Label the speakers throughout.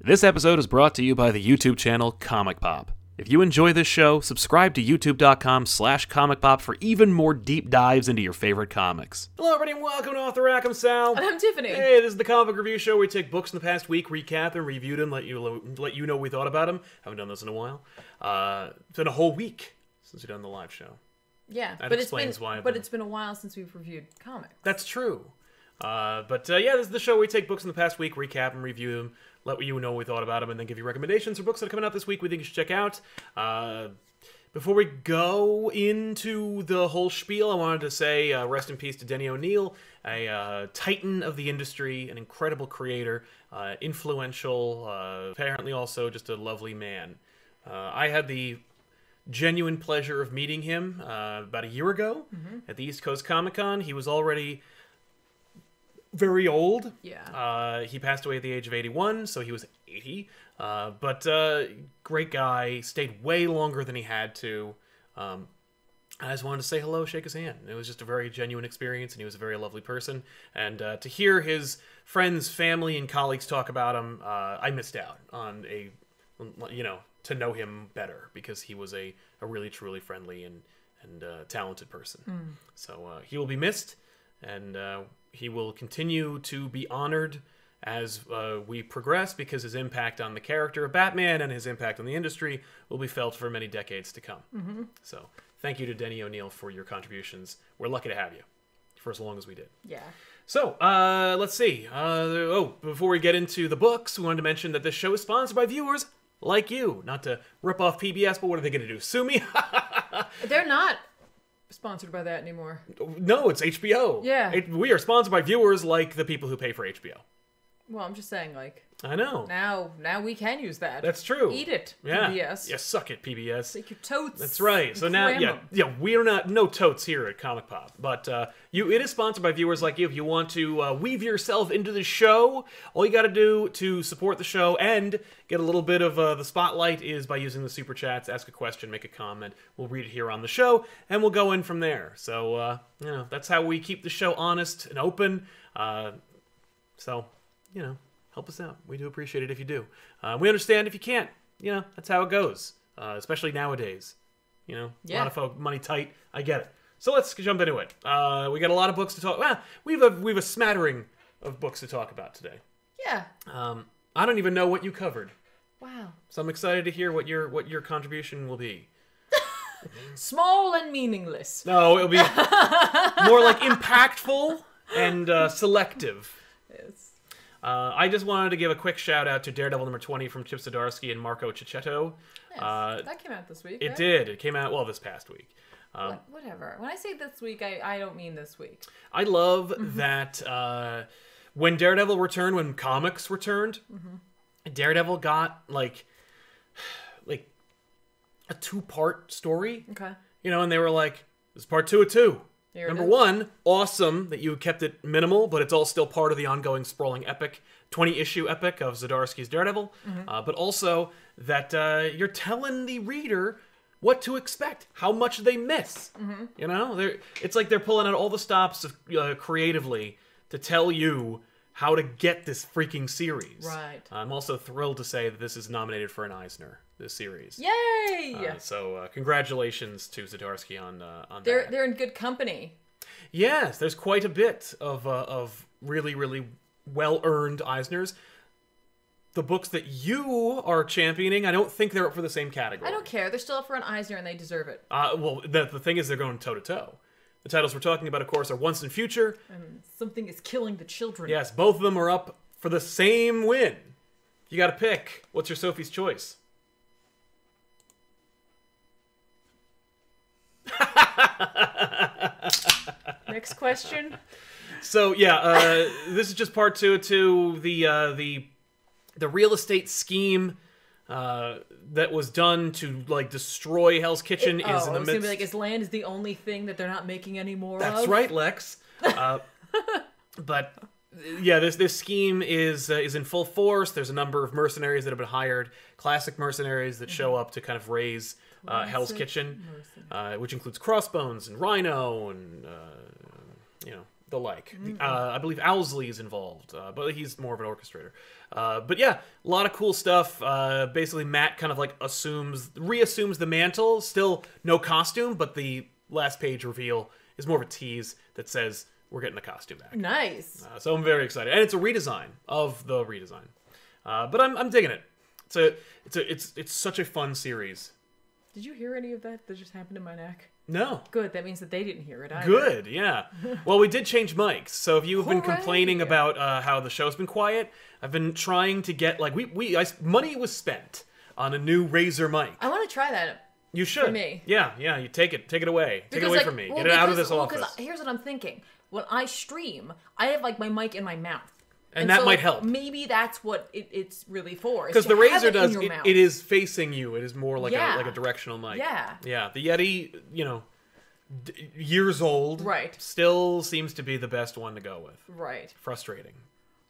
Speaker 1: This episode is brought to you by the YouTube channel Comic Pop. If you enjoy this show, subscribe to youtube.com slash comic pop for even more deep dives into your favorite comics. Hello, everybody, and welcome to Author Rack. I'm Sal.
Speaker 2: I'm Tiffany.
Speaker 1: Hey, this is the comic book review show where we take books in the past week, recap and review them, let you let you know what we thought about them. Haven't done this in a while. Uh, it's been a whole week since we've done the live show.
Speaker 2: Yeah,
Speaker 1: That
Speaker 2: but it's been
Speaker 1: explains why I've
Speaker 2: but
Speaker 1: been-
Speaker 2: it's been a while since we've reviewed comics.
Speaker 1: That's true. Uh, but uh, yeah, this is the show where we take books in the past week, recap and review them, let you know what we thought about them, and then give you recommendations for books that are coming out this week we think you should check out. Uh, before we go into the whole spiel, I wanted to say uh, rest in peace to Denny O'Neil, a uh, titan of the industry, an incredible creator, uh, influential, uh, apparently also just a lovely man. Uh, I had the genuine pleasure of meeting him uh, about a year ago at the East Coast Comic Con. He was already very old.
Speaker 2: Yeah.
Speaker 1: Uh, he passed away at the age of 81, so he was 80. Uh, but uh, great guy, stayed way longer than he had to. Um, I just wanted to say hello, shake his hand. It was just a very genuine experience, and he was a very lovely person. And uh, to hear his friends, family, and colleagues talk about him, uh, I missed out on a, you know, to know him better because he was a, a really truly friendly and and uh, talented person. So uh, he will be missed, and uh, he will continue to be honored as uh, we progress because his impact on the character of Batman and his impact on the industry will be felt for many decades to come. Mm-hmm. So, thank you to Denny O'Neill for your contributions. We're lucky to have you for as long as we did.
Speaker 2: Yeah.
Speaker 1: So, uh, let's see. Uh, oh, before we get into the books, we wanted to mention that this show is sponsored by viewers like you. Not to rip off PBS, but what are they going to do? Sue me?
Speaker 2: They're not sponsored by that anymore.
Speaker 1: no, it's HBO.
Speaker 2: Yeah.
Speaker 1: It, we are sponsored by viewers like the people who pay for HBO.
Speaker 2: Well, I'm just saying like
Speaker 1: I know.
Speaker 2: now now we can use that.
Speaker 1: That's true.
Speaker 2: Eat it.
Speaker 1: Yeah.
Speaker 2: PBS.
Speaker 1: Yeah, suck it, PBS.
Speaker 2: Take your totes.
Speaker 1: That's right. So now,
Speaker 2: Cram
Speaker 1: yeah,
Speaker 2: 'em.
Speaker 1: yeah, we're not no totes here at Comic Pop, but uh, you it is sponsored by viewers like you. If you want to uh, weave yourself into the show, all you got to do to support the show and get a little bit of uh, the spotlight is by using the super chats. Ask a question, make a comment. We'll read it here on the show, and we'll go in from there. So uh, you know that's how we keep the show honest and open. Uh, so, you know, help us out. We do appreciate it if you do. Uh, we understand if you can't. You know, that's how it goes, uh, especially nowadays. You know, a
Speaker 2: Yeah.
Speaker 1: lot of folk money tight. I get it. So let's jump into it. Uh, we got a lot of books to talk. Well, we've a we've a smattering of books to talk about today.
Speaker 2: Yeah.
Speaker 1: Um, I don't even know what you covered,
Speaker 2: Wow.
Speaker 1: so I'm excited to hear what your what your contribution will be.
Speaker 2: Small and meaningless.
Speaker 1: No, it'll be more like impactful and uh, selective.
Speaker 2: Yes.
Speaker 1: Uh, I just wanted to give a quick shout out to Daredevil number 20 from Chip Zdarsky and Marco Cicchetto.
Speaker 2: Yes.
Speaker 1: Uh,
Speaker 2: that came out this week.
Speaker 1: it
Speaker 2: right?
Speaker 1: did. It came out, well, this past week. Um,
Speaker 2: What- Whatever. When I say this week, I, I don't mean this week.
Speaker 1: I love
Speaker 2: Mm-hmm.
Speaker 1: that uh, when Daredevil returned, when comics returned,
Speaker 2: Mm-hmm.
Speaker 1: Daredevil got like, like a two part story,
Speaker 2: Okay.
Speaker 1: you know, and they were like, this is part two of two.
Speaker 2: Here it
Speaker 1: Number
Speaker 2: is.
Speaker 1: one, awesome that you kept it minimal, but it's all still part of the ongoing sprawling epic, 20 issue epic of Zadarsky's Daredevil.
Speaker 2: Mm-hmm.
Speaker 1: Uh, but also that uh, you're telling the reader what to expect, how much they miss.
Speaker 2: Mm-hmm.
Speaker 1: You know, they're, it's like they're pulling out all the stops of, uh, creatively to tell you how to get this freaking series.
Speaker 2: Right.
Speaker 1: I'm also thrilled to say that this is nominated for an Eisner, this series.
Speaker 2: Yay!
Speaker 1: Uh, so uh, congratulations to Zadarsky on uh, on
Speaker 2: they're
Speaker 1: that.
Speaker 2: they're in good company.
Speaker 1: Yes, there's quite a bit of uh, of really really well earned Eisners. The books that you are championing, I don't think they're up for the same category.
Speaker 2: I don't care. They're still up for an Eisner and they deserve it.
Speaker 1: Uh, well, the, the thing is, they're going toe to toe. The titles we're talking about, of course, are Once in Future.
Speaker 2: Something is killing the children.
Speaker 1: Yes, both of them are up for the same win. You got to pick. What's your Sophie's choice?
Speaker 2: Next question.
Speaker 1: So yeah, uh, this is just part two to the uh, the the real estate scheme uh, that was done to like destroy Hell's Kitchen
Speaker 2: oh,
Speaker 1: is in
Speaker 2: I
Speaker 1: the
Speaker 2: was gonna
Speaker 1: midst.
Speaker 2: be like, his land is the only thing that they're not making any more
Speaker 1: That's
Speaker 2: of.
Speaker 1: right, Lex. Uh, but yeah, this this scheme is uh, is in full force. There's a number of mercenaries that have been hired, classic mercenaries that show up to kind of raise uh, Hell's
Speaker 2: Classic
Speaker 1: Kitchen, uh, which includes Crossbones and Rhino and uh, you know the like. Uh, I believe Owsley is involved, uh, but he's more of an orchestrator. Uh, but yeah, a lot of cool stuff. Uh, basically, Matt kind of like assumes, reassumes the mantle. Still no costume, but the last page reveal is more of a tease that says we're getting the costume back.
Speaker 2: Nice.
Speaker 1: Uh, so I'm very excited, and it's a redesign of the redesign. Uh, but I'm, I'm digging it. It's a, it's a, it's it's such a fun series.
Speaker 2: Did you hear any of that that just happened in my neck?
Speaker 1: No,
Speaker 2: Good. That means that they didn't hear it either.
Speaker 1: Good, yeah. Well, we did change mics. So if you've been
Speaker 2: Hooray.
Speaker 1: complaining about uh, how the show's been quiet, I've been trying to get like we we I s money was spent on a new Razer mic.
Speaker 2: I want to try that.
Speaker 1: You should.
Speaker 2: me.
Speaker 1: Yeah, yeah. You take it, take it away, take it
Speaker 2: Because,
Speaker 1: away
Speaker 2: like,
Speaker 1: from me.
Speaker 2: well,
Speaker 1: get it out of
Speaker 2: because-
Speaker 1: this
Speaker 2: well, 'cause
Speaker 1: office,
Speaker 2: Here's what I'm thinking. When I stream, I have like my mic in my mouth.
Speaker 1: and, that
Speaker 2: so
Speaker 1: might help
Speaker 2: Maybe that's what it, it's really for.
Speaker 1: because
Speaker 2: Because
Speaker 1: the Razer
Speaker 2: razor
Speaker 1: does
Speaker 2: in your
Speaker 1: it,
Speaker 2: mouth.
Speaker 1: it is facing you. It is more like
Speaker 2: Yeah.
Speaker 1: a like a directional mic.
Speaker 2: Yeah.
Speaker 1: yeah. The Yeti, you know, d- years old,
Speaker 2: Right.
Speaker 1: Still seems to be the best one to go with.
Speaker 2: right.
Speaker 1: Frustrating.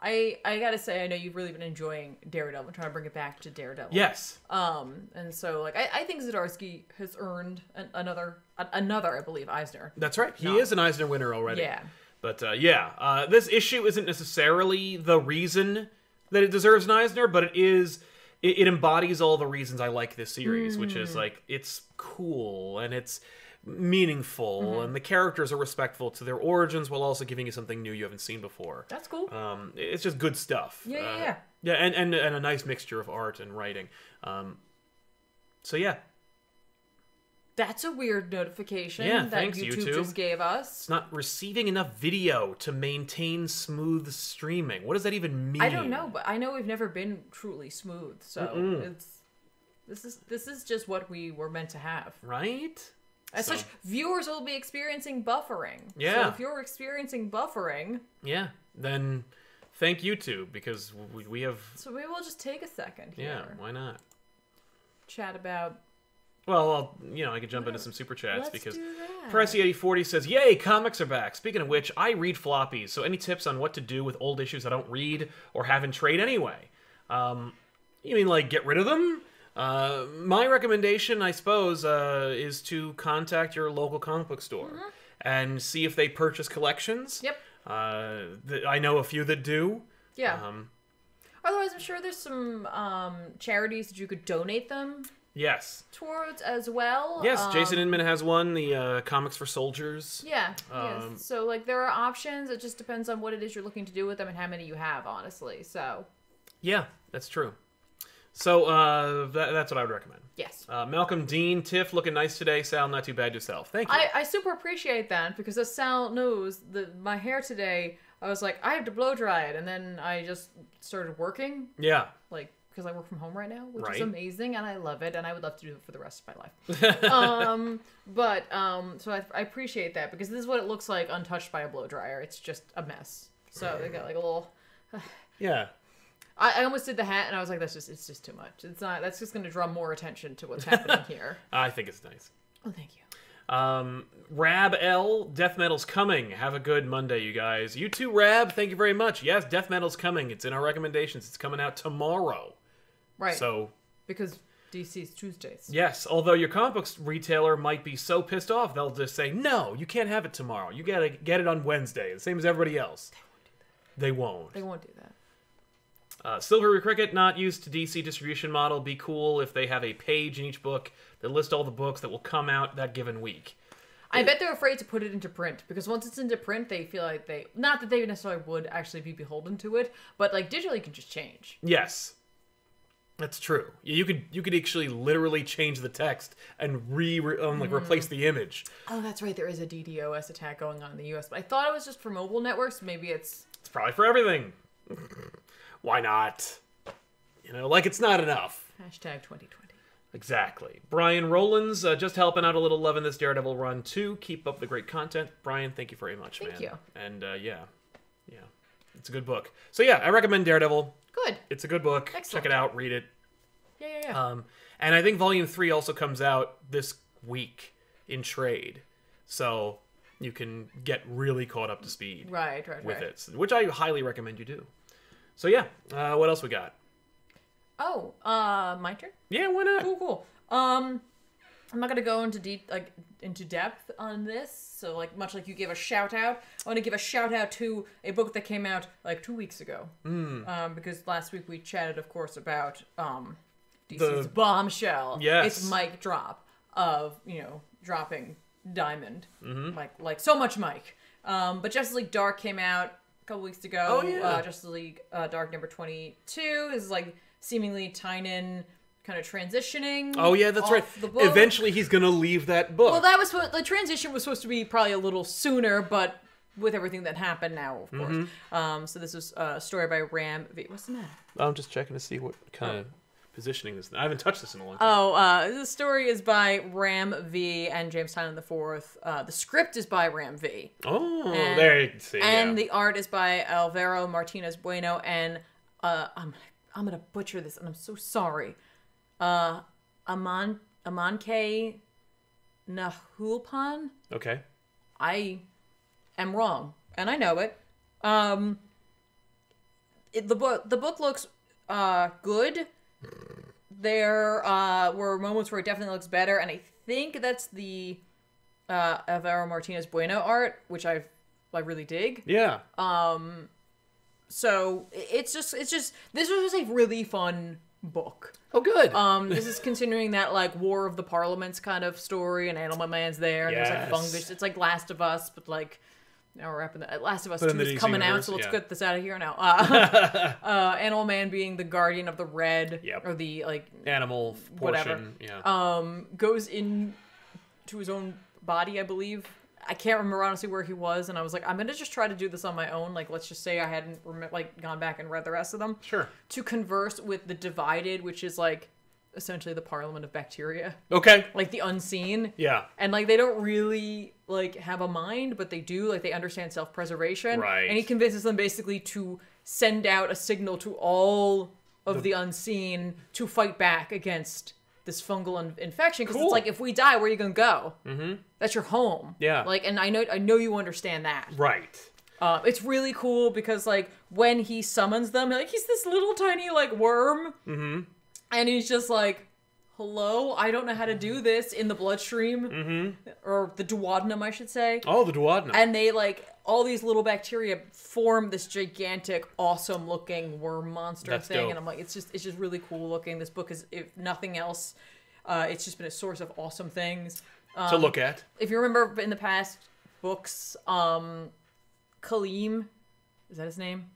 Speaker 2: I I gotta say, I know you've really been enjoying Daredevil. I'm trying to bring it back to Daredevil.
Speaker 1: Yes.
Speaker 2: Um, and so like I, I think Zdarsky has earned an, another a, another I believe Eisner.
Speaker 1: That's right. He
Speaker 2: No.
Speaker 1: is an Eisner winner already.
Speaker 2: Yeah.
Speaker 1: But uh, yeah, uh, this issue isn't necessarily the reason that it deserves an Eisner, but it is. It, it embodies all the reasons I like this series, which
Speaker 2: Mm.
Speaker 1: is like it's cool and it's meaningful,
Speaker 2: Mm-hmm.
Speaker 1: and the characters are respectful to their origins while also giving you something new you haven't seen before.
Speaker 2: That's cool.
Speaker 1: Um, it's just good stuff.
Speaker 2: Yeah, yeah,
Speaker 1: Uh,
Speaker 2: yeah.
Speaker 1: yeah, and, and and a nice mixture of art and writing. Um, so yeah,
Speaker 2: That's a weird notification
Speaker 1: Yeah,
Speaker 2: that
Speaker 1: thanks,
Speaker 2: YouTube,
Speaker 1: YouTube.
Speaker 2: just gave us.
Speaker 1: It's not receiving enough video to maintain smooth streaming. What does that even mean?
Speaker 2: I don't know, but I know we've never been truly smooth, so it's this is this is just what we were meant to have.
Speaker 1: Right?
Speaker 2: As
Speaker 1: So-
Speaker 2: such, viewers will be experiencing buffering.
Speaker 1: Yeah.
Speaker 2: So if you're experiencing buffering,
Speaker 1: Yeah. Then thank YouTube because we, we have.
Speaker 2: so we will just take a second
Speaker 1: Yeah,
Speaker 2: here.
Speaker 1: why not?
Speaker 2: Chat about
Speaker 1: Well, I'll, you know, I could jump into some super chats
Speaker 2: Let's
Speaker 1: because
Speaker 2: do that.
Speaker 1: Pricey8040 E says, Yay, comics are back. Speaking of which, I read floppies, so any tips on what to do with old issues I don't read or have in trade anyway? Um, you mean like get rid of them? Uh, my recommendation, I suppose, uh, is to contact your local comic book store and see if they purchase collections.
Speaker 2: Mm-hmm. Yep.
Speaker 1: Uh, th- I know a few that do.
Speaker 2: Yeah.
Speaker 1: Um,
Speaker 2: Otherwise, I'm sure there's some um, charities that you could donate them
Speaker 1: yes.
Speaker 2: towards as well.
Speaker 1: Yes,
Speaker 2: um,
Speaker 1: Jason Inman has one, the uh, Comics for Soldiers.
Speaker 2: Yeah.
Speaker 1: Um,
Speaker 2: yes. So like there are options. It just depends on what it is you're looking to do with them and how many you have, honestly. So
Speaker 1: Yeah, that's true. So uh, that, that's what I would recommend.
Speaker 2: yes.
Speaker 1: Uh, Malcolm Dean, Tiff, looking nice today. Sal, not too bad yourself. Thank you.
Speaker 2: I, I super appreciate that because as Sal knows, the my hair today, I was like, I have to blow dry it, and then I just started working,
Speaker 1: yeah.
Speaker 2: like because I work from home right now, which
Speaker 1: Right.
Speaker 2: is amazing, and I love it, and I would love to do it for the rest of my life. um, but um, so I, I appreciate that because this is what it looks like untouched by a blow dryer. It's just a mess. So they got like a little.
Speaker 1: Yeah.
Speaker 2: I, I almost did the hat, and I was like, "That's just it's just too much. It's not. That's just going to draw more attention to what's happening here."
Speaker 1: I think it's nice.
Speaker 2: Oh, thank you.
Speaker 1: Um, Rab L, Death Metal's coming. Have a good Monday, you guys. You too, Rab. Thank you very much. Yes, Death Metal's coming. It's in our recommendations. It's coming out tomorrow.
Speaker 2: Right.
Speaker 1: So
Speaker 2: because DC's Tuesdays.
Speaker 1: Yes, although your comic book retailer might be so pissed off, they'll just say, "No, you can't have it tomorrow. You gotta get it on Wednesday." The same as everybody else. They won't.
Speaker 2: They won't do that.
Speaker 1: Uh, Silvery Cricket not used to DC distribution model. Be cool if they have a page in each book that lists all the books that will come out that given week.
Speaker 2: I bet they're afraid to put it into print because once it's into print, they feel like they not that they necessarily would actually be beholden to it, but like digitally can just change.
Speaker 1: Yes, that's true. You could you could actually literally change the text and re re- um, like replace the image.
Speaker 2: Oh, that's right. There is a DDoS attack going on in the U.S., but I thought it was just for mobile networks. Maybe it's
Speaker 1: It's probably for everything. Why not? You know, like it's not enough.
Speaker 2: hashtag 2020.
Speaker 1: Exactly. Brian Rollins, uh, just helping out a little, loving this Daredevil run too. Keep up the great content, Brian. Thank you very much,
Speaker 2: Thank
Speaker 1: man.
Speaker 2: you.
Speaker 1: And uh, yeah, yeah, it's a good book. So yeah, I recommend Daredevil.
Speaker 2: Good.
Speaker 1: It's a good book. Check
Speaker 2: Excellent.
Speaker 1: it out. Read it.
Speaker 2: Yeah, yeah, yeah.
Speaker 1: Um, and I think Volume Three also comes out this week in trade, so you can get really caught up to speed
Speaker 2: right, right,
Speaker 1: with
Speaker 2: right.
Speaker 1: it, which I highly recommend you do. So yeah, uh, what else we got?
Speaker 2: Oh, uh, my turn.
Speaker 1: Yeah, why not?
Speaker 2: Cool, cool. Um, I'm not gonna go into deep like into depth on this. So like much like you gave a shout out, I want to give a shout out to a book that came out like two weeks ago.
Speaker 1: Hmm.
Speaker 2: Um, because last week we chatted, of course, about um, DC's
Speaker 1: The-
Speaker 2: bombshell.
Speaker 1: Yes.
Speaker 2: it's Mike drop of you know dropping Diamond,
Speaker 1: Mm-hmm.
Speaker 2: like like so much Mike. Um, but Justice League Dark came out a couple weeks ago.
Speaker 1: Oh, yeah.
Speaker 2: uh, Justice League uh, Dark number twenty two is like seemingly Tynan kind of transitioning.
Speaker 1: Oh yeah, that's
Speaker 2: off
Speaker 1: right.
Speaker 2: The book.
Speaker 1: Eventually, he's gonna leave that book.
Speaker 2: Well, that was what the transition was supposed to be probably a little sooner, but with everything that happened now, of course.
Speaker 1: Mm-hmm.
Speaker 2: Um, so this is a story by Ram. V- What's the matter?
Speaker 1: I'm just checking to see what kind of positioning this. I haven't touched this in a long time.
Speaker 2: Oh, uh, the story is by Ram V and James Tynan IV. Uh, the script is by Ram V,
Speaker 1: oh,
Speaker 2: and-
Speaker 1: there you can see.
Speaker 2: and
Speaker 1: yeah.
Speaker 2: the art is by Alvaro Martinez Bueno. And uh, I'm gonna, I'm gonna butcher this, and I'm so sorry. Uh, Aman Amanke Nahulpan.
Speaker 1: okay.
Speaker 2: I am wrong, and I know it. Um, it the book the book looks uh, good. There uh, were moments where it definitely looks better, and I think that's the uh, Alvaro Martinez Bueno art, which I I really dig.
Speaker 1: Yeah.
Speaker 2: Uh, So i- it's just it's just this was just a really fun book.
Speaker 1: oh, good.
Speaker 2: Um, this is continuing that like War of the Parliaments kind of story, and Animal Man's there, and there's like
Speaker 1: Yes.
Speaker 2: fungus. It's like Last of Us, but like now we're up in the uh, Last of Us
Speaker 1: But in
Speaker 2: Two
Speaker 1: the
Speaker 2: is
Speaker 1: DC
Speaker 2: coming out,
Speaker 1: universe,
Speaker 2: so let's
Speaker 1: yeah.
Speaker 2: get this out of here now. Uh, uh, Animal Man being the guardian of the red,
Speaker 1: Yep.
Speaker 2: or the like,
Speaker 1: Animal f- portion.
Speaker 2: whatever.
Speaker 1: Yeah.
Speaker 2: um, goes in to his own body, I believe. I can't remember honestly where he was, and I was like, I'm gonna just try to do this on my own. Like, let's just say I hadn't rem- like gone back and read the rest of them
Speaker 1: sure.
Speaker 2: to converse with the divided, which is like essentially the parliament of bacteria,
Speaker 1: Okay.
Speaker 2: like the unseen.
Speaker 1: Yeah.
Speaker 2: And like they don't really like have a mind, but they do like they understand self-preservation.
Speaker 1: Right.
Speaker 2: And he convinces them basically to send out a signal to all of the, unseen to fight back against this fungal in- infection because
Speaker 1: Cool.
Speaker 2: it's like if we die, where are you gonna go? Mm-hmm. That's your home.
Speaker 1: Yeah.
Speaker 2: Like, and I know I know you understand that.
Speaker 1: Right.
Speaker 2: Uh, it's really cool because like when he summons them, like he's this little tiny like worm, mm-hmm. and he's just like, "Hello, I don't know how to do this in the bloodstream
Speaker 1: Mm-hmm.
Speaker 2: or the duodenum, I should say."
Speaker 1: Oh, the duodenum.
Speaker 2: And they like all these little bacteria form this gigantic, awesome looking worm monster
Speaker 1: That's
Speaker 2: thing,
Speaker 1: dope.
Speaker 2: and I'm like, it's just it's just really cool looking. This book is, if nothing else, uh, it's just been a source of awesome things um,
Speaker 1: to look at.
Speaker 2: if you remember in the past books, um, Kaleem, is that his name?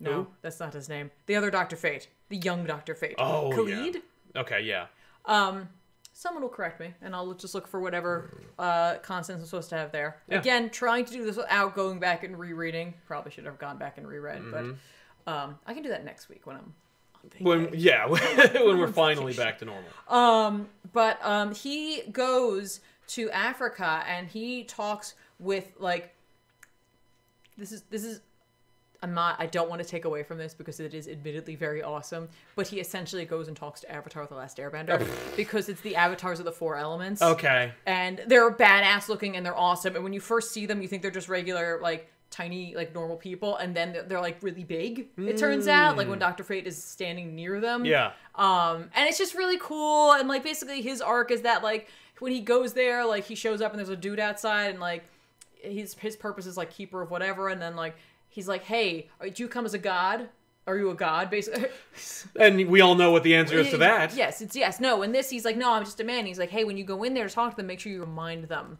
Speaker 2: No,
Speaker 1: Who?
Speaker 2: that's not his name. The other Doctor Fate, the young Doctor Fate.
Speaker 1: Oh,
Speaker 2: Khalid.
Speaker 1: yeah. Okay. Yeah.
Speaker 2: Um, someone will correct me, and I'll just look for whatever uh, constants I'm supposed to have there.
Speaker 1: Yeah.
Speaker 2: Again, trying to do this without going back and rereading. Probably should have gone back and reread,
Speaker 1: Mm-hmm.
Speaker 2: but um, I can do that next week when I'm on vacation.
Speaker 1: When yeah, when we're finally back to normal.
Speaker 2: Uh, but um, he goes to Africa and he talks with like this is this is I'm not I don't want to take away from this because it is admittedly very awesome, but he essentially goes and talks to Avatar the Last Airbender because it's the avatars of the four elements.
Speaker 1: Okay.
Speaker 2: And they're badass looking and they're awesome. And when you first see them, you think they're just regular like tiny like normal people and then they're, they're like really big it turns out like when dr fate is standing near them
Speaker 1: Yeah.
Speaker 2: um, and it's just really cool. And like basically his arc is that like when he goes there, like he shows up and there's a dude outside, and like his his purpose is like keeper of whatever. And then like he's like, hey, are- do you come as a god? Are you a god? Basically,
Speaker 1: And we all know what the answer is to that.
Speaker 2: Yes, it's yes. No, in this he's like, no, I'm just a man. He's like, hey, when you go in there to talk to them, make sure you remind them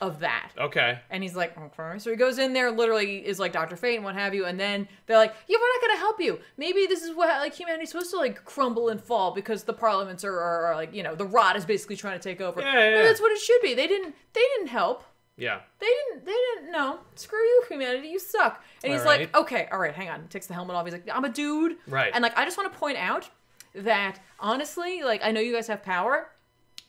Speaker 2: of that.
Speaker 1: okay.
Speaker 2: And he's like, okay. So he goes in there, literally is like Dr. Fate and what have you. And then they're like, yeah, we're not going to help you. Maybe this is what like humanity's supposed to like crumble and fall because the parliaments are, are, are like, you know, the rot is basically trying to take over.
Speaker 1: Yeah, yeah,
Speaker 2: Maybe
Speaker 1: yeah.
Speaker 2: That's what it should be. They didn't, they didn't help.
Speaker 1: Yeah.
Speaker 2: They didn't, they didn't, no, screw you, humanity, you suck. And he's
Speaker 1: All
Speaker 2: like,
Speaker 1: right.
Speaker 2: okay, all right, hang on. Takes the helmet off. He's like, I'm a dude.
Speaker 1: Right.
Speaker 2: And like, I just want to point out that honestly, like, I know you guys have power,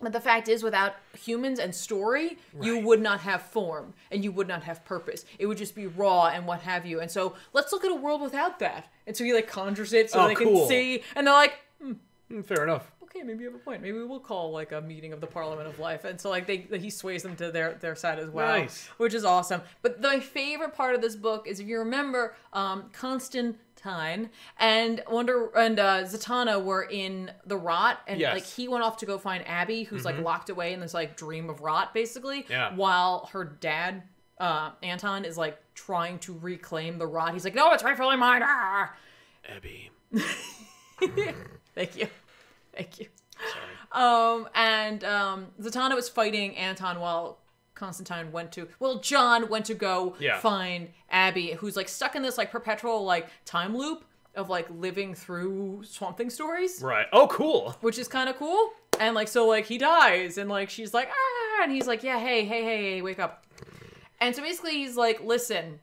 Speaker 2: but the fact is, without humans and story, you would not have form and you would not have purpose. It would just be raw and what have you. And so let's look at a world without that. And so he like conjures it so
Speaker 1: Oh,
Speaker 2: they can
Speaker 1: cool.
Speaker 2: see, and they're like,
Speaker 1: Mm, Fair enough.
Speaker 2: okay, maybe you have a point. Maybe we'll call like a meeting of the Parliament of Life. And so like they he sways them to their their side as well,
Speaker 1: Nice.
Speaker 2: which is awesome. But the, my favorite part of this book is if you remember, um, Constant Valentine and Wonder and uh, Zatanna were in the Rot, and
Speaker 1: Yes. Mm-hmm.
Speaker 2: like he went off to go find Abby, who's like locked away in this like dream of Rot, basically.
Speaker 1: Yeah.
Speaker 2: While her dad, uh, Anton, is like trying to reclaim the Rot. He's like, "No, it's rightfully mine." Ah!
Speaker 1: Abby.
Speaker 2: Thank you, thank you.
Speaker 1: Sorry.
Speaker 2: Um, and um, Zatanna was fighting Anton while Constantine went to, well, John went to go
Speaker 1: Yeah.
Speaker 2: find Abby, who's like stuck in this like perpetual like time loop of like living through Swamp Thing stories,
Speaker 1: Right. Oh, cool.
Speaker 2: which is kind of cool. And like, so like he dies, and like she's like, ah, and he's like, yeah, hey, hey, hey, hey, wake up. And so basically, he's like, listen,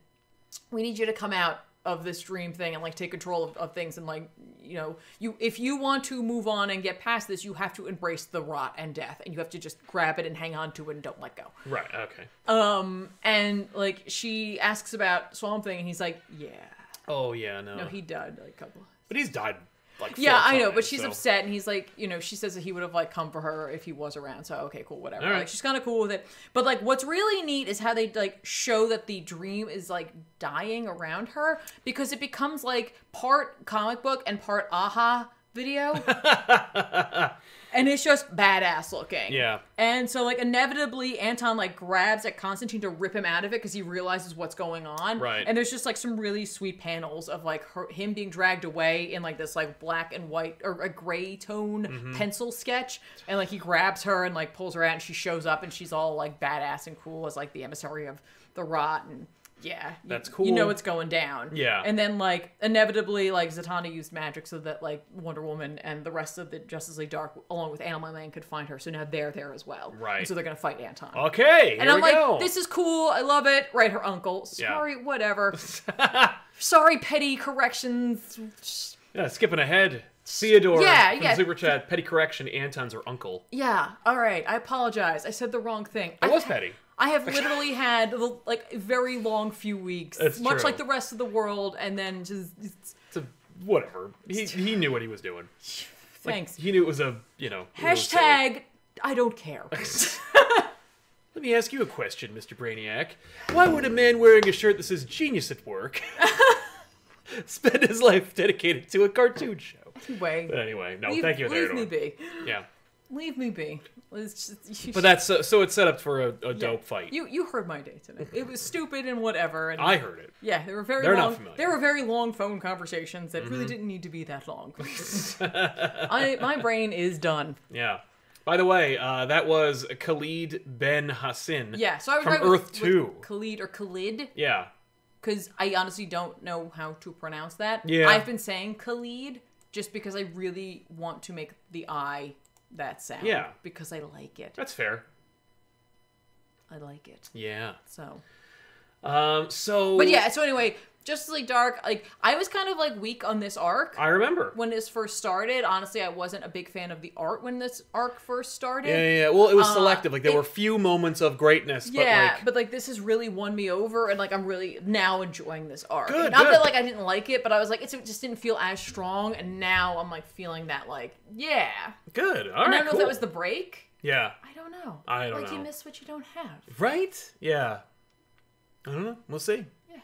Speaker 2: we need you to come out of this dream thing and like take control of, of things and like you know you if you want to move on and get past this you have to embrace the rot and death and you have to just grab it and hang on to it and don't let go
Speaker 1: Right. Okay.
Speaker 2: um and like she asks about swamp thing and he's like yeah
Speaker 1: Oh yeah. No.
Speaker 2: no he died like a couple
Speaker 1: but he's died. Like.
Speaker 2: yeah
Speaker 1: four
Speaker 2: i know
Speaker 1: times,
Speaker 2: but she's
Speaker 1: so-
Speaker 2: upset and he's like you know she says that he would have like come for her if he was around so okay cool whatever
Speaker 1: All right.
Speaker 2: like she's kind of cool with it but like what's really neat is how they like show that the dream is like dying around her because it becomes like part comic book and part aha video and it's just badass looking
Speaker 1: Yeah.
Speaker 2: and so like inevitably anton like grabs at constantine to rip him out of it because he realizes what's going on
Speaker 1: Right.
Speaker 2: and there's just like some really sweet panels of like her, him being dragged away in like this like black and white or a gray tone
Speaker 1: Mm-hmm.
Speaker 2: pencil sketch and like he grabs her and like pulls her out and she shows up and she's all like badass and cool as like the emissary of the rot and yeah you-
Speaker 1: That's
Speaker 2: you know
Speaker 1: cool.
Speaker 2: it's going down
Speaker 1: Yeah.
Speaker 2: and then like inevitably like zatanna used magic so that like wonder woman and the rest of the justice league dark along with animal man could find her so now they're there as well
Speaker 1: Right.
Speaker 2: and so they're gonna fight anton
Speaker 1: Okay. Here
Speaker 2: and I'm
Speaker 1: we
Speaker 2: like,
Speaker 1: go.
Speaker 2: this is cool. I love it. Right, her uncle.
Speaker 1: Yeah.
Speaker 2: Sorry, whatever. Sorry, petty corrections.
Speaker 1: Yeah, skipping ahead. Theodore
Speaker 2: Yeah,
Speaker 1: from
Speaker 2: yeah.
Speaker 1: Super Chat. Petty correction. Anton's her uncle.
Speaker 2: Yeah. All right. I apologize. I said the wrong thing.
Speaker 1: It
Speaker 2: I
Speaker 1: was petty.
Speaker 2: I have literally had the- like a very long few weeks,
Speaker 1: That's
Speaker 2: much
Speaker 1: true.
Speaker 2: like the rest of the world, and then just it's-
Speaker 1: It's a, whatever. He he knew what he was doing. Like,
Speaker 2: thanks.
Speaker 1: He knew it was a you know. it was silly.
Speaker 2: Hashtag. I don't care.
Speaker 1: Let me ask you a question, Mr. Brainiac. Why would a man wearing a shirt that says "Genius at Work" spend his life dedicated to a cartoon show? But
Speaker 2: Anyway,
Speaker 1: anyway, no,
Speaker 2: leave,
Speaker 1: thank you,
Speaker 2: leave me
Speaker 1: Theodore.
Speaker 2: be.
Speaker 1: Yeah,
Speaker 2: Leave me be. It's just-
Speaker 1: but that's so, so it's set up for a, a dope fight.
Speaker 2: you you heard my day today. It was stupid and whatever. And
Speaker 1: I heard it.
Speaker 2: Yeah, they were very
Speaker 1: Uh, They're not
Speaker 2: long.
Speaker 1: familiar. Mm-hmm.
Speaker 2: They were very long phone conversations that really didn't need to be that long. I my brain is done.
Speaker 1: Yeah. By the way, uh, that was Khalid Ben Hassin.
Speaker 2: Yeah, so I was
Speaker 1: From
Speaker 2: right with-
Speaker 1: Earth
Speaker 2: with
Speaker 1: 2.
Speaker 2: Khalid or Khalid,
Speaker 1: Yeah.
Speaker 2: because I honestly don't know how to pronounce that.
Speaker 1: Yeah.
Speaker 2: I've been saying Khalid just because I really want to make the I that sound.
Speaker 1: Yeah.
Speaker 2: because I like it.
Speaker 1: That's fair.
Speaker 2: I like it.
Speaker 1: Yeah.
Speaker 2: So,
Speaker 1: Um. So.
Speaker 2: but yeah. So anyway, Justice League Dark. Like I was kind of like weak on this arc.
Speaker 1: I remember.
Speaker 2: when this first started, honestly, I wasn't a big fan of the art when this arc first started.
Speaker 1: Yeah, yeah, yeah. Well, it was
Speaker 2: Uh,
Speaker 1: selective. Like there
Speaker 2: it-
Speaker 1: were few moments of greatness, but
Speaker 2: Yeah,
Speaker 1: like
Speaker 2: but like this has really won me over, and like I'm really now enjoying this arc.
Speaker 1: Good,
Speaker 2: Not
Speaker 1: good.
Speaker 2: that like I didn't like it, but I was like, it's, it just didn't feel as strong, and now I'm like feeling that like, yeah.
Speaker 1: good. All right.
Speaker 2: And I don't know
Speaker 1: cool.
Speaker 2: if that was the break.
Speaker 1: Yeah.
Speaker 2: I don't know.
Speaker 1: I don't
Speaker 2: like you
Speaker 1: know.
Speaker 2: miss what you don't have.
Speaker 1: Right? Yeah. I don't know. We'll see.
Speaker 2: Yeah.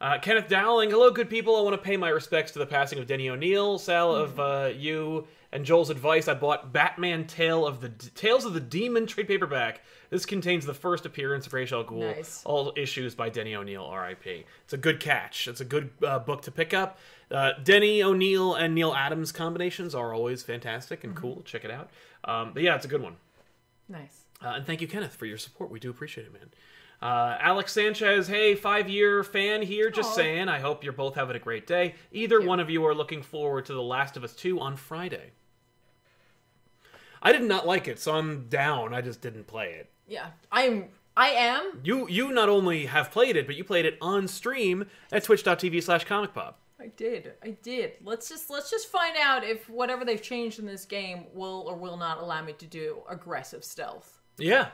Speaker 1: Uh, Kenneth Dowling, hello, good people. I want to pay my respects to the passing of Denny O'Neill. Sal,
Speaker 2: Hmm.
Speaker 1: of uh, you and Joel's advice, I bought Batman Tale of the Tales of the Demon trade paperback. This contains the first appearance of Rachel Ghoul.
Speaker 2: Nice.
Speaker 1: All issues by Denny O'Neill, R.I.P. It's a good catch. It's a good uh, book to pick up. Uh, Denny O'Neill and Neil Adams combinations are always fantastic
Speaker 2: Mm-hmm.
Speaker 1: and cool. Check it out. Um, but yeah, it's a good one.
Speaker 2: Nice.
Speaker 1: Uh, and thank you, Kenneth, for your support. We do appreciate it, man. Uh, Alex Sanchez, hey, five year fan here. Just
Speaker 2: Aw.
Speaker 1: saying, I hope you're both having a great day. Either
Speaker 2: you.
Speaker 1: one of you are looking forward to The Last of Us 2 on Friday. I did not like it, so I'm down. I just didn't play it.
Speaker 2: Yeah, I'm. I am.
Speaker 1: You you not only have played it, but you played it on stream at twitch.tv slash comic pop.
Speaker 2: I did. I did. Let's just let's just find out if whatever they've changed in this game will or will not allow me to do aggressive stealth.
Speaker 1: Yeah.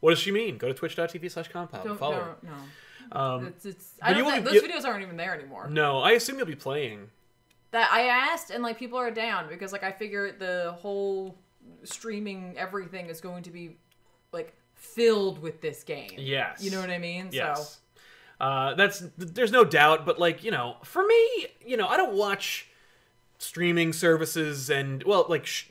Speaker 1: What does she mean? Go to twitch.tv slash comic pop and
Speaker 2: Don't,
Speaker 1: follow her.
Speaker 2: don't no. it's, it's, I
Speaker 1: Um, but
Speaker 2: don't
Speaker 1: you
Speaker 2: think,
Speaker 1: won't-
Speaker 2: those
Speaker 1: you-
Speaker 2: videos aren't even there anymore.
Speaker 1: No, I assume you'll be playing.
Speaker 2: That I asked, and like people are down because like I figure the whole streaming everything is going to be like filled with this game.
Speaker 1: Yes.
Speaker 2: you know what I mean.
Speaker 1: Yes. Uh, that's there's no doubt, but like you know, for me, you know, I don't watch streaming services and well, like sh-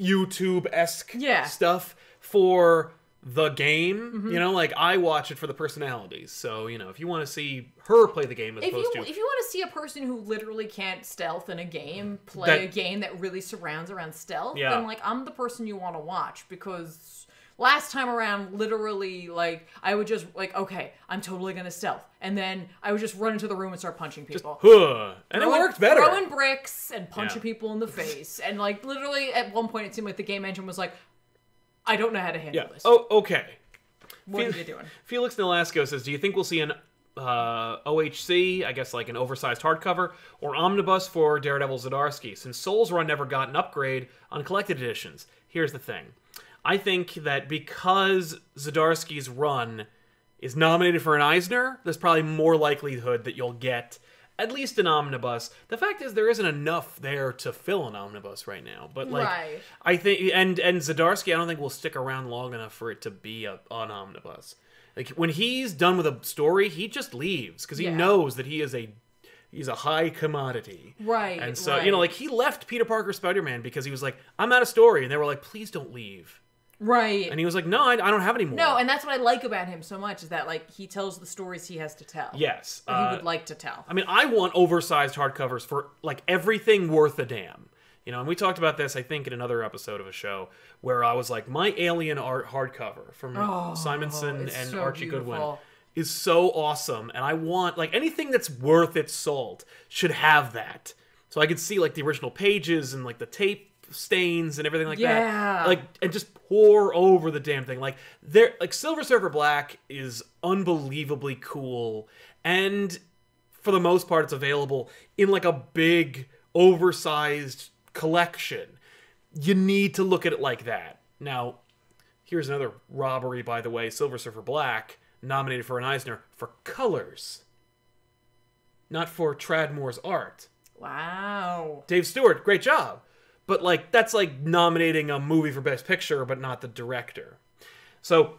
Speaker 1: YouTube esque
Speaker 2: Yeah. Mm-hmm.
Speaker 1: stuff for the game. You know, like I watch it for the personalities. So you know, if you want to see her play the game as
Speaker 2: If you
Speaker 1: opposed to
Speaker 2: if you want to see a person who literally can't stealth in a game play
Speaker 1: Mm. That-
Speaker 2: a game that really surrounds around stealth,
Speaker 1: Yeah.
Speaker 2: then like I'm the person you want to watch because last time around, literally like I would just like okay, I'm totally gonna stealth, and then I would just run into the room and start punching people.
Speaker 1: Huh. and it
Speaker 2: Throwing-
Speaker 1: worked better.
Speaker 2: Throwing bricks and punching
Speaker 1: Yeah.
Speaker 2: people in the face, and like literally at one point it seemed like the game engine was like, I don't know how to handle
Speaker 1: yeah.
Speaker 2: this.
Speaker 1: Oh, okay.
Speaker 2: what
Speaker 1: Fel-
Speaker 2: are you doing?
Speaker 1: Felix Nolasco says, "Do you think we'll see an uh, OHC, I guess like an oversized hardcover, or omnibus for Daredevil Zdarsky? Since Souls Run never got an upgrade on collected editions. Here's the thing: I think that because Zdarsky's run is nominated for an Eisner, there's probably more likelihood that you'll get." At least an omnibus. The fact is, there isn't enough there to fill an omnibus right now. But like,
Speaker 2: Right.
Speaker 1: I think and and Zadarsky, I don't think will stick around long enough for it to be a, an omnibus. Like when he's done with a story, he just leaves because he
Speaker 2: Yeah.
Speaker 1: knows that he is a he's a high commodity.
Speaker 2: Right,
Speaker 1: And so you know,
Speaker 2: right.
Speaker 1: like he left Peter Parker Spider Man because he was like, I'm out of story, and they were like, please don't leave,
Speaker 2: Right.
Speaker 1: and he was like, No, I, I don't have any more.
Speaker 2: No, and that's what I like about him so much is that like he tells the stories he has to tell.
Speaker 1: yes,
Speaker 2: that he
Speaker 1: uh,
Speaker 2: would like to tell.
Speaker 1: I mean, I want oversized hardcovers for like everything worth a damn. You know, and we talked about this, I think, in another episode of a show where I was like, my alien art hardcover from Simonson
Speaker 2: Oh, it's
Speaker 1: and
Speaker 2: so
Speaker 1: Archie Goodwin
Speaker 2: beautiful.
Speaker 1: is so awesome. And I want, like, anything that's worth its salt should have that. So I could see, like, the original pages and, like, the tape stains and everything like
Speaker 2: Yeah.
Speaker 1: that. Like, and just pour over the damn thing. Like there like Silver Surfer Black is unbelievably cool and for the most part it's available in like a big oversized collection. You need to look at it like that. Now, here's another robbery by the way, Silver Surfer Black nominated for an Eisner for colors. Not for Tradmore's art.
Speaker 2: Wow.
Speaker 1: Dave Stewart, great job. But like that's like nominating a movie for best picture but not the director. So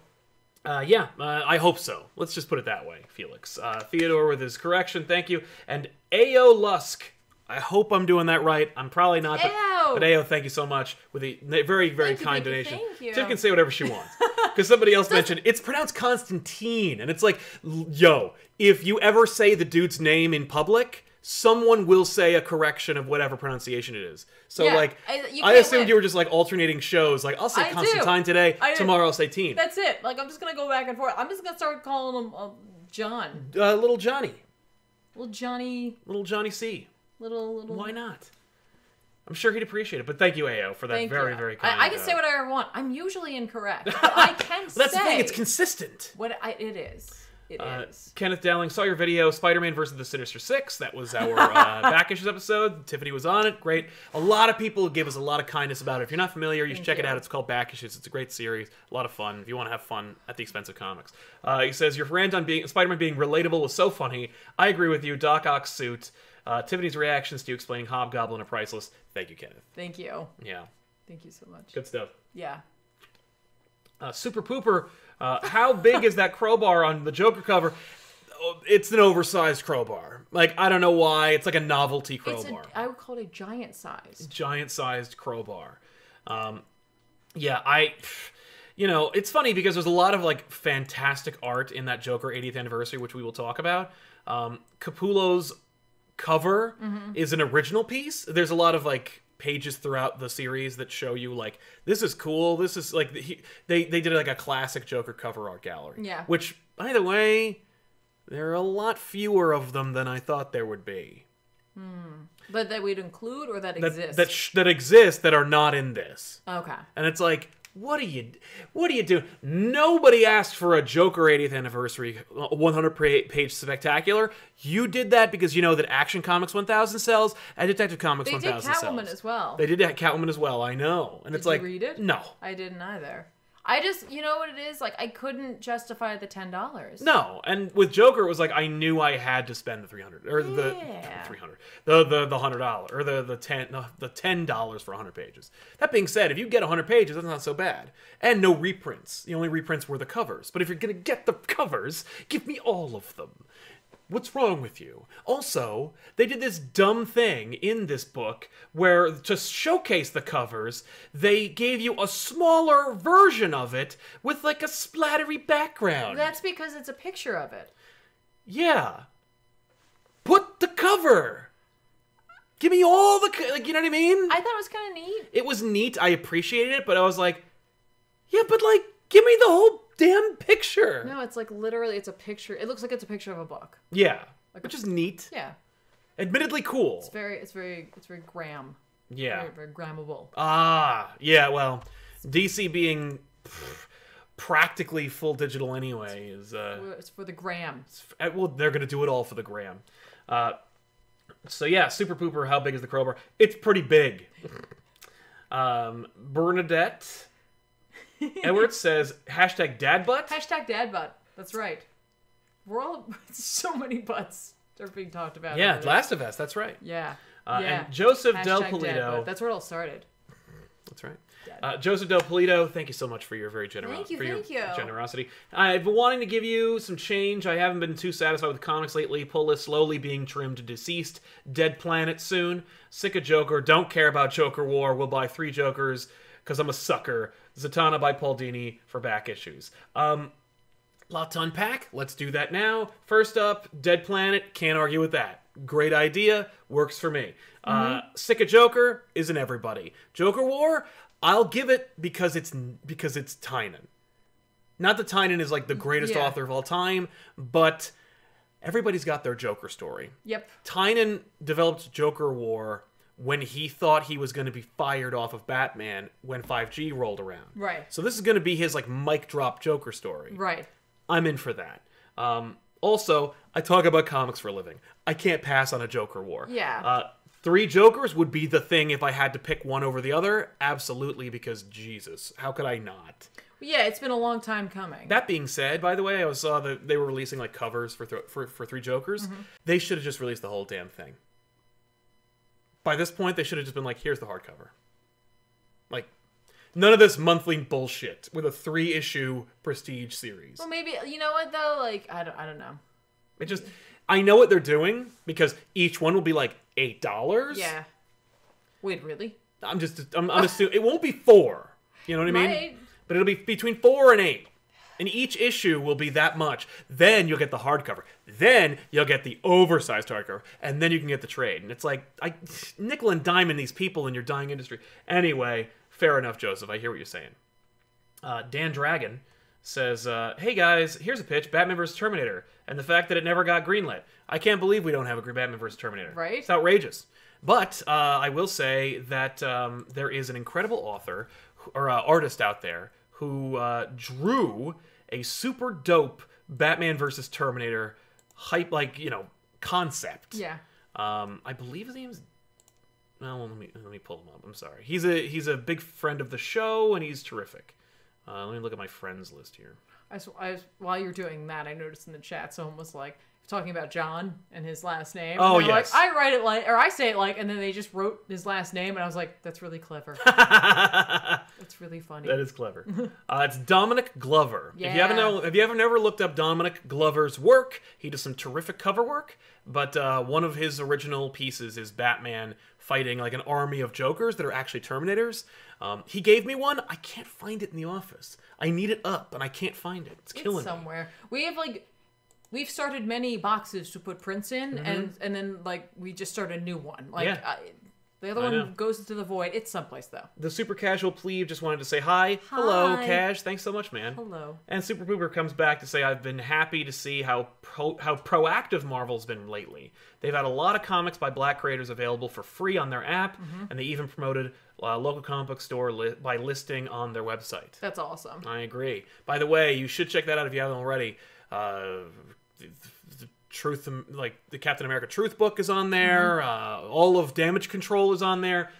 Speaker 1: uh, yeah, uh, I hope so. Let's just put it that way, Felix. Uh, Theodore with his correction, thank you. And Ao Lusk, I hope I'm doing that right. I'm probably not, but,
Speaker 2: Ao.
Speaker 1: but Ao, thank you so much with a very, very
Speaker 2: Thank you,
Speaker 1: kind
Speaker 2: thank you,
Speaker 1: donation.
Speaker 2: thank you.
Speaker 1: Tiff can say whatever she wants because somebody else mentioned it's pronounced Constantine, and it's like, l- yo, if you ever say the dude's name in public. Someone will say a correction of whatever pronunciation it is. So,
Speaker 2: Yeah,
Speaker 1: like,
Speaker 2: I- you
Speaker 1: I
Speaker 2: can't
Speaker 1: assumed
Speaker 2: win.
Speaker 1: you were just like alternating shows. Like, I'll say
Speaker 2: I do.
Speaker 1: Constantine today,
Speaker 2: I-
Speaker 1: tomorrow I'll say Teen.
Speaker 2: That's it. Like I'm just gonna go back and forth. I'm just gonna start calling him uh, John,
Speaker 1: uh, little Johnny,
Speaker 2: little Johnny,
Speaker 1: little Johnny C.
Speaker 2: little little.
Speaker 1: Why not? I'm sure he'd appreciate it. But thank you, Ao, for that
Speaker 2: Thank
Speaker 1: very,
Speaker 2: you.
Speaker 1: very kind.
Speaker 2: I, I can say
Speaker 1: uh,
Speaker 2: what I want. I'm usually incorrect. But I can
Speaker 1: Well, that's
Speaker 2: say
Speaker 1: the thing; it's consistent.
Speaker 2: what I, it is. It is.
Speaker 1: Uh, Kenneth Dowling saw your video, Spider-Man versus the Sinister Six. That was our uh, back issues episode. Tiffany was on it. Great. A lot of people give us a lot of kindness about it. If you're not familiar, you should
Speaker 2: Thank
Speaker 1: check it
Speaker 2: you.
Speaker 1: out. It's called Back Issues. It's a great series. A lot of fun. If you want to have fun at the expense of comics, uh, he says your rant on being Spider-Man being relatable was so funny. I agree with you. Doc Ock's suit. Uh, Tiffany's reactions to you explaining Hobgoblin are priceless. Thank you, Kenneth.
Speaker 2: Thank you.
Speaker 1: Yeah,
Speaker 2: Thank you so much.
Speaker 1: good stuff.
Speaker 2: Yeah.
Speaker 1: Uh, Super Pooper, uh, how big is that crowbar on the Joker cover? Oh, It's an oversized crowbar. Like I don't know why. It's like a novelty
Speaker 2: It's a,
Speaker 1: crowbar,
Speaker 2: I would call it a giant size.
Speaker 1: giant-sized crowbar. Um, yeah, I. You know, it's funny because there's a lot of like fantastic art in that Joker 80th anniversary, which we will talk about. Um, Capullo's cover is an original piece. There's a lot of like pages throughout the series that show you like this is cool. This is like he, they they did like a classic Joker cover art gallery.
Speaker 2: Yeah.
Speaker 1: Which by the way, there are a lot fewer of them than I thought there would be.
Speaker 2: But that we'd include or that,
Speaker 1: That
Speaker 2: exists.
Speaker 1: that, sh- that exist that are not in this.
Speaker 2: okay.
Speaker 1: And it's like, what are you, what are you doing? Nobody asked for a Joker 80th anniversary 100 pa- page spectacular. You did that because you know that Action Comics 1000 sells and Detective Comics
Speaker 2: They did
Speaker 1: 1000
Speaker 2: Catwoman
Speaker 1: sells.
Speaker 2: as well.
Speaker 1: They did that Catwoman as well. I know, and it's
Speaker 2: you
Speaker 1: like,
Speaker 2: read it?
Speaker 1: no,
Speaker 2: I didn't either. I just, you know what it is? Like, I couldn't justify the ten dollars.
Speaker 1: No, and with Joker, it was like I knew I had to spend the three hundred or the
Speaker 2: Yeah.
Speaker 1: three hundred, the the the hundred dollar or the the ten no, the ten dollars for hundred pages. That being said, if you get hundred pages, that's not so bad, and no reprints. The only reprints were the covers. But if you're gonna get the covers, give me all of them. What's wrong with you? Also, they did this dumb thing in this book where to showcase the covers, they gave you a smaller version of it with like a splattery background.
Speaker 2: That's because it's a picture of it.
Speaker 1: Yeah. Put the cover. Give me all the co- like you know what I mean?
Speaker 2: I thought it was kind of neat.
Speaker 1: it was neat. I appreciated it, but I was like, yeah, but like give me the whole damn picture.
Speaker 2: No, it's like literally, it's a picture. It looks like it's a picture of a book.
Speaker 1: Yeah. Which is neat.
Speaker 2: Yeah,
Speaker 1: Admittedly cool.
Speaker 2: it's very, it's very, it's very gram,
Speaker 1: yeah.
Speaker 2: very, very grammable.
Speaker 1: Ah, yeah, well, DC being pff, practically full digital anyway is uh
Speaker 2: It's for the gram.
Speaker 1: Uh, well they're gonna do it all for the gram uh, so yeah super pooper how big is the crowbar it's pretty big um, bernadette edwards says hashtag dad butt
Speaker 2: Hashtag dad butt. That's right. We're all so many butts are being talked about.
Speaker 1: yeah
Speaker 2: over there.
Speaker 1: last of us that's right
Speaker 2: yeah,
Speaker 1: uh,
Speaker 2: yeah.
Speaker 1: and joseph
Speaker 2: Hashtag
Speaker 1: del
Speaker 2: dad butt.
Speaker 1: polito
Speaker 2: That's where it all started.
Speaker 1: that's right
Speaker 2: Dad
Speaker 1: uh, Joseph Del Polito, thank you so much for your very generous
Speaker 2: Thank you,
Speaker 1: for your
Speaker 2: thank you.
Speaker 1: generosity. I've been wanting to give you some change. I haven't been too satisfied with comics lately. Pull list slowly being trimmed to deceased. Dead planet soon. Sick of Joker. Don't care about Joker War. Will buy three Jokers because I'm a sucker. Zatanna by Paul Dini for back issues. Um, lot to unpack. Let's do that now. First up, Dead Planet. Can't argue with that. Great idea. Works for me. Uh,
Speaker 2: Mm-hmm.
Speaker 1: Sick of Joker isn't everybody. Joker War. I'll give it because it's because it's Tynan. Not that Tynan is like the greatest
Speaker 2: Yeah.
Speaker 1: author of all time, but everybody's got their Joker story.
Speaker 2: Yep.
Speaker 1: Tynan developed Joker War when he thought he was going to be fired off of Batman when 5G rolled around.
Speaker 2: Right.
Speaker 1: So this is going to be his like mic drop Joker story.
Speaker 2: Right.
Speaker 1: I'm in for that. Um, also, I talk about comics for a living. I can't pass on a Joker war.
Speaker 2: Yeah.
Speaker 1: Uh, three Jokers would be the thing if I had to pick one over the other. Absolutely, because Jesus, how could I not?
Speaker 2: Yeah, it's been a long time coming.
Speaker 1: That being said, by the way, I saw that they were releasing like covers for thro for, for Three Jokers. They should have just released the whole damn thing. By this point, they should have just been like, "Here's the hardcover." Like, none of this monthly bullshit with a three issue prestige series.
Speaker 2: well, maybe you know what though. Like, I don't, I don't know.
Speaker 1: It just I know what they're doing because each one will be like eight dollars.
Speaker 2: Yeah. Wait, really?
Speaker 1: I'm just I'm, I'm assuming it won't be four. You know what I mean?
Speaker 2: Might.
Speaker 1: But it'll be between four and eight. And each issue will be that much. Then you'll get the hardcover. Then you'll get the oversized hardcover. And then you can get the trade. And it's like I nickel and diamond these people in your dying industry. Anyway, fair enough, Joseph. I hear what you're saying. Uh, Dan Dragon says, uh, "Hey guys, here's a pitch: Batman vs Terminator, and the fact that it never got greenlit. I can't believe we don't have a gr- Batman vs Terminator.
Speaker 2: Right.
Speaker 1: It's outrageous. But uh, I will say that um, there is an incredible author who- or uh, artist out there who uh, drew a super dope Batman vs Terminator hype, like you know, concept.
Speaker 2: Yeah.
Speaker 1: Um, I believe his name's. No, let me let me pull him up. I'm sorry. He's a he's a big friend of the show, and he's terrific. Uh, let me look at my friends list here.
Speaker 2: I, s- I s- while you're doing that, I noticed in the chat someone was like talking about John and his last name.
Speaker 1: Oh,
Speaker 2: and they're
Speaker 1: yes.
Speaker 2: Like, I write it like, or I say it like, and then they just wrote his last name, and I was like, that's really clever.
Speaker 1: that
Speaker 2: That's really funny.
Speaker 1: is clever. Uh, it's Dominic Glover. If you haven't
Speaker 2: Yeah.
Speaker 1: know, if you haven't ever looked up Dominic Glover's work, he does some terrific cover work. But uh, one of his original pieces is Batman fighting like an army of Jokers that are actually Terminators. Um, he gave me one. I can't find it in the office. I need it up, and I can't find it. It's killing
Speaker 2: It's
Speaker 1: me.
Speaker 2: somewhere. We have like. We've started many boxes to put prints in, and and then like we just start a new one. Like
Speaker 1: Mm-hmm. Yeah.
Speaker 2: I, the other
Speaker 1: I
Speaker 2: one
Speaker 1: know.
Speaker 2: goes into the void. It's someplace though.
Speaker 1: the super casual plebe just wanted to say hi. Hello,
Speaker 2: Hi.
Speaker 1: Cash. Thanks so much, man.
Speaker 2: Hello.
Speaker 1: And Super Pooper comes back to say, I've been happy to see how pro- how proactive Marvel's been lately. They've had a lot of comics by black creators available for free on their app, and they even promoted a local comic book store li- by listing on their website.
Speaker 2: That's awesome.
Speaker 1: I agree. By the way, you should check that out if you haven't already. Uh, the, the truth, like the Captain America Truth book, is on there. Uh, all of Damage Control is on there.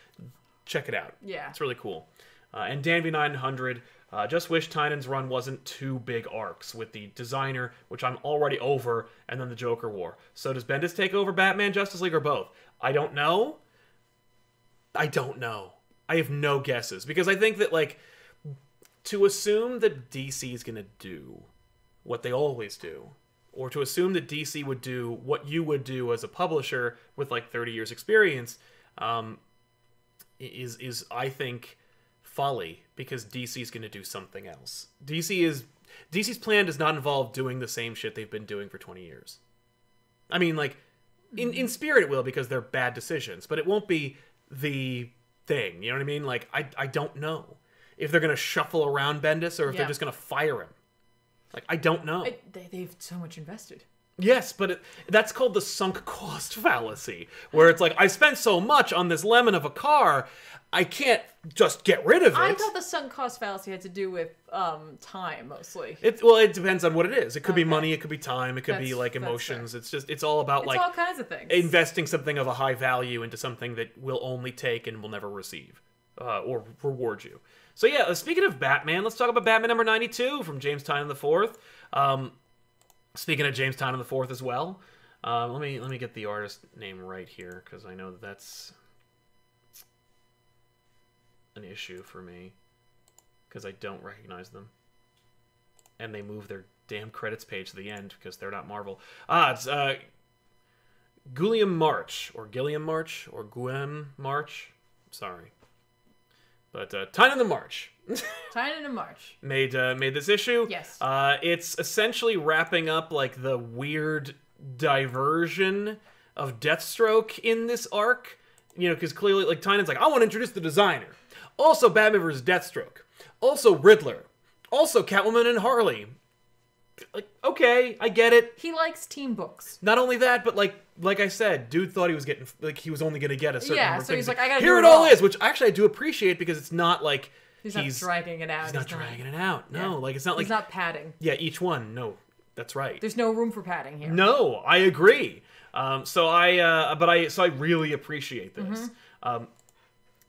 Speaker 1: Check it out.
Speaker 2: Yeah.
Speaker 1: it's really cool. Uh, and Danby 900. Uh, just wish Tynan's run wasn't two big arcs with the designer, which I'm already over, and then the Joker War. So does Bendis take over Batman, Justice League, or both? I don't know. I don't know. I have no guesses because I think that like to assume that DC is going to do what they always do or to assume that DC would do what you would do as a publisher with like 30 years experience um, is is I think folly because DC is going to do something else. DC is DC's plan does not involve doing the same shit they've been doing for 20 years. I mean like in in spirit it will because they're bad decisions, but it won't be the thing. You know what I mean? Like I I don't know if they're gonna shuffle around Bendis or if
Speaker 2: Yeah.
Speaker 1: they're just gonna fire him. Like I don't know.
Speaker 2: I, they, they've so much invested.
Speaker 1: yes, but it, that's called the sunk cost fallacy, where it's like I spent so much on this lemon of a car, I can't just get rid of it.
Speaker 2: I thought the sunk cost fallacy had to do with um, time mostly.
Speaker 1: It, well, it depends on what it is. It could be
Speaker 2: Okay.
Speaker 1: money, it could be time, it could be
Speaker 2: That's-
Speaker 1: like
Speaker 2: that's fair.
Speaker 1: emotions. It's just it's all about
Speaker 2: It's
Speaker 1: like
Speaker 2: all kinds of things.
Speaker 1: investing something of a high value into something that will only take and will never receive uh, or reward you. So yeah, uh, speaking of Batman, let's talk about Batman number ninety-two from James Tynion the Fourth. Um, speaking of James Tynion the Fourth as well, uh, let me let me get the artist name right here because I know that that's an issue for me because I don't recognize them, and they move their damn credits page to the end because they're not Marvel. Ah, it's uh, Gilliam March, or Gilliam March, or Guem March. Sorry. But uh, Time of the March
Speaker 2: Tynan and March.
Speaker 1: made uh, made this issue.
Speaker 2: Yes.
Speaker 1: Uh, it's essentially wrapping up like the weird diversion of Deathstroke in this arc. You know, because clearly, like Tynan's like, I want to introduce the designer. Also, Batman vs. Deathstroke. Also, Riddler. Also, Catwoman and Harley. Like, okay, I get it
Speaker 2: He likes team books.
Speaker 1: not only that, but like like I said, dude thought he was getting like he was only gonna get a certain
Speaker 2: Yeah,
Speaker 1: number of
Speaker 2: so he's
Speaker 1: things.
Speaker 2: like, I gotta
Speaker 1: here
Speaker 2: do
Speaker 1: it
Speaker 2: it
Speaker 1: all,
Speaker 2: all.
Speaker 1: is, which actually I do appreciate because it's not like
Speaker 2: He's, not dragging it out.
Speaker 1: he's not dragging it out. No, like it's not like
Speaker 2: He's not padding.
Speaker 1: yeah, each one. No, that's right.
Speaker 2: There's no room for padding here.
Speaker 1: No, I agree. Um, so I, uh, but I, so I really appreciate this.
Speaker 2: Mm-hmm.
Speaker 1: Um,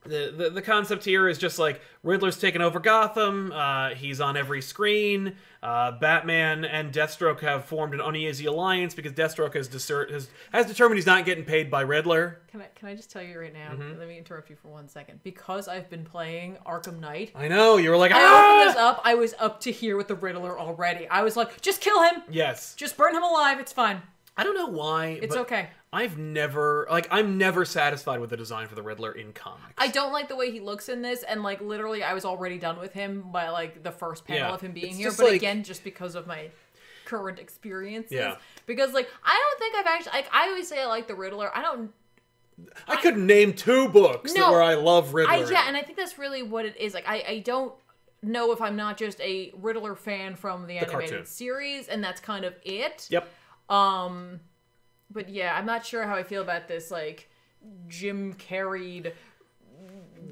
Speaker 1: the, the the concept here is just like Riddler's taken over Gotham. Uh, he's on every screen. Uh, Batman and Deathstroke have formed an uneasy alliance because Deathstroke has, desert, has has determined he's not getting paid by Riddler.
Speaker 2: Can I can I just tell you right now?
Speaker 1: Mm-hmm.
Speaker 2: Let me interrupt you for one second because I've been playing Arkham Knight.
Speaker 1: I know you were like,
Speaker 2: I opened
Speaker 1: ah!
Speaker 2: this up. I was up to here with the Riddler already. I was like, just kill him.
Speaker 1: yes.
Speaker 2: Just burn him alive. It's fine.
Speaker 1: I don't know why.
Speaker 2: It's
Speaker 1: but
Speaker 2: okay.
Speaker 1: I've never like I'm never satisfied with the design for the Riddler in comics.
Speaker 2: I don't like the way he looks in this, and like literally, I was already done with him by like the first panel
Speaker 1: Yeah.
Speaker 2: of him being
Speaker 1: It's
Speaker 2: here.
Speaker 1: just
Speaker 2: But
Speaker 1: like-
Speaker 2: again, just because of my current experiences,
Speaker 1: Yeah.
Speaker 2: because like I don't think I've actually like I always say I like the Riddler. I don't.
Speaker 1: I could name two books that
Speaker 2: No.
Speaker 1: where I love Riddler.
Speaker 2: I
Speaker 1: in.
Speaker 2: yeah, and I think that's really what it is. Like I I don't know if I'm not just a Riddler fan from the animated
Speaker 1: cartoon.
Speaker 2: series, and that's kind of it.
Speaker 1: Yep.
Speaker 2: Um, but yeah, I'm not sure how I feel about this like Jim carried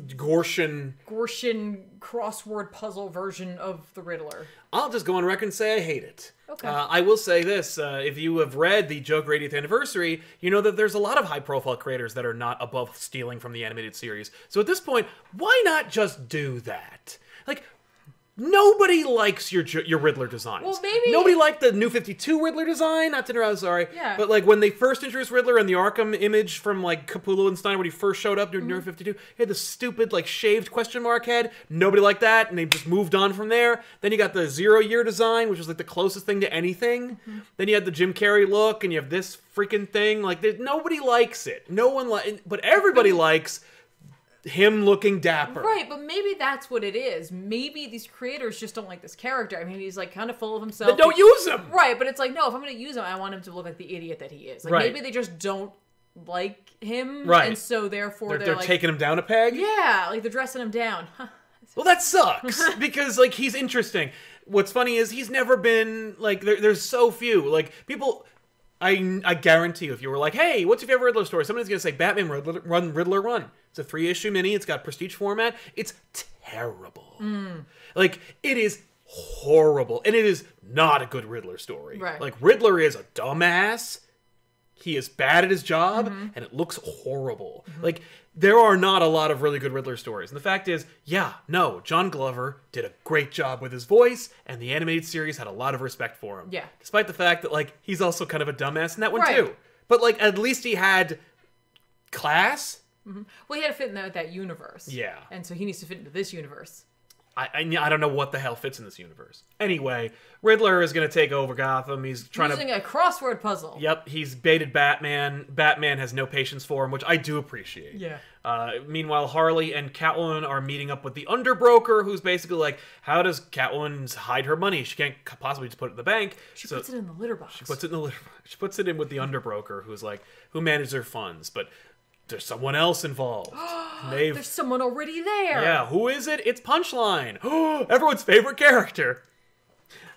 Speaker 1: Gorshin.
Speaker 2: Gorshin crossword puzzle version of the Riddler.
Speaker 1: I'll just go on record and say I hate it.
Speaker 2: Okay.
Speaker 1: Uh, I will say this: uh, if you have read the Joker 80th anniversary, you know that there's a lot of high-profile creators that are not above stealing from the animated series. So at this point, why not just do that? Like, nobody likes your Jo- your Riddler designs.
Speaker 2: Well, maybe-
Speaker 1: nobody liked the New 52 Riddler design. Not to know, I'm sorry.
Speaker 2: Yeah.
Speaker 1: But like when they first introduced Riddler and the Arkham image from like Capullo and Stein when he first showed up during New
Speaker 2: Mm-hmm.
Speaker 1: 52, he had the stupid like shaved question mark head. Nobody liked that, and they just moved on from there. Then you got the zero year design, which was like the closest thing to anything.
Speaker 2: Mm-hmm.
Speaker 1: Then you had the Jim Carrey look, and you have this freaking thing. Like there- nobody likes it. No one like, but everybody likes him looking dapper.
Speaker 2: Right, but maybe that's what it is. Maybe these creators just don't like this character. I mean, he's like kind of full of himself.
Speaker 1: They don't use him.
Speaker 2: Right, but it's like no. If I'm going to use him, I want him to look like the idiot that he is. Like
Speaker 1: Right.
Speaker 2: maybe they just don't like him,
Speaker 1: Right.
Speaker 2: And so therefore
Speaker 1: They're,
Speaker 2: they're,
Speaker 1: they're
Speaker 2: like,
Speaker 1: taking him down a peg.
Speaker 2: yeah, like they're dressing him down. Huh.
Speaker 1: Well, that sucks because like he's interesting. What's funny is he's never been like there, there's so few like people. I I guarantee you, if you were like, hey, what's your favorite Riddler story? Somebody's gonna say Batman Riddler, Run Riddler Run. It's a three issue mini. It's got prestige format. It's terrible. Like it is horrible, and it is not a good Riddler story.
Speaker 2: Right.
Speaker 1: Like Riddler is a dumbass. He is bad at his job,
Speaker 2: Mm-hmm.
Speaker 1: and it looks horrible. Like there are not a lot of really good Riddler stories, and the fact is, yeah, no, John Glover did a great job with his voice, and the animated series had a lot of respect for him.
Speaker 2: Yeah.
Speaker 1: despite the fact that like he's also kind of a dumbass in that one
Speaker 2: Right.
Speaker 1: too. But like at least he had class.
Speaker 2: Well, he had to fit in that, that universe.
Speaker 1: Yeah.
Speaker 2: And so he needs to fit into this universe.
Speaker 1: I, I, I don't know what the hell fits in this universe. Anyway, Riddler is going to take over Gotham. He's trying to
Speaker 2: Using a crossword puzzle.
Speaker 1: Yep, he's baited Batman. Batman has no patience for him, which I do appreciate.
Speaker 2: Yeah.
Speaker 1: Uh, meanwhile, Harley and Catwoman are meeting up with the underbroker, who's basically like, "How does Catwoman hide her money? She can't c- possibly just put it in the bank."
Speaker 2: She
Speaker 1: so
Speaker 2: puts it in the litter box.
Speaker 1: puts it in the litter- she puts it in with the underbroker, who's like, who manages her funds, but there's someone else involved. And They've
Speaker 2: There's someone already there.
Speaker 1: yeah, who is it? It's Punchline. Everyone's favorite character.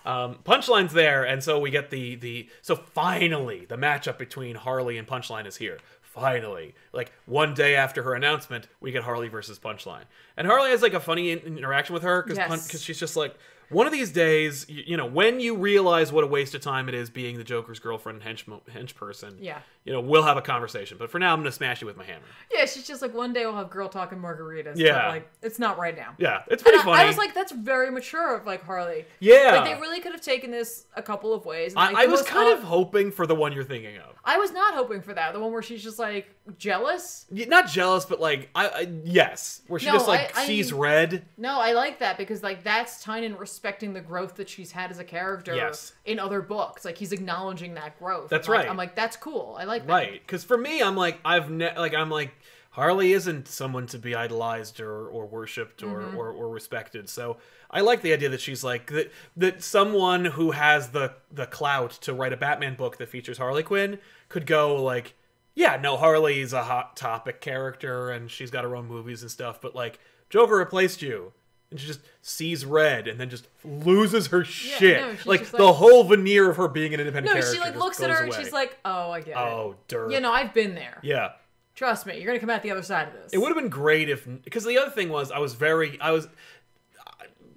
Speaker 1: Um, Punchline's there, and so we get the the so finally the matchup between Harley and Punchline is here. Finally, like one day after her announcement, we get Harley versus Punchline, and Harley has like a funny in- interaction with her because
Speaker 2: Yes.
Speaker 1: she's just like one of these days, you, you know, when you realize what a waste of time it is being the Joker's girlfriend and hench hench person,
Speaker 2: Yeah.
Speaker 1: you know, we'll have a conversation. But for now, I'm gonna smash you with my hammer.
Speaker 2: Yeah, she's just like, one day we'll have girl talk and margaritas.
Speaker 1: Yeah.
Speaker 2: But like, it's not right now.
Speaker 1: Yeah, it's pretty
Speaker 2: And I-
Speaker 1: funny.
Speaker 2: I, was like, that's very mature of like Harley.
Speaker 1: yeah,
Speaker 2: Like they really could have taken this a couple of ways. and, like,
Speaker 1: I, I
Speaker 2: the
Speaker 1: was
Speaker 2: most
Speaker 1: kind
Speaker 2: ob-
Speaker 1: of hoping for the one you're thinking of.
Speaker 2: I was not hoping for that. The one where she's just like jealous.
Speaker 1: Y- Not jealous, but like, I, I yes, where she
Speaker 2: No,
Speaker 1: just like
Speaker 2: I- I-
Speaker 1: sees red.
Speaker 2: No, I like that because like that's Tynan respecting the growth that she's had as a character
Speaker 1: Yes.
Speaker 2: in other books. Like he's acknowledging that growth.
Speaker 1: That's
Speaker 2: Like,
Speaker 1: right.
Speaker 2: I'm like, that's cool. I like that.
Speaker 1: Right, because for me, I'm like, I've ne- like, I'm like, Harley isn't someone to be idolized or or worshipped or,
Speaker 2: Mm-hmm.
Speaker 1: or or respected. So I like the idea that she's like that that someone who has the the clout to write a Batman book that features Harley Quinn could go like, yeah, no, Harley's a hot topic character and she's got her own movies and stuff, but like, Joker replaced you. And she just sees red and then just loses her shit.
Speaker 2: no, she's
Speaker 1: like,
Speaker 2: just
Speaker 1: the
Speaker 2: like-
Speaker 1: whole veneer of her being an independent
Speaker 2: No,
Speaker 1: character.
Speaker 2: she like
Speaker 1: just
Speaker 2: looks at
Speaker 1: goes
Speaker 2: her and
Speaker 1: away.
Speaker 2: she's like, "Oh, I get it.
Speaker 1: oh, dirt.
Speaker 2: You know, I've been there.
Speaker 1: Yeah.
Speaker 2: Trust me, you're gonna come out the other side of this."
Speaker 1: It would have been great if because the other thing was I was very I was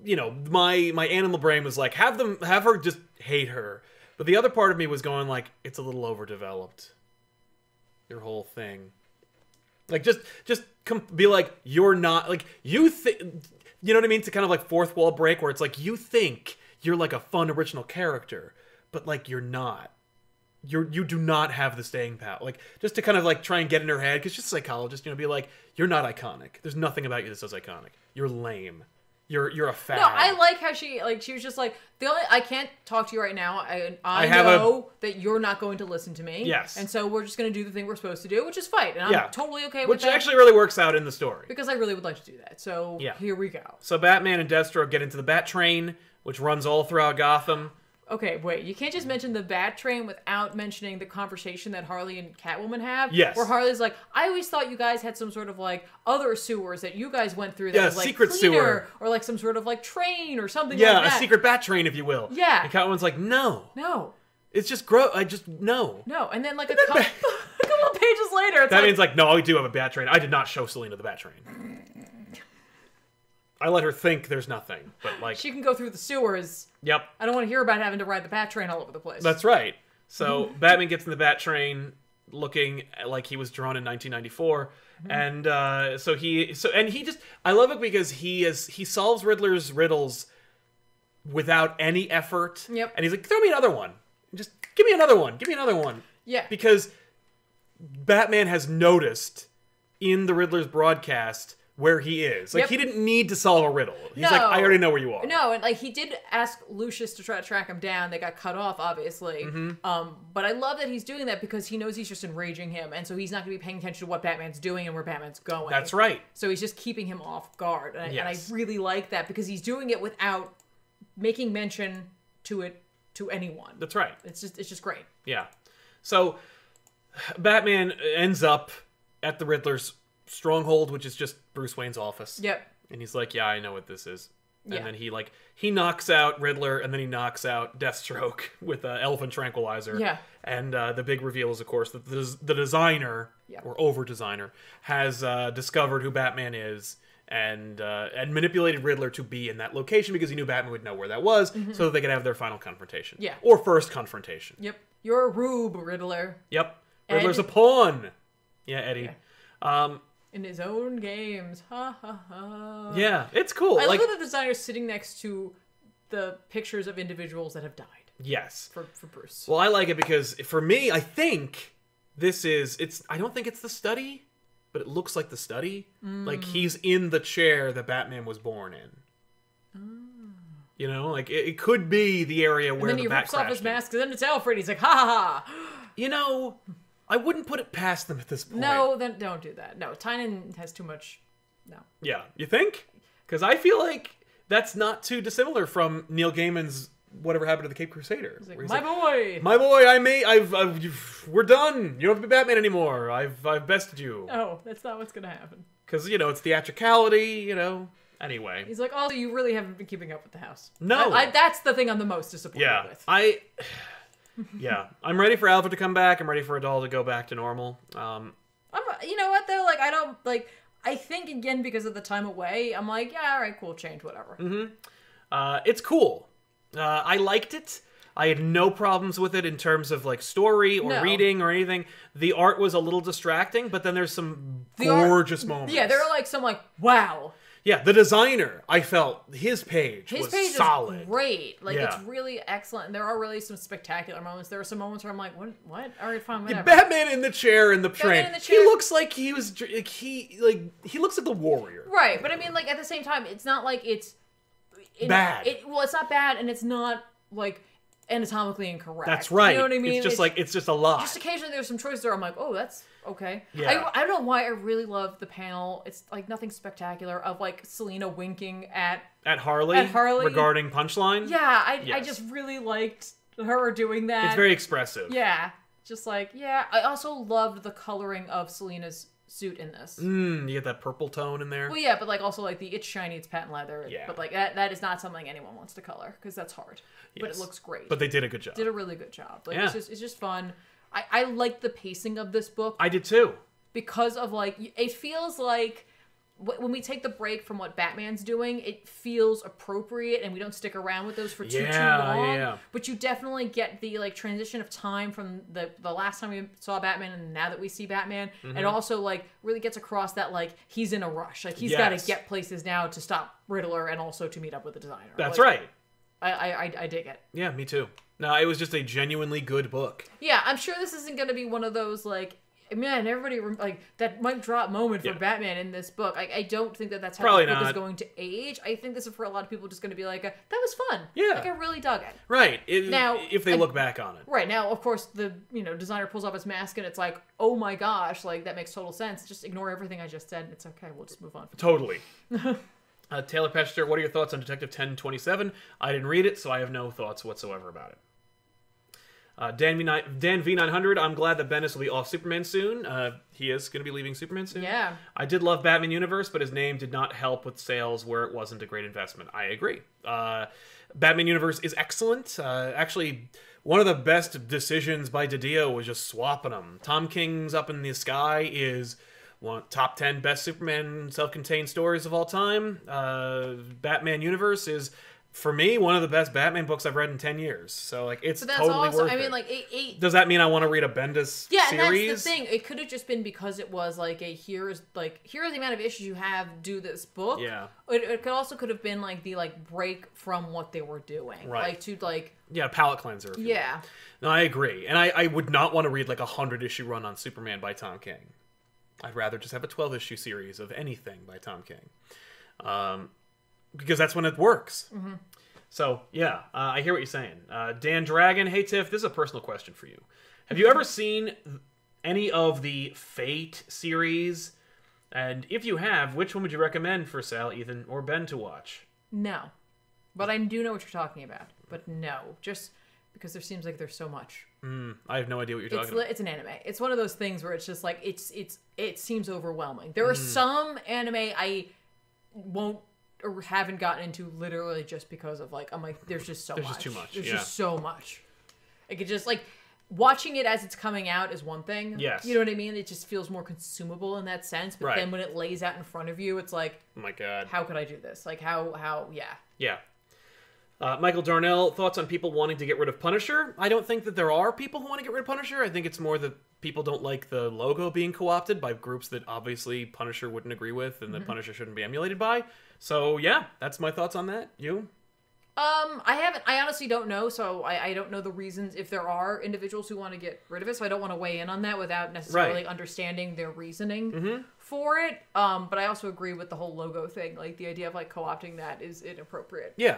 Speaker 1: you know, my my animal brain was like have them have her just hate her. But the other part of me was going like it's a little overdeveloped. Your whole thing. Like just just com- be like you're not like you think you know what I mean to kind of like fourth wall break where it's like you think you're like a fun original character, but like you're not you're you do not have the staying power. Like just to kind of like try and get in her head because she's a psychologist, you know, be like, you're not iconic. There's nothing about you that's so iconic. You're lame. You're you're a fag.
Speaker 2: No, I like how she like she was just like the only I can't talk to you right now. I I,
Speaker 1: I have a-
Speaker 2: know that you're not going to listen to me.
Speaker 1: Yes.
Speaker 2: and so we're just gonna do the thing we're supposed to do, which is fight, and I'm
Speaker 1: Yeah.
Speaker 2: totally okay with
Speaker 1: which
Speaker 2: that
Speaker 1: actually really works out in the story.
Speaker 2: because I really would like to do that. So
Speaker 1: Yeah.
Speaker 2: here we go.
Speaker 1: So Batman and Deathstroke get into the Bat Train, which runs all throughout Gotham.
Speaker 2: Okay, wait, you can't just mention the Bat Train without mentioning the conversation that Harley and Catwoman have.
Speaker 1: Yes.
Speaker 2: where Harley's like, I always thought you guys had some sort of like other sewers that you guys went through. That
Speaker 1: Yeah,
Speaker 2: was, like,
Speaker 1: secret
Speaker 2: cleaner,
Speaker 1: sewer.
Speaker 2: or like some sort of like train or something.
Speaker 1: Yeah,
Speaker 2: like
Speaker 1: a
Speaker 2: that.
Speaker 1: secret Bat Train, if you will.
Speaker 2: Yeah.
Speaker 1: And Catwoman's like, no,
Speaker 2: No,
Speaker 1: it's just gross. I just no.
Speaker 2: no, and then like a couple, a couple of pages later, it's
Speaker 1: That
Speaker 2: like,
Speaker 1: means like, no, I do have a Bat Train. I did not show Selena the Bat Train. I let her think there's nothing, but like,
Speaker 2: she can go through the sewers.
Speaker 1: yep,
Speaker 2: I don't want to hear about having to ride the bat train all over the place.
Speaker 1: That's right. So Batman gets in the Bat Train, looking like he was drawn in 1994,
Speaker 2: Mm-hmm.
Speaker 1: and uh, so he so and he just I love it because he is he solves Riddler's riddles without any effort.
Speaker 2: Yep.
Speaker 1: And he's like, throw me another one. Just give me another one. Give me another one.
Speaker 2: yeah.
Speaker 1: Because Batman has noticed in the Riddler's broadcast where he is. Like
Speaker 2: Yep.
Speaker 1: he didn't need to solve a riddle. He's like, I
Speaker 2: No.
Speaker 1: already know where you are.
Speaker 2: no, and like he did ask Lucius to try to track him down. They got cut off, obviously.
Speaker 1: Mm-hmm.
Speaker 2: Um, but I love that he's doing that because he knows he's just enraging him, and so he's not going to be paying attention to what Batman's doing and where Batman's going.
Speaker 1: That's right.
Speaker 2: So he's just keeping him off guard, and, I- and
Speaker 1: Yes.
Speaker 2: I really like that because he's doing it without making mention to it to anyone.
Speaker 1: That's right.
Speaker 2: It's just it's just great.
Speaker 1: Yeah. So Batman ends up at the Riddler's stronghold, which is just Bruce Wayne's office.
Speaker 2: Yep.
Speaker 1: And he's like, "Yeah, I know what this is." And
Speaker 2: Yeah.
Speaker 1: then he like he knocks out Riddler, and then he knocks out Deathstroke with uh, Elephant Tranquilizer.
Speaker 2: Yeah.
Speaker 1: And uh, the big reveal is, of course, that the, the designer
Speaker 2: Yep.
Speaker 1: or over designer has uh, discovered who Batman is. And uh, and manipulated Riddler to be in that location because he knew Batman would know where that was,
Speaker 2: Mm-hmm.
Speaker 1: so that they could have their final confrontation.
Speaker 2: Yeah.
Speaker 1: Or first confrontation.
Speaker 2: Yep. You're a rube, Riddler.
Speaker 1: Yep. Riddler's
Speaker 2: Ed
Speaker 1: a pawn. Yeah, Eddie. Um,
Speaker 2: in his own games. Ha ha ha.
Speaker 1: yeah, it's cool.
Speaker 2: I
Speaker 1: like,
Speaker 2: love that the designer is sitting next to the pictures of individuals that have died
Speaker 1: yes.
Speaker 2: for, for Bruce.
Speaker 1: Well, I like it because for me, I think this is it's I don't think it's the study, but it looks like the study. Like
Speaker 2: Hmm.
Speaker 1: he's in the chair that Batman was born in. You know, like it, it could be the area where
Speaker 2: Hmm. and then
Speaker 1: the
Speaker 2: he
Speaker 1: bat
Speaker 2: rips off
Speaker 1: crashed
Speaker 2: his
Speaker 1: in.
Speaker 2: mask, and then it's Alfred. He's like, ha ha ha.
Speaker 1: You know, I wouldn't put it past them at this point.
Speaker 2: No, then don't do that. No, Tynan has too much. No.
Speaker 1: Yeah, you think? Because I feel like that's not too dissimilar from Neil Gaiman's whatever happened to the Cape Crusader.
Speaker 2: He's like,
Speaker 1: where he's
Speaker 2: my
Speaker 1: like,
Speaker 2: boy.
Speaker 1: My boy, I may, I've, I've, we're done. You don't have to be Batman anymore. I've, I've bested you.
Speaker 2: no, Oh, that's not what's gonna happen.
Speaker 1: Because, you know, it's theatricality, you know. Anyway.
Speaker 2: He's like, also, you really haven't been keeping up with the house.
Speaker 1: No.
Speaker 2: I, I- that's the thing I'm the most disappointed
Speaker 1: Yeah.
Speaker 2: with.
Speaker 1: I, yeah. I'm ready for Alfred to come back. I'm ready for it all to go back to normal. Um,
Speaker 2: I'm, you know what though? Like, I don't like. I think again because of the time away. I'm like, yeah, all right, cool, change, whatever.
Speaker 1: Mm-hmm. uh, it's cool. Uh, I liked it. I had no problems with it in terms of like story or
Speaker 2: No.
Speaker 1: reading or anything. The art was a little distracting, but then there's some
Speaker 2: The art-
Speaker 1: gorgeous moments.
Speaker 2: Yeah, there are like some like, wow,
Speaker 1: yeah. The designer, I felt his page
Speaker 2: his
Speaker 1: was
Speaker 2: page
Speaker 1: solid.
Speaker 2: is great. Like,
Speaker 1: Yeah.
Speaker 2: it's really excellent. There are really some spectacular moments. There are some moments where I'm like, what? What? All right, fine, whatever.
Speaker 1: Batman in the chair in the train.
Speaker 2: in the
Speaker 1: He
Speaker 2: chair.
Speaker 1: looks like he was dr- like he like he looks like the warrior.
Speaker 2: Right, but I mean, like at the same time, it's not like it's it-
Speaker 1: Bad.
Speaker 2: It, well, it's not bad, and it's not like anatomically incorrect.
Speaker 1: That's right.
Speaker 2: You know what I mean?
Speaker 1: It's just like it's just a lot.
Speaker 2: just occasionally there's some choices there. I'm like, oh, that's okay.
Speaker 1: Yeah.
Speaker 2: I, I don't know why I really love the panel. It's like nothing spectacular of like Selena winking at.
Speaker 1: at Harley,
Speaker 2: At Harley-
Speaker 1: regarding punchline.
Speaker 2: Yeah, I I
Speaker 1: Mm. Yes.
Speaker 2: just really liked her doing that.
Speaker 1: it's very expressive.
Speaker 2: yeah. Just like yeah, I also loved the coloring of Selena's suit in this.
Speaker 1: Mm, you get that purple tone in there.
Speaker 2: Well, yeah, but like also like the it's shiny, it's patent leather.
Speaker 1: Yeah.
Speaker 2: But like that that is not something anyone wants to color because that's hard. But
Speaker 1: Yes.
Speaker 2: it looks great.
Speaker 1: But they did a good job.
Speaker 2: did a really good job. Like
Speaker 1: Yeah.
Speaker 2: it's just it's just fun. I I like the pacing of this book
Speaker 1: I did too.
Speaker 2: because of like it feels like wh- when we take the break from what Batman's doing, it feels appropriate, and we don't stick around with those for too too
Speaker 1: Yeah,
Speaker 2: long.
Speaker 1: yeah.
Speaker 2: But you definitely get the like transition of time from the the last time we saw Batman and now that we see Batman,
Speaker 1: Mm-hmm.
Speaker 2: and also like really gets across that like he's in a rush, like he's got
Speaker 1: Yes.
Speaker 2: to get places now to stop Riddler and also to meet up with the designer.
Speaker 1: That's
Speaker 2: Like,
Speaker 1: right.
Speaker 2: I, I I I dig it.
Speaker 1: Yeah, me too. No, it was just a genuinely good book.
Speaker 2: Yeah, I'm sure this isn't going to be one of those like man, everybody rem- like that mic drop moment for
Speaker 1: Yeah.
Speaker 2: Batman in this book. I, I don't think that that's how
Speaker 1: Probably
Speaker 2: the book
Speaker 1: not.
Speaker 2: is going to age. I think this is for a lot of people just going to be like, uh, that was fun.
Speaker 1: Yeah.
Speaker 2: like I really dug it.
Speaker 1: Right. It,
Speaker 2: Now,
Speaker 1: if they
Speaker 2: I-
Speaker 1: look back on it.
Speaker 2: Right now, of course, the you know designer pulls off his mask and it's like, oh my gosh, like that makes total sense. Just ignore everything I just said. It's okay. We'll just move on.
Speaker 1: Totally. uh, Taylor Pester, what are your thoughts on Detective 1027? I didn't read it, so I have no thoughts whatsoever about it. Uh, Dan, V9, Dan V900, I'm glad that Bendis will be off Superman soon. Uh, he is going to be leaving Superman soon.
Speaker 2: Yeah.
Speaker 1: I did love Batman Universe, but his name did not help with sales where it wasn't a great investment. I agree. Uh, Batman Universe is excellent. Uh, actually, one of the best decisions by Didio was just swapping them. Tom King's Up in the Sky is one top 10 best Superman self contained stories of all time. Uh, Batman Universe is. For me, one of the best Batman books I've read in ten years. So like, it's
Speaker 2: But that's
Speaker 1: totally
Speaker 2: also,
Speaker 1: worth
Speaker 2: I
Speaker 1: it.
Speaker 2: mean, like eight, eight
Speaker 1: Does that mean I want to read a Bendis
Speaker 2: Yeah,
Speaker 1: series?
Speaker 2: and that's the thing. It could have just been because it was like a here's like here are the amount of issues you have. Do this book.
Speaker 1: Yeah.
Speaker 2: It, it could also could have been like the like break from what they were doing.
Speaker 1: Right.
Speaker 2: Like to like
Speaker 1: Yeah, palette cleanser. if you
Speaker 2: yeah.
Speaker 1: No, I agree, and I, I would not want to read like a hundred issue run on Superman by Tom King. I'd rather just have a twelve issue series of anything by Tom King, um, because that's when it works.
Speaker 2: Mm-hmm.
Speaker 1: So yeah, uh, I hear what you're saying, uh, Dan Dragon. Hey Tiff, this is a personal question for you. Have you ever seen any of the Fate series? And if you have, which one would you recommend for Sal, Ethan, or Ben to watch?
Speaker 2: No, but I do know what you're talking about. But no, just because there seems like there's so much.
Speaker 1: I have no idea what you're talking
Speaker 2: It's li- it's an anime. It's one of those things where it's just like it's it's it seems overwhelming. There are
Speaker 1: Mm.
Speaker 2: some anime I won't or haven't gotten into literally just because of like I'm like there's just so
Speaker 1: just
Speaker 2: much.
Speaker 1: too much,
Speaker 2: There's
Speaker 1: yeah.
Speaker 2: just so much. Like it just like watching it as it's coming out is one thing.
Speaker 1: Yes.
Speaker 2: You know what I mean? It just feels more consumable in that sense. But
Speaker 1: Right.
Speaker 2: then when it lays out in front of you, it's like,
Speaker 1: Oh my god.
Speaker 2: how could I do this? Like how how yeah.
Speaker 1: Yeah. Uh, Michael Darnell, thoughts on people wanting to get rid of Punisher? I don't think that there are people who want to get rid of Punisher. I think it's more that people don't like the logo being co-opted by groups that obviously Punisher wouldn't agree with and that Punisher shouldn't be emulated by. So yeah, that's my thoughts on that. You?
Speaker 2: Um, I haven't. I honestly don't know, so I, I don't know the reasons if there are individuals who want to get rid of it. So I don't want to weigh in on that without necessarily
Speaker 1: Right. Mm-hmm.
Speaker 2: understanding their reasoning for it. Um, but I also agree with the whole logo thing. Like the idea of like co-opting that is inappropriate.
Speaker 1: Yeah.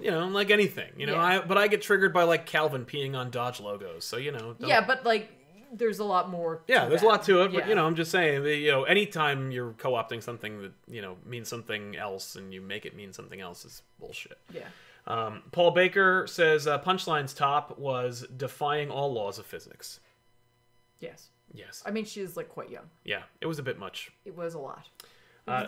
Speaker 1: You know, like anything. You know,
Speaker 2: Yeah.
Speaker 1: I but I get triggered by like Calvin peeing on Dodge logos. So you know. don't-
Speaker 2: Yeah, but like there's a lot more. to
Speaker 1: Yeah, there's a
Speaker 2: that.
Speaker 1: lot to it, but
Speaker 2: Yeah.
Speaker 1: you know, I'm just saying, that, you know, anytime you're co-opting something that you know means something else and you make it mean something else is bullshit.
Speaker 2: Yeah.
Speaker 1: Um, Paul Baker says uh, Punchline's top was defying all laws of physics.
Speaker 2: Yes.
Speaker 1: Yes.
Speaker 2: I mean, she is like quite young.
Speaker 1: Yeah, it was a bit much.
Speaker 2: It was a lot.
Speaker 1: Uh,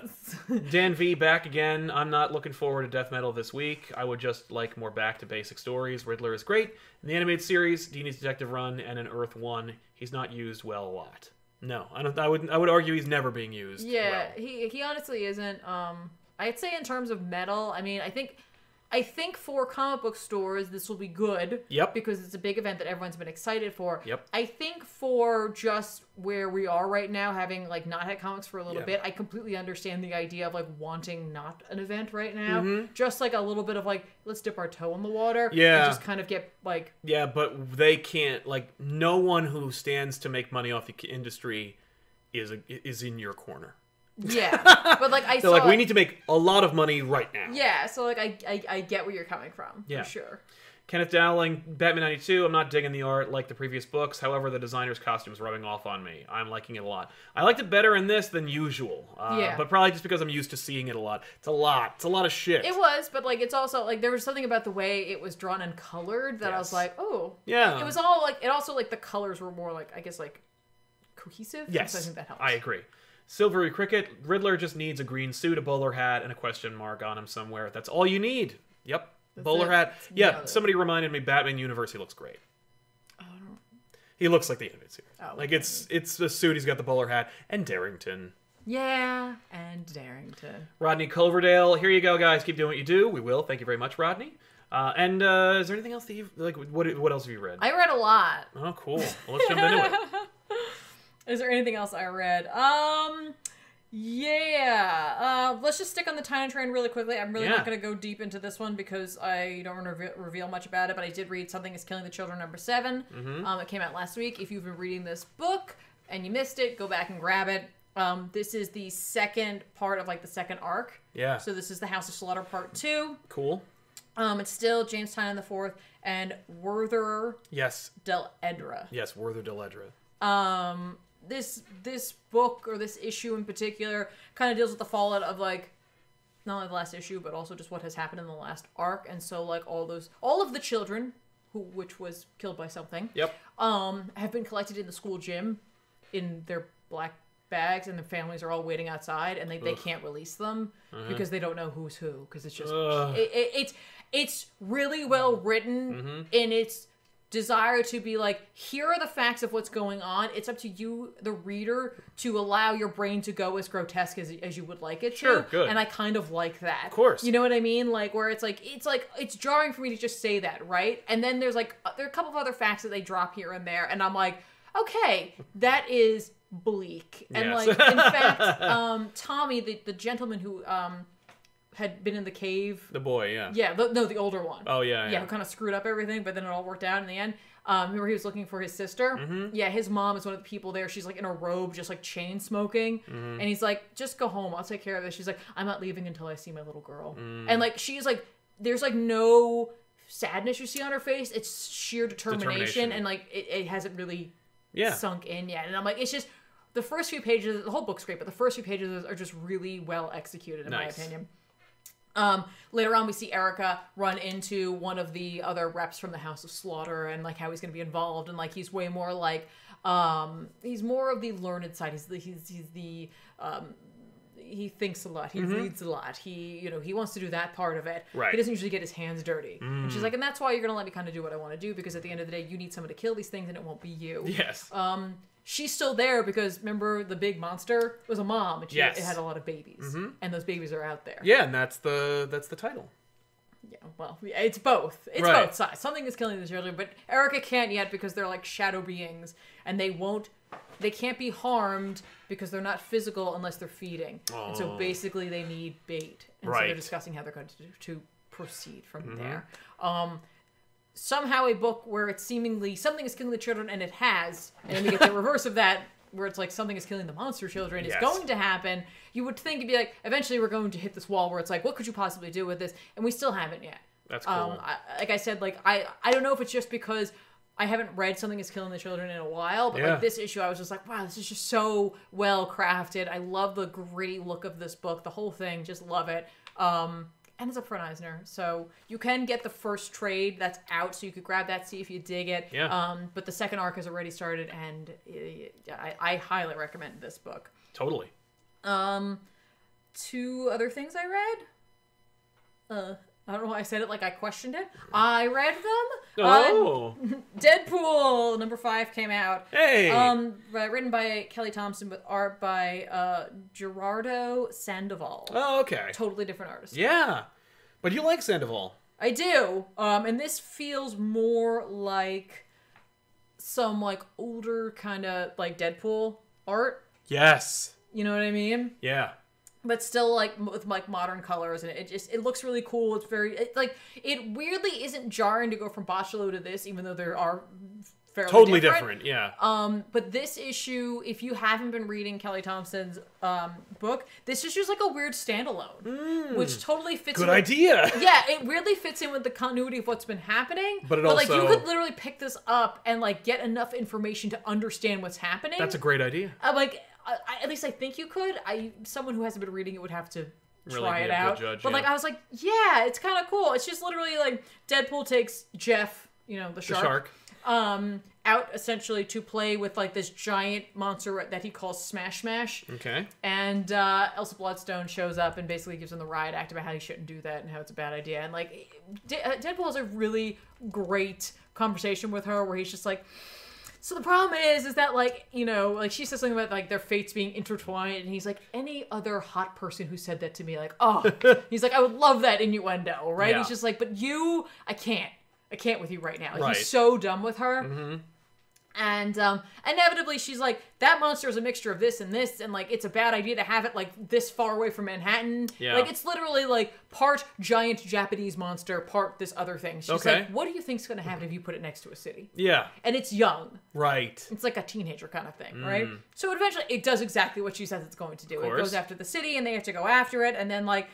Speaker 1: Dan V back again. I'm not looking forward to death metal this week. I would just like more back to basic stories. Riddler is great. In the animated series, Dini's Detective Run and an Earth One, he's not used well a lot. No, I don't. I would. I would argue he's never being used.
Speaker 2: Yeah,
Speaker 1: well.
Speaker 2: he he honestly isn't. Um, I'd say in terms of metal, I mean, I think, I think for comic book stores, this will be good.
Speaker 1: Yep.
Speaker 2: Because it's a big event that everyone's been excited for.
Speaker 1: Yep.
Speaker 2: I think for just where we are right now, having like not had comics for a little
Speaker 1: Yeah.
Speaker 2: bit, I completely understand the idea of like wanting not an event right now. Just like a little bit of like let's dip our toe in the water.
Speaker 1: Mm-hmm. Yeah.
Speaker 2: And just kind of get like
Speaker 1: Yeah, but they can't. Like, no one who stands to make money off the k- industry is a, is in your corner.
Speaker 2: yeah, but like I
Speaker 1: They're
Speaker 2: saw
Speaker 1: like, we need to make a lot of money right now.
Speaker 2: yeah. So like I, I I get where you're coming from.
Speaker 1: Yeah.
Speaker 2: For sure.
Speaker 1: Kenneth Dowling, Batman 92. I'm not digging the art like the previous books. However, the designer's costume's rubbing off on me. I'm liking it a lot. I liked it better in this than usual. Uh,
Speaker 2: Yeah.
Speaker 1: But probably just because I'm used to seeing it a lot. It's a lot. It's a lot of shit.
Speaker 2: It was, but like it's also like there was something about the way it was drawn and colored that I
Speaker 1: Yes.
Speaker 2: was
Speaker 1: Um,
Speaker 2: like, oh,
Speaker 1: yeah.
Speaker 2: It was all like it also like the colors were more like I guess like cohesive.
Speaker 1: Yes.
Speaker 2: so I think that helps.
Speaker 1: I agree. Silvery Cricket, Riddler just needs a green suit, a bowler hat, and a question mark on him somewhere. That's all you need. Yep. bowler
Speaker 2: it.
Speaker 1: hat.
Speaker 2: It's
Speaker 1: Yeah,
Speaker 2: nailed it.
Speaker 1: somebody reminded me Batman Universe, he looks great. He looks like the animated series.
Speaker 2: Oh,
Speaker 1: like it's it's a suit, he's got the bowler hat, and Darrington.
Speaker 2: Yeah, and Darrington.
Speaker 1: Rodney Culverdale, here you go, guys. Keep doing what you do. We will. Thank you very much, Rodney. Uh, and uh, is there anything else that you've like? What what else have you read?
Speaker 2: I read a lot.
Speaker 1: oh, cool. Well, let's jump into it.
Speaker 2: Is there anything else I read? Um yeah. Uh, let's just stick on the Tiny Train really quickly. I'm really
Speaker 1: Yeah.
Speaker 2: not going to go deep into this one because I don't want to re- reveal much about it, but I did read Something is Killing the Children number 7. Um, it came out last week. If you've been reading this book and you missed it, go back and grab it. Um, this is the second part of like the second arc.
Speaker 1: Yeah.
Speaker 2: So this is the House of Slaughter part 2.
Speaker 1: cool.
Speaker 2: Um, it's still James Tynan the 4th and Werther
Speaker 1: Yes.
Speaker 2: Del Edra.
Speaker 1: Yes. Werther Deledra.
Speaker 2: um this this book or this issue in particular kind of deals with the fallout of like not only the last issue but also just what has happened in the last arc and so like all those all of the children who which was killed by something
Speaker 1: Yep.
Speaker 2: um have been collected in the school gym in their black bags and their families are all waiting outside and they, they can't release them because they don't know who's who because it's just
Speaker 1: Uh-huh. Ugh. Mm-hmm.
Speaker 2: it, it, it's it's really well written in its desire to be like here are the facts of what's going on it's up to you the reader to allow your brain to go as grotesque as, as you would like it
Speaker 1: Sure,
Speaker 2: to
Speaker 1: good.
Speaker 2: and i kind of like that of
Speaker 1: course.
Speaker 2: you know what i mean like where it's like it's like it's jarring for me to just say that right and then there's like uh, there are a couple of other facts that they drop here and there and i'm like okay that is bleak and
Speaker 1: Yes.
Speaker 2: like in fact um tommy the, the gentleman who um had been in the cave
Speaker 1: The boy. Yeah.
Speaker 2: yeah, the, no, the older one.
Speaker 1: Oh yeah.
Speaker 2: yeah,
Speaker 1: Yeah.
Speaker 2: who kind of screwed up everything, but then it all worked out in the end. Um, remember he was looking for his sister.
Speaker 1: Mm-hmm.
Speaker 2: Yeah, his mom is one of the people there. She's like in a robe, just like chain smoking,
Speaker 1: Mm-hmm.
Speaker 2: and he's like, "Just go home. I'll take care of this." She's like, "I'm not leaving until I see my little girl."
Speaker 1: Mm.
Speaker 2: And like, she's like, "There's like no sadness you see on her face. It's sheer determination,
Speaker 1: Determination.
Speaker 2: and like it, it hasn't really
Speaker 1: Yeah.
Speaker 2: sunk in yet." And I'm like, it's just. The first few pages, the whole book's great, but the first few pages are just really well executed, in
Speaker 1: Nice.
Speaker 2: my opinion. Um, later on, we see Erica run into one of the other reps from the House of Slaughter and like how he's going to be involved and like he's way more like um, he's more of the learned side. He's the, he's he's the um, he thinks a lot. He reads a lot. He you know he wants to do that part of it.
Speaker 1: Mm-hmm. Right. Mm.
Speaker 2: He doesn't usually get his hands dirty. And she's like, and that's why you're going to let me kind of do what I want to do because at the end of the day, you need someone to kill these things and it won't be you
Speaker 1: yes.
Speaker 2: uh, she's still there because remember the big monster was a mom and she
Speaker 1: Yes. Mm-hmm.
Speaker 2: it had a lot of babies and those babies are out there
Speaker 1: yeah, and that's the that's the title.
Speaker 2: Yeah, well, yeah, it's both. It's
Speaker 1: Right.
Speaker 2: both sides. Something is killing the children, but Erica can't yet because they're like shadow beings, and they won't. They can't be harmed because they're not physical unless they're feeding. And so basically, they need bait,
Speaker 1: Oh.
Speaker 2: and so
Speaker 1: Right. Mm-hmm.
Speaker 2: they're discussing how they're going to, to proceed from there. Um, somehow, a book where it's seemingly something is killing the children, and it has, and then we get the reverse of that. Where it's like something is killing the monster children is
Speaker 1: Yes.
Speaker 2: going to happen, you would think it'd be like, eventually we're going to hit this wall where it's like, what could you possibly do with this? And we still haven't yet.
Speaker 1: That's cool.
Speaker 2: Um, I, like I said, like I, I don't know if it's just because I haven't read something is killing the children in a while, but
Speaker 1: Yeah.
Speaker 2: like this issue, I was just like, wow, this is just so well crafted. I love the gritty look of this book, the whole thing, just love it. Um, and it's a front Eisner, so you can get the first trade that's out, so you could grab that, see if you dig it.
Speaker 1: Yeah.
Speaker 2: Um, but the second arc has already started, and uh, I, I highly recommend this book.
Speaker 1: totally.
Speaker 2: Um, two other things I read. Uh, I don't know why I said it like I questioned it. I read them. Uh,
Speaker 1: Oh,
Speaker 2: Deadpool number five came out.
Speaker 1: hey.
Speaker 2: Um, ri- written by Kelly Thompson with art by uh Gerardo Sandoval.
Speaker 1: oh, okay.
Speaker 2: Totally different artist.
Speaker 1: Yeah, but you like Sandoval.
Speaker 2: I do. Um, and this feels more like some like older kind of like Deadpool art.
Speaker 1: Yes.
Speaker 2: You know what I mean?
Speaker 1: Yeah.
Speaker 2: but still like m- with like modern colors and it just it looks really cool it's very it, like it weirdly isn't jarring to go from Botchalo to this even though there are fairly
Speaker 1: Totally different. Yeah.
Speaker 2: um but this issue if you haven't been reading kelly thompson's um book this issue is like a weird standalone which totally fits
Speaker 1: Hmm. Good
Speaker 2: in with-
Speaker 1: idea.
Speaker 2: yeah, it weirdly fits in with the continuity of what's been happening.
Speaker 1: But it
Speaker 2: like you
Speaker 1: also-
Speaker 2: could literally pick this up and like get enough information to understand what's happening.
Speaker 1: That's a great idea.
Speaker 2: I'm Uh, like, I, I, at least I think you could. I someone who hasn't been reading it would have to
Speaker 1: Really
Speaker 2: try
Speaker 1: be a
Speaker 2: it
Speaker 1: good
Speaker 2: out.
Speaker 1: judge,
Speaker 2: but like,
Speaker 1: yeah.
Speaker 2: I was like, yeah, it's kind of cool. It's just literally like Deadpool takes Jeff, you know, the
Speaker 1: The
Speaker 2: shark,
Speaker 1: shark.
Speaker 2: um, out essentially to play with like this giant monster that he calls Smash Smash.
Speaker 1: Okay.
Speaker 2: And uh, Elsa Bloodstone shows up and basically gives him the riot act about how he shouldn't do that and how it's a bad idea. And like, De- uh, Deadpool has a really great conversation with her where he's just like, so the problem is, is that like you know, like she says something about like their fates being intertwined, and he's like, any other hot person who said that to me, like, oh, he's like, I would love that innuendo, right?
Speaker 1: Yeah.
Speaker 2: He's just like, but you, I can't, I can't with you right now. Like,
Speaker 1: Right. Mm-hmm.
Speaker 2: He's so dumb with her. And um, inevitably, she's like, "That monster is a mixture of this and this, and like, it's a bad idea to have it like this far away from Manhattan.
Speaker 1: Yeah.
Speaker 2: Like, it's literally like part giant Japanese monster, part this other thing." She's
Speaker 1: Okay.
Speaker 2: like, "What do you think's gonna happen if you put it next to a city?"
Speaker 1: Yeah.
Speaker 2: And it's young.
Speaker 1: Right.
Speaker 2: It's like a teenager kind of thing, right? So eventually, it does exactly what she says it's going to do. It
Speaker 1: Mm. course.
Speaker 2: goes after the city, and they have to go after it, and then like,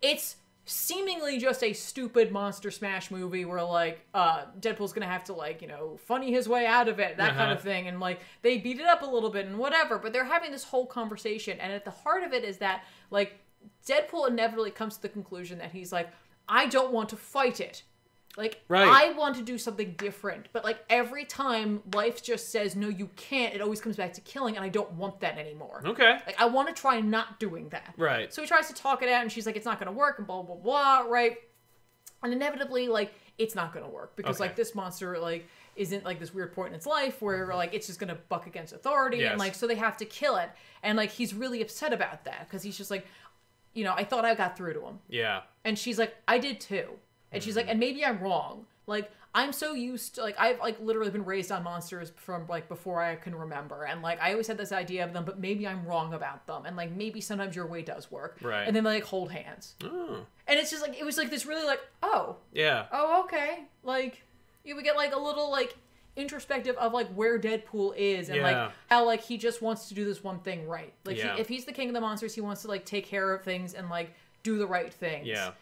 Speaker 2: it's seemingly just a stupid monster smash movie where like uh deadpool's gonna have to like you know funny his way out of it that kind
Speaker 1: Uh-huh.
Speaker 2: of thing and like they beat it up a little bit and whatever but they're having this whole conversation and at the heart of it is that like deadpool inevitably comes to the conclusion that he's like i don't want to fight it like
Speaker 1: Right.
Speaker 2: i want to do something different but like every time life just says no you can't it always comes back to killing and i don't want that anymore
Speaker 1: Okay.
Speaker 2: like, I want to try not doing that.
Speaker 1: Right.
Speaker 2: So he tries to talk it out, and she's like, it's not going to work, and blah, blah, blah, right? And inevitably, like, it's not going to work because,
Speaker 1: Okay.
Speaker 2: like, this monster, like, isn't like this weird point in its life where like it's just gonna buck against authority
Speaker 1: Mm-hmm. Yes.
Speaker 2: and like so they have to kill it and like he's really upset about that because he's just like you know i thought i got through to him
Speaker 1: Yeah.
Speaker 2: and she's like, I did too. And she's like,
Speaker 1: Mm.
Speaker 2: and maybe I'm wrong. Like, I'm so used to, like, I've, like, literally been raised on monsters from, like, before I can remember. And, like, I always had this idea of them, but maybe I'm wrong about them. And, like, maybe sometimes your way does work.
Speaker 1: Right.
Speaker 2: And then they, like, hold hands.
Speaker 1: Oh.
Speaker 2: And it's just, like, it was, like, this really, like, oh,
Speaker 1: Yeah.
Speaker 2: oh, okay. Like, you would get, like, a little, like, introspective of, like, where Deadpool is and,
Speaker 1: Yeah.
Speaker 2: like, how, like, he just wants to do this one thing right. Like,
Speaker 1: Yeah.
Speaker 2: he, if he's the king of the monsters, he wants to, like, take care of things and, like, do the right things
Speaker 1: Yeah.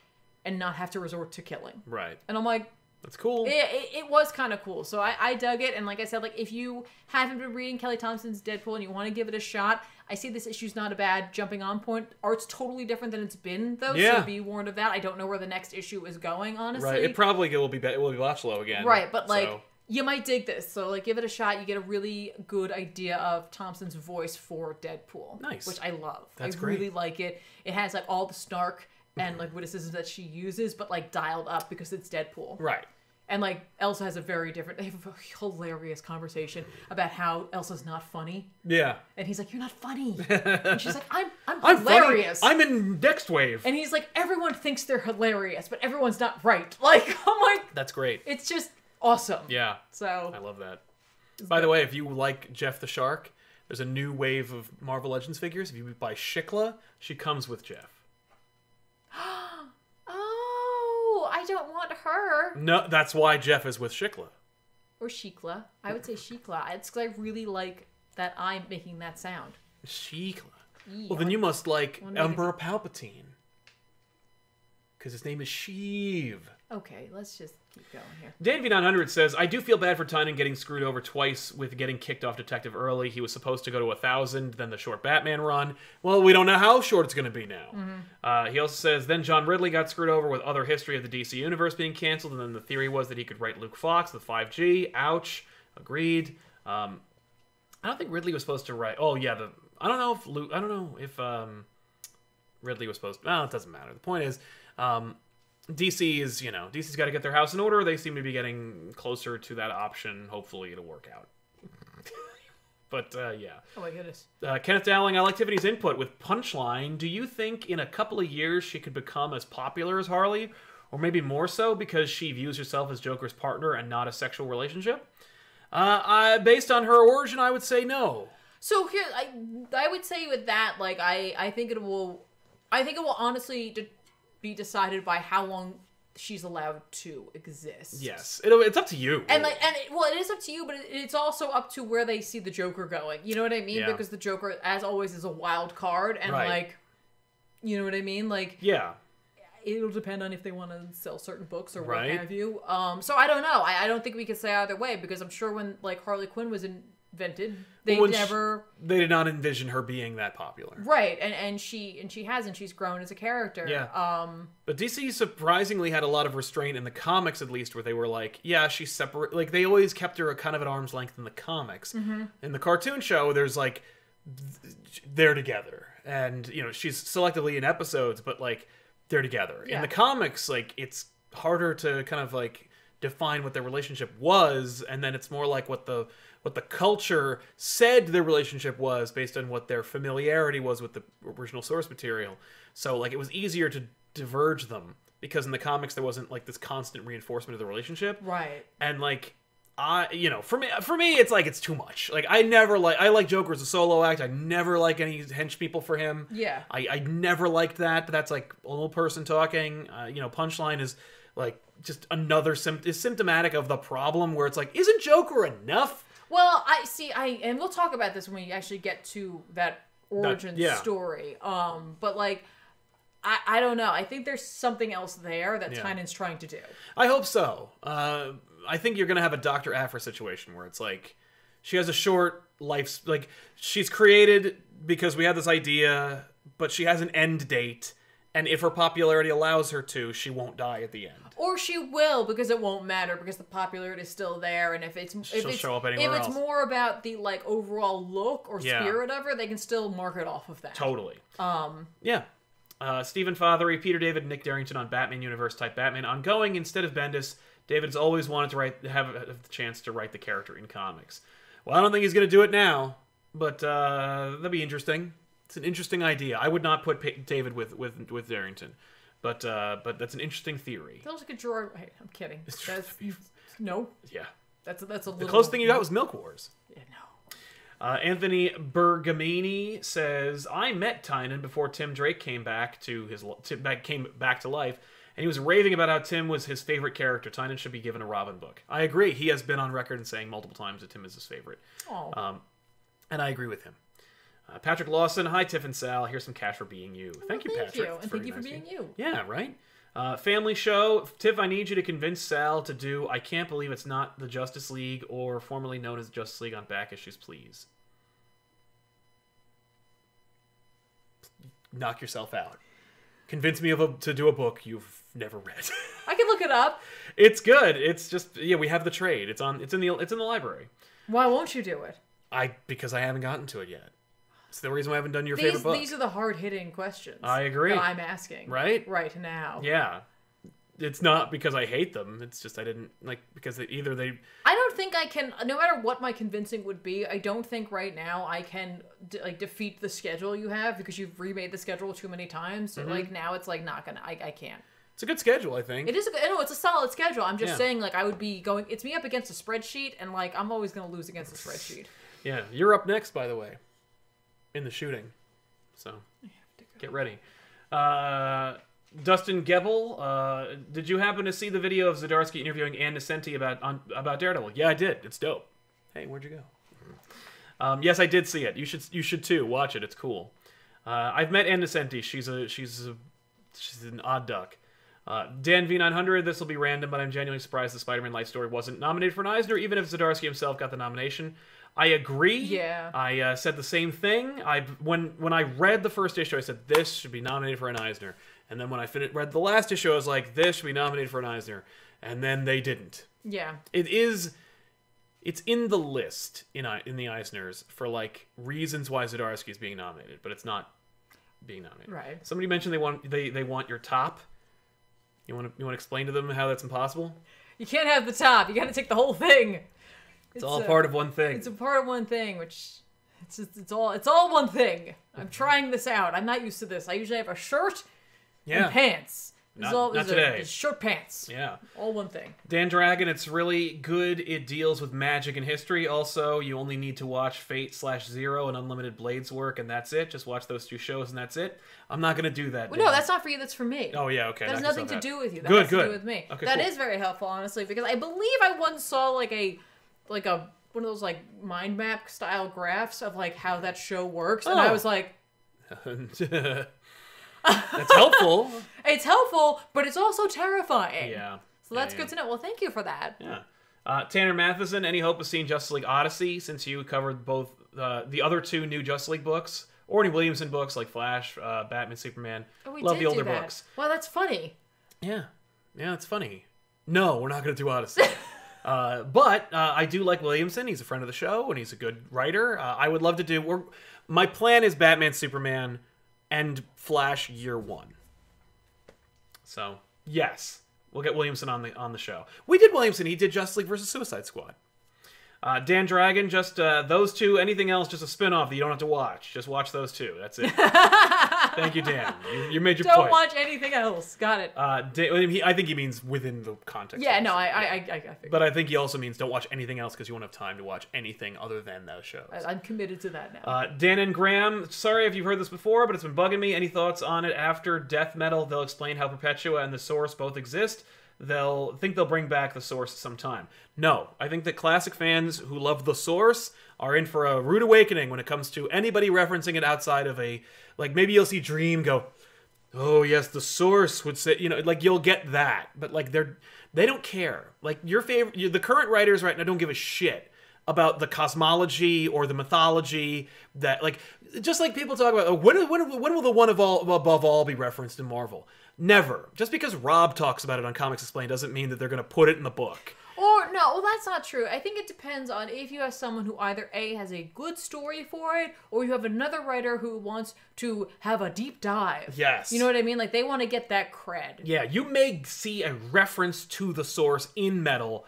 Speaker 2: and not have to resort to killing.
Speaker 1: Right.
Speaker 2: And I'm like,
Speaker 1: That's cool.
Speaker 2: it, it, it was kind of cool. So I, I dug it. And like I said, like if you haven't been reading Kelly Thompson's Deadpool and you want to give it a shot, I see this issue's not a bad jumping on point. Art's totally different than it's been though.
Speaker 1: Yeah.
Speaker 2: So be warned of that. I don't know where the next issue is going, honestly.
Speaker 1: Right. It probably will be. Be- it will be Lachlo again.
Speaker 2: Right, but like
Speaker 1: So,
Speaker 2: you might dig this, so like give it a shot. You get a really good idea of Thompson's voice for Deadpool,
Speaker 1: Nice.
Speaker 2: which I love.
Speaker 1: That's
Speaker 2: I
Speaker 1: great.
Speaker 2: really like it. It has like all the snark and like witticisms that she uses, but like dialed up because it's Deadpool.
Speaker 1: right.
Speaker 2: And like Elsa has a very different, they have a hilarious conversation about how Elsa's not funny,
Speaker 1: Yeah.
Speaker 2: and he's like, "You're not funny," and she's like, "I'm, I'm,
Speaker 1: I'm funny.
Speaker 2: hilarious."
Speaker 1: I'm in next wave.
Speaker 2: and he's like, "Everyone thinks they're hilarious, but everyone's not right." Like, I'm like,
Speaker 1: That's great.
Speaker 2: it's just awesome.
Speaker 1: Yeah.
Speaker 2: So
Speaker 1: I love that. By the way, if you like Jeff the Shark, there's a new wave of Marvel Legends figures. If you buy Shikla, she comes with Jeff.
Speaker 2: Oh, I don't want her.
Speaker 1: No, that's why Jeff is with Shikla.
Speaker 2: Or Sheikla. I would say Sheikla. It's because I really like that I'm making that sound.
Speaker 1: Sheikla. Well, then you must like
Speaker 2: Well, maybe-
Speaker 1: Emperor Palpatine. Because his name is Sheev.
Speaker 2: Okay, let's just keep going here.
Speaker 1: Danv900 says, I do feel bad for Tynan getting screwed over twice with getting kicked off Detective early. He was supposed to go to 1,000, then the short Batman run. Well, we don't know how short it's going to be now. Uh, he also says, then John Ridley got screwed over with other history of the DC Universe being canceled, and then the theory was that he could write Luke Fox, the 5G. Ouch. Agreed. Um, I don't think Ridley was supposed to write. Oh, yeah. the I don't know if Luke. I don't know if. Um, Ridley was supposed. Well, it doesn't matter. The point is, um, DC is you know DC's got to get their house in order. They seem to be getting closer to that option. Hopefully, it'll work out. but uh, yeah,
Speaker 2: Oh my goodness.
Speaker 1: uh, Kenneth Dowling. I like Tiffany's input with punchline. Do you think in a couple of years she could become as popular as Harley, or maybe more so because she views herself as Joker's partner and not a sexual relationship? Uh, I, based on her origin, I would say no.
Speaker 2: So here, I I would say with that, like I I think it will, I think it will honestly de- be decided by how long she's allowed to exist.
Speaker 1: Yes, it'll, it's up to you.
Speaker 2: And like, and it, well, it is up to you, but it, it's also up to where they see the Joker going. You know what I mean?
Speaker 1: Yeah.
Speaker 2: Because the Joker, as always, is a wild card, and
Speaker 1: Right.
Speaker 2: like, you know what I mean? Like,
Speaker 1: yeah,
Speaker 2: it'll depend on if they want to sell certain books or
Speaker 1: Right.
Speaker 2: what have you. Um, so I don't know. I, I don't think we could say either way because I'm sure when like Harley Quinn was invented, they
Speaker 1: Well, when she-
Speaker 2: never
Speaker 1: they did not envision her being that popular.
Speaker 2: right, and and she and she has and she's grown as a character.
Speaker 1: Yeah.
Speaker 2: Um.
Speaker 1: But DC surprisingly had a lot of restraint in the comics, at least, where they were like, yeah, she's separate. Like, they always kept her kind of at arm's length in the comics. In the cartoon show, there's like, th- they're together. And, you know, she's selectively in episodes, but like, they're together. In
Speaker 2: Yeah.
Speaker 1: the comics, like, it's harder to kind of like define what their relationship was. And then it's more like what the. What the culture said their relationship was based on what their familiarity was with the original source material. So like it was easier to diverge them because in the comics there wasn't like this constant reinforcement of the relationship
Speaker 2: Right.
Speaker 1: and like I you know for me for me it's like it's too much like I never like I like Joker as a solo act I never like any hench people for him
Speaker 2: Yeah.
Speaker 1: I I never liked that but that's like a little person talking uh, you know punchline is like just another symptom is symptomatic of the problem where it's like isn't Joker enough
Speaker 2: Well, I see. I and we'll talk about this when we actually get to that origin
Speaker 1: yeah.
Speaker 2: story. Um, but like, I I don't know. I think there's something else there that
Speaker 1: Yeah.
Speaker 2: Tynan's trying to do.
Speaker 1: I hope so. Uh, I think you're gonna have a Doctor Afra situation where it's like she has a short life, like she's created because we had this idea, but she has an end date, and if her popularity allows her to, she won't die at the end.
Speaker 2: Or she will because it won't matter because the popularity is still there, and if it's if
Speaker 1: She'll
Speaker 2: it's,
Speaker 1: show up
Speaker 2: if
Speaker 1: anywhere
Speaker 2: it's
Speaker 1: else.
Speaker 2: more about the like overall look or
Speaker 1: Yeah.
Speaker 2: spirit of her, they can still market off of that.
Speaker 1: Totally.
Speaker 2: Um,
Speaker 1: Yeah. Uh, Stephen Fothery, Peter David, Nick Darrington on Batman Universe type Batman ongoing instead of Bendis. David's always wanted to write have, have the chance to write the character in comics. Well, I don't think he's going to do it now, but uh, that'd be interesting. It's an interesting idea. I would not put pa- David with with with Darrington, but uh, but that's an interesting theory.
Speaker 2: feels like a drawer. Wait, I'm kidding. That's, no,
Speaker 1: Yeah,
Speaker 2: that's a, that's a
Speaker 1: the
Speaker 2: little
Speaker 1: closest thing you got was Milk Wars.
Speaker 2: Yeah, no.
Speaker 1: Uh, Anthony Bergamini says, "I met Tynan before Tim Drake came back to his li- Tim back, came back to life, and he was raving about how Tim was his favorite character. Tynan should be given a Robin book. I agree. He has been on record and saying multiple times that Tim is his favorite, Um,
Speaker 2: Oh,
Speaker 1: and I agree with him." Uh, Patrick Lawson, hi Tiff and Sal. Here's some cash for being you. Thank you,
Speaker 2: Oh, thank
Speaker 1: Patrick.
Speaker 2: you,
Speaker 1: It's
Speaker 2: and thank
Speaker 1: very
Speaker 2: you for
Speaker 1: nice of
Speaker 2: being you.
Speaker 1: yeah, right? Uh, family show. Tiff, I need you to convince Sal to do I Can't Believe It's Not the Justice League or formerly known as Justice League on Back Issues, please. Knock yourself out. Convince me of a, to do a book you've never read.
Speaker 2: I can look it up.
Speaker 1: it's good. It's just yeah, we have the trade. It's on it's in the it's in the library.
Speaker 2: Why won't you do it?
Speaker 1: I because I haven't gotten to it yet. It's the reason why I haven't done your
Speaker 2: These
Speaker 1: favorite book.
Speaker 2: these are the hard hitting questions.
Speaker 1: I agree.
Speaker 2: That I'm asking
Speaker 1: Right?
Speaker 2: right now.
Speaker 1: Yeah. it's not because I hate them. It's just I didn't like because they, either they
Speaker 2: I don't think I can. No matter what my convincing would be, I don't think right now I can d- like defeat the schedule you have because you've remade the schedule too many times.
Speaker 1: Mm-hmm.
Speaker 2: So like now it's like not gonna. I, I can't.
Speaker 1: it's a good schedule. I think
Speaker 2: It is. A, good- no, it's a solid schedule. I'm just
Speaker 1: Yeah.
Speaker 2: saying like I would be going. It's me up against a spreadsheet, and like I'm always gonna lose against a spreadsheet.
Speaker 1: yeah. You're up next, by the way, in the shooting. So get ready. Uh, Dustin Gebel, uh, did you happen to see the video of Zadarsky interviewing Ann Nesenti about on, about Daredevil? Yeah, I did. It's dope. Hey, where'd you go? Um, yes, I did see it. You should you should too watch it. It's cool. Uh, I've met Ann Nesenti. She's a she's a, she's an odd duck. Uh, Dan V900, this will be random, but I'm genuinely surprised the Spider-Man Life Story wasn't nominated for an Eisner, even if Zdarsky himself got the nomination. I agree.
Speaker 2: Yeah.
Speaker 1: I uh, said the same thing. I when when I read the first issue, I said this should be nominated for an Eisner, and then when I fin- read the last issue, I was like, this should be nominated for an Eisner, and then they didn't.
Speaker 2: Yeah.
Speaker 1: It is. It's in the list in I- in the Eisners for like reasons why Zdarsky is being nominated, but it's not being nominated.
Speaker 2: Right.
Speaker 1: Somebody mentioned they want they they want your top. You want to you want to explain to them how that's impossible?
Speaker 2: You can't have the top. You got to take the whole thing.
Speaker 1: It's, all part of one thing.
Speaker 2: It's a part of one thing, which it's just, it's all it's all one thing. I'm trying this out. I'm not used to this. I usually have a shirt
Speaker 1: yeah.
Speaker 2: and pants. It's
Speaker 1: Not-
Speaker 2: all,
Speaker 1: not
Speaker 2: it's a-
Speaker 1: today.
Speaker 2: it's shirt pants.
Speaker 1: Yeah.
Speaker 2: All one thing.
Speaker 1: Dan Dragon, it's really good. It deals with magic and history. Also, you only need to watch Fate slash Zero and Unlimited Blades work, and that's it. Just watch those two shows, and that's it. I'm not gonna do that.
Speaker 2: Well, no,
Speaker 1: Dan.
Speaker 2: that's not for you. That's for me.
Speaker 1: Oh yeah, okay.
Speaker 2: that has
Speaker 1: knock yourself
Speaker 2: nothing to
Speaker 1: out.
Speaker 2: do with you. That
Speaker 1: Good,
Speaker 2: has to
Speaker 1: good.
Speaker 2: do with me. That
Speaker 1: Okay,
Speaker 2: is
Speaker 1: cool.
Speaker 2: very helpful, honestly, because I believe I once saw like a like a one of those like mind map style graphs of like how that show works, and I
Speaker 1: Oh.
Speaker 2: was like,
Speaker 1: that's helpful.
Speaker 2: it's helpful, but it's also terrifying.
Speaker 1: Yeah.
Speaker 2: So that's
Speaker 1: Yeah,
Speaker 2: good to know. Well, thank you for that.
Speaker 1: Yeah. Uh, Tanner Matheson, any hope of seeing Justice League Odyssey since you covered both uh, the other two new Justice League books, Orny Williamson books like Flash, uh, Batman, Superman.
Speaker 2: Oh, we
Speaker 1: Love
Speaker 2: did
Speaker 1: the older
Speaker 2: do that.
Speaker 1: books.
Speaker 2: Wow, that's funny.
Speaker 1: Yeah, yeah, it's funny. No, we're not going to do Odyssey. uh, but uh, I do like Williamson. He's a friend of the show, and he's a good writer. Uh, I would love to do. We're, my plan is Batman, Superman, and Flash Year One. So yes, we'll get Williamson on the on the show. We did Williamson. He did Justice League versus Suicide Squad. Uh, Dan Dragon, just uh, those two. Anything else, just a spin off that you don't have to watch. Just watch those two. That's it. Thank you, Dan. You, you made your
Speaker 2: Don't
Speaker 1: point.
Speaker 2: watch anything else. Got it.
Speaker 1: Uh, da- I mean, he- I think he means within the context.
Speaker 2: yeah,
Speaker 1: of
Speaker 2: no,
Speaker 1: this.
Speaker 2: I, I, I, I figured.
Speaker 1: But I think he also means don't watch anything else because you won't have time to watch anything other than those shows.
Speaker 2: I- I'm committed to that now.
Speaker 1: Uh, Dan and Graham, sorry if you've heard this before, but it's been bugging me. Any thoughts on it? After Death Metal, they'll explain how Perpetua and the Source both exist. They'll think they'll bring back the Source sometime. No, I think that classic fans who love the Source are in for a rude awakening when it comes to anybody referencing it outside of a like maybe you'll see Dream go, oh yes the source would say you know like you'll get that but like they're they don't care like your favorite you- the current writers right now don't give a shit about the cosmology or the mythology that like just like people talk about oh, when, when, when will the one of all above all be referenced in marvel never just because rob talks about it on comics explained doesn't mean that they're going to put it in the book
Speaker 2: or no, well, that's not true. I think it depends on if you have someone who either a has a good story for it, or you have another writer who wants to have a deep dive.
Speaker 1: Yes.
Speaker 2: You know what I mean? Like they want to get that cred.
Speaker 1: Yeah, you may see a reference to the source in metal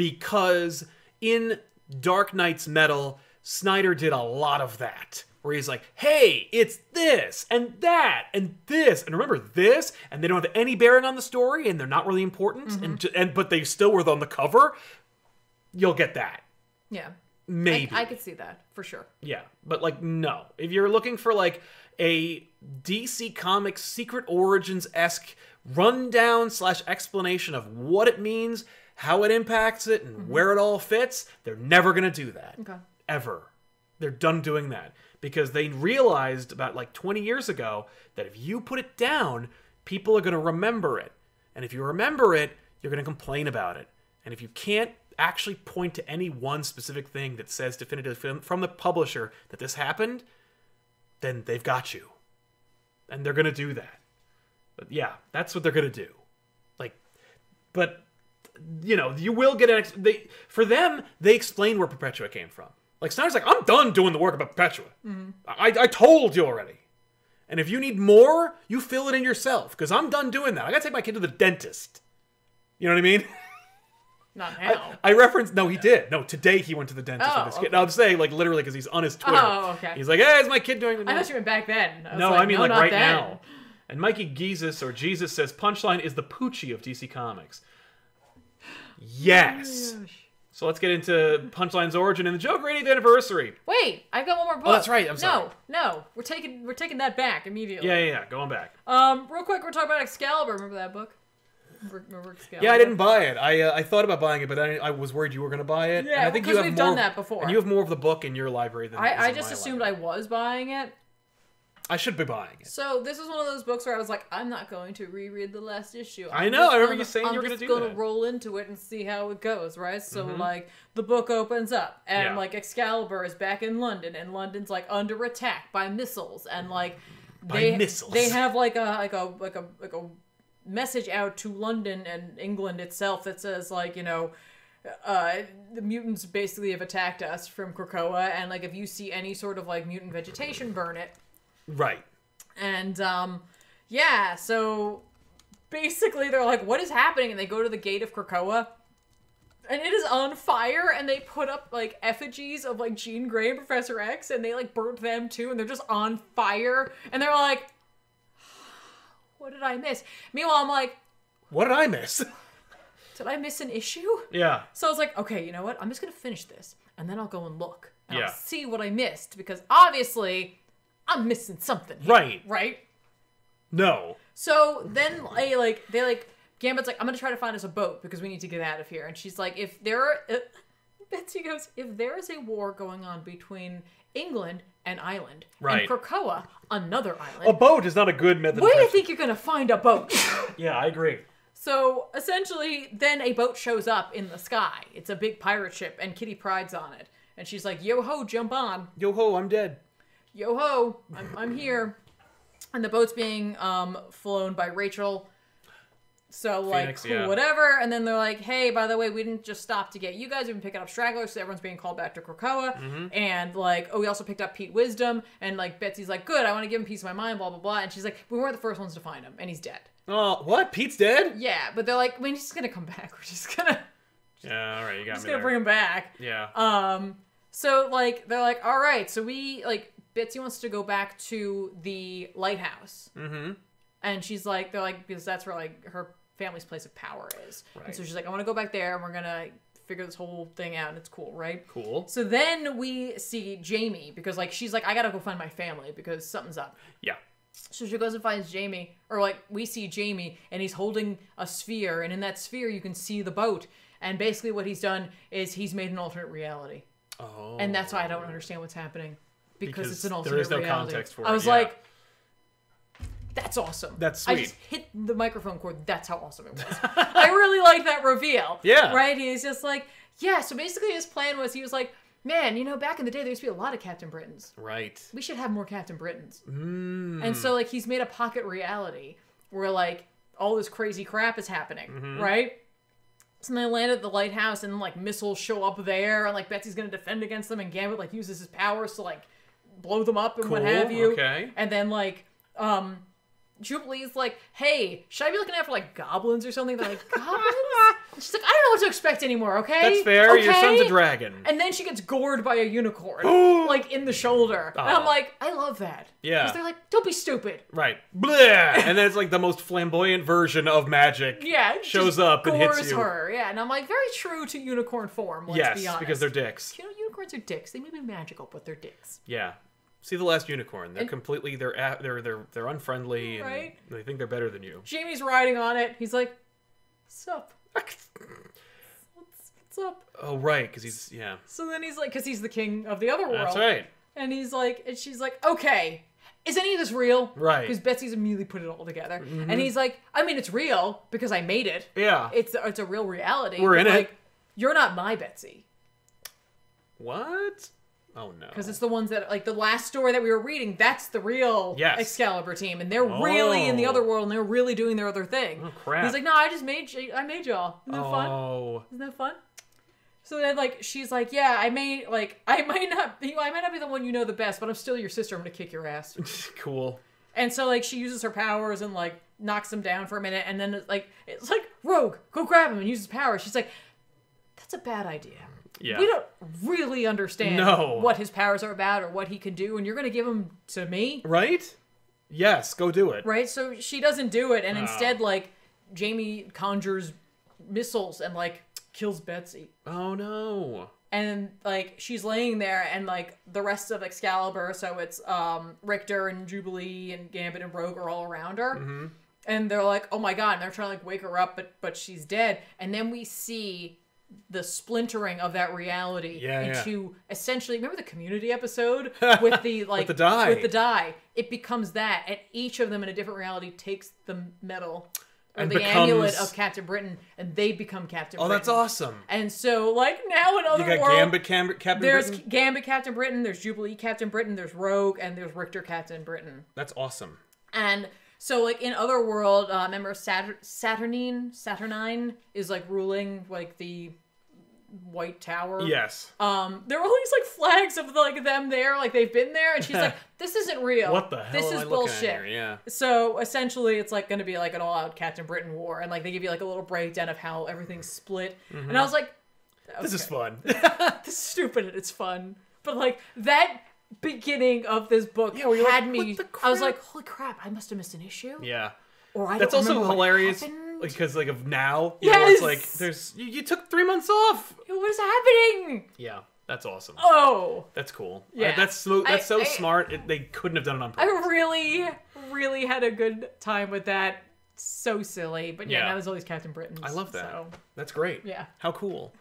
Speaker 1: because in Dark Knight's metal, Snyder did a lot of that. Where he's like, hey, it's this and that and this and remember this, and they don't have any bearing on the story and they're not really important,
Speaker 2: Mm-hmm.
Speaker 1: and, ju- and but they still were on the cover. You'll get that.
Speaker 2: Yeah.
Speaker 1: Maybe.
Speaker 2: I could see that for sure.
Speaker 1: Yeah, but like no. If you're looking for like a DC Comics Secret Origins esque rundown slash explanation of what it means, how it impacts it, and where it all fits, they're never gonna do that
Speaker 2: Okay.
Speaker 1: ever. They're done doing that because they realized about like 20 years ago that if you put it down, people are going to remember it. And if you remember it, you're going to complain about it. And if you can't actually point to any one specific thing that says definitively from, from the publisher that this happened, then they've got you. And they're going to do that. But yeah, that's what they're going to do. Like but you know, you will get an ex- they for them. They explain where Perpetua came from. Like Snyder's like, I'm done doing the work about Perpetua. I, I told you already. And if you need more, you fill it in yourself because I'm done doing that. I gotta take my kid to the dentist. You know what I mean?
Speaker 2: Not now.
Speaker 1: I referenced no, he did. No, today he went to the dentist
Speaker 2: Oh,
Speaker 1: with his kid.
Speaker 2: okay.
Speaker 1: No, I'm saying like literally because he's on his Twitter.
Speaker 2: Oh, okay.
Speaker 1: He's like, hey, is my kid doing the
Speaker 2: I thought you meant back then. I was
Speaker 1: No, I mean like
Speaker 2: not
Speaker 1: right
Speaker 2: then.
Speaker 1: now. And Mikey Jesus or Jesus says punchline is the Poochie of DC Comics.
Speaker 2: Oh
Speaker 1: Yes. So let's get into Punchline's origin and the Joker 80th anniversary.
Speaker 2: Wait, I've got one more book.
Speaker 1: Oh, that's right, I'm sorry.
Speaker 2: No, no, we're taking we're taking that back immediately.
Speaker 1: Yeah, yeah, yeah. Going back.
Speaker 2: Um, real quick, we're talking about Excalibur. Remember that book? Remember, remember Excalibur?
Speaker 1: Yeah, I didn't buy it. I uh, I thought about buying it, but I, I was worried you were going to buy it.
Speaker 2: Yeah,
Speaker 1: and I think you have
Speaker 2: because we've
Speaker 1: more
Speaker 2: done
Speaker 1: of-
Speaker 2: that before.
Speaker 1: And you have more of the book in your library than
Speaker 2: I, I just assumed I was buying it.
Speaker 1: I I should be buying it.
Speaker 2: So this is one of those books where I was like, I'm not going to reread the last issue.
Speaker 1: I
Speaker 2: I'm
Speaker 1: know,
Speaker 2: just
Speaker 1: I remember
Speaker 2: gonna-
Speaker 1: you saying
Speaker 2: I'm
Speaker 1: you were gonna
Speaker 2: just
Speaker 1: do
Speaker 2: gonna
Speaker 1: that. Mm-hmm.
Speaker 2: roll into it and see how it goes, right? So like the book opens up and
Speaker 1: Yeah.
Speaker 2: like Excalibur is back in London and London's like under attack by missiles and like
Speaker 1: By
Speaker 2: they
Speaker 1: missiles.
Speaker 2: they have like a like a like a like a message out to London and England itself that says like you know uh, the mutants basically have attacked us from Krakoa and like if you see any sort of like mutant vegetation burn it
Speaker 1: Right.
Speaker 2: and um, yeah, so basically they're like, what is happening? And they go to the gate of Krakoa. And it is on fire, and they put up like effigies of like Jean Grey and Professor X, and they like burnt them too, and they're just on fire. And they're like, what did I miss? Meanwhile, I'm like,
Speaker 1: What did I miss?
Speaker 2: did I miss an issue?
Speaker 1: yeah.
Speaker 2: So I was like, okay, you know what? I'm just gonna finish this, and then I'll go and look, and
Speaker 1: Yeah.
Speaker 2: I'll see what I missed because obviously I'm missing something, here,
Speaker 1: Right.
Speaker 2: Right?
Speaker 1: No.
Speaker 2: So then, I, like, they like Gambit's like, I'm gonna try to find us a boat because we need to get out of here. And she's like, if there, are, uh, Betsy goes, if there is a war going on between England and Ireland,
Speaker 1: Right. Oh,
Speaker 2: and Krakoa, another island,
Speaker 1: A boat is not a good method.
Speaker 2: where
Speaker 1: of
Speaker 2: do you
Speaker 1: transport.
Speaker 2: think you're gonna find a boat?
Speaker 1: Yeah, I agree.
Speaker 2: so essentially, then a boat shows up in the sky. It's a big pirate ship, and Kitty Pride's on it. And she's like, yo ho, jump on.
Speaker 1: Yo ho, I'm dead.
Speaker 2: yo ho, I'm, I'm here. And the boat's being um, flown by Rachel. So, like,
Speaker 1: Phoenix,
Speaker 2: cool,
Speaker 1: yeah.
Speaker 2: whatever. And then they're like, hey, by the way, we didn't just stop to get you guys. We've been picking up stragglers, so everyone's being called back to Krakoa.
Speaker 1: Mm-hmm.
Speaker 2: And, like, oh, we also picked up Pete Wisdom. And, like, Betsy's like, good, I want to give him peace of my mind, blah, blah, blah. And she's like, we weren't the first ones to find him, and he's dead.
Speaker 1: Oh, what? Pete's dead?
Speaker 2: Yeah, but they're like, I mean, he's going to come back. We're just going to
Speaker 1: Yeah, all right, you got
Speaker 2: just
Speaker 1: me
Speaker 2: gonna
Speaker 1: there.
Speaker 2: bring him back.
Speaker 1: yeah.
Speaker 2: Um, so like they're like, all right, so we like Bitsy wants to go back to the lighthouse, mm-hmm. and she's like, they're like because that's where like her family's place of power is, and so
Speaker 1: Right.
Speaker 2: she's like, I want to go back there, and we're gonna figure this whole thing out, and it's cool, right?
Speaker 1: cool.
Speaker 2: So then we see Jamie because like she's like, I gotta go find my family because something's up.
Speaker 1: Yeah.
Speaker 2: So she goes and finds Jamie, or like we see Jamie, and he's holding a sphere, and in that sphere you can see the boat. And basically, what he's done is he's made an alternate reality,
Speaker 1: Oh.
Speaker 2: and that's why I don't understand what's happening because,
Speaker 1: Because
Speaker 2: it's an
Speaker 1: there
Speaker 2: alternate
Speaker 1: is no
Speaker 2: reality.
Speaker 1: context for
Speaker 2: I
Speaker 1: it,
Speaker 2: was
Speaker 1: yeah.
Speaker 2: like, that's awesome.
Speaker 1: That's
Speaker 2: I just
Speaker 1: sweet.
Speaker 2: hit the microphone cord. That's how awesome it was. I really like that reveal.
Speaker 1: Yeah.
Speaker 2: Right? He's just like, yeah. So basically, his plan was he was like, man, you know, back in the day there used to be a lot of Captain Britons
Speaker 1: right.
Speaker 2: we should have more Captain Britons.
Speaker 1: Mm-hmm.
Speaker 2: And so like he's made a pocket reality where like all this crazy crap is happening,
Speaker 1: Mm-hmm.
Speaker 2: right? So they land at the lighthouse and like missiles show up there and like Betsy's gonna defend against them and Gambit like uses his powers to like blow them up and what
Speaker 1: Cool,
Speaker 2: have you.
Speaker 1: okay.
Speaker 2: And then like um Jubilee's like, hey, should I be looking out for like goblins or something? They're like, goblins? And She's like, I don't know what to expect anymore, okay?
Speaker 1: That's fair. Your son's a
Speaker 2: Okay?"
Speaker 1: dragon.
Speaker 2: And then she gets gored by a unicorn,
Speaker 1: Ooh.
Speaker 2: like in the shoulder. And I'm
Speaker 1: Aw.
Speaker 2: like, I love that.
Speaker 1: Ah. Yeah.
Speaker 2: Because they're like, don't be stupid.
Speaker 1: right. Bleh! And then it's like the most flamboyant version of magic.
Speaker 2: Yeah. it
Speaker 1: Shows
Speaker 2: just
Speaker 1: up and hits
Speaker 2: gores
Speaker 1: you.
Speaker 2: her. Yeah. And I'm like, very true to unicorn form. Let's
Speaker 1: yes,
Speaker 2: be honest.
Speaker 1: because they're dicks.
Speaker 2: You know, unicorns are dicks. They may be magical, but they're dicks.
Speaker 1: Yeah. See the last unicorn. They're
Speaker 2: And-
Speaker 1: completely they're a- they're they're they're unfriendly and
Speaker 2: Right.
Speaker 1: they think they're better than you.
Speaker 2: Jamie's riding on it. He's like, sup? What's, what's up?
Speaker 1: Oh right, because he's yeah.
Speaker 2: So then he's like, because he's the king of the other world.
Speaker 1: That's right.
Speaker 2: And he's like, and she's like, okay, is any of this real?
Speaker 1: Right. Mm-hmm.
Speaker 2: Because Betsy's immediately put it all together. And he's like, I mean, it's real because I made it.
Speaker 1: Yeah.
Speaker 2: It's it's a real reality.
Speaker 1: We're
Speaker 2: but,
Speaker 1: in it.
Speaker 2: like, You're not my Betsy
Speaker 1: what? Oh no.
Speaker 2: because it's the ones that like the last story that we were reading. That's the real
Speaker 1: Yes.
Speaker 2: Excalibur team, and they're really in the
Speaker 1: Oh.
Speaker 2: other world and they're really doing their other thing. Oh
Speaker 1: crap.
Speaker 2: He's like, no, I just made y- I made y'all. Isn't that fun?
Speaker 1: Oh.
Speaker 2: Isn't that fun? So then, like, she's like, "Yeah, I may like, I might not be, I might not be the one you know the best, but I'm still your sister. I'm gonna kick your ass."
Speaker 1: cool.
Speaker 2: and so, like, she uses her powers and like knocks him down for a minute, and then it's like it's like Rogue, go grab him and use his power. She's like, that's a bad idea.
Speaker 1: Yeah.
Speaker 2: We don't really understand
Speaker 1: No.
Speaker 2: what his powers are about or what he can do, and you're gonna give him to me,
Speaker 1: Right? Yes, go do it.
Speaker 2: right? So she doesn't do it, and instead, like Jamie conjures missiles and like kills Betsy.
Speaker 1: Oh no.
Speaker 2: and like she's laying there and like the rest of excalibur so it's um richter and jubilee and gambit and rogue are all around her
Speaker 1: Mm-hmm.
Speaker 2: and they're like oh my god and they're trying to like wake her up but but she's dead and then we see the splintering of that reality
Speaker 1: Yeah, yeah.
Speaker 2: into essentially remember the community episode with the like
Speaker 1: the dye.
Speaker 2: with the dye it becomes that and each of them in a different reality takes the medal or
Speaker 1: And
Speaker 2: the amulet
Speaker 1: becomes-
Speaker 2: of captain britain and they become captain
Speaker 1: Oh,
Speaker 2: britain
Speaker 1: that's awesome.
Speaker 2: and so, like now in other
Speaker 1: You got
Speaker 2: world,
Speaker 1: Gambit, Cam- Captain
Speaker 2: there's
Speaker 1: Britain?
Speaker 2: Gambit Captain Britain, there's Jubilee Captain Britain, there's Rogue, and there's Richter Captain Britain.
Speaker 1: That's awesome.
Speaker 2: And so, like in other world, uh, remember Satur- Saturnine? Saturnine is like ruling like the White Tower.
Speaker 1: Yes.
Speaker 2: Um, there were all these like flags of like them there, like they've been there, and she's like, "This isn't real.
Speaker 1: What the hell
Speaker 2: This
Speaker 1: am
Speaker 2: is
Speaker 1: I looking
Speaker 2: bullshit."
Speaker 1: at here? Yeah.
Speaker 2: So essentially, it's like going to be like an all-out Captain Britain war, and like they give you like a little breakdown of how everything's split.
Speaker 1: Mm-hmm.
Speaker 2: And I was like,
Speaker 1: This is fun.
Speaker 2: this is stupid and it's fun. But like that beginning of this book
Speaker 1: Yeah, where you're
Speaker 2: had
Speaker 1: like,
Speaker 2: me.
Speaker 1: what the
Speaker 2: I was
Speaker 1: crap?
Speaker 2: like, holy crap! I must have missed an issue.
Speaker 1: yeah.
Speaker 2: Or I
Speaker 1: That's
Speaker 2: don't
Speaker 1: also
Speaker 2: remember what
Speaker 1: hilarious
Speaker 2: happened.
Speaker 1: because like of now, you know, it's like
Speaker 2: Yes!
Speaker 1: there's you, you took three months off.
Speaker 2: what is happening?
Speaker 1: Yeah, that's awesome.
Speaker 2: Oh,
Speaker 1: That's cool.
Speaker 2: Yeah.
Speaker 1: Uh, that's so that's so
Speaker 2: I- I-
Speaker 1: smart. It, they couldn't have done it on
Speaker 2: I
Speaker 1: purpose.
Speaker 2: really, really had a good time with that. So silly, but yeah,
Speaker 1: Yeah.
Speaker 2: that was always Captain Britain.
Speaker 1: I love that.
Speaker 2: So.
Speaker 1: That's great.
Speaker 2: Yeah.
Speaker 1: How cool.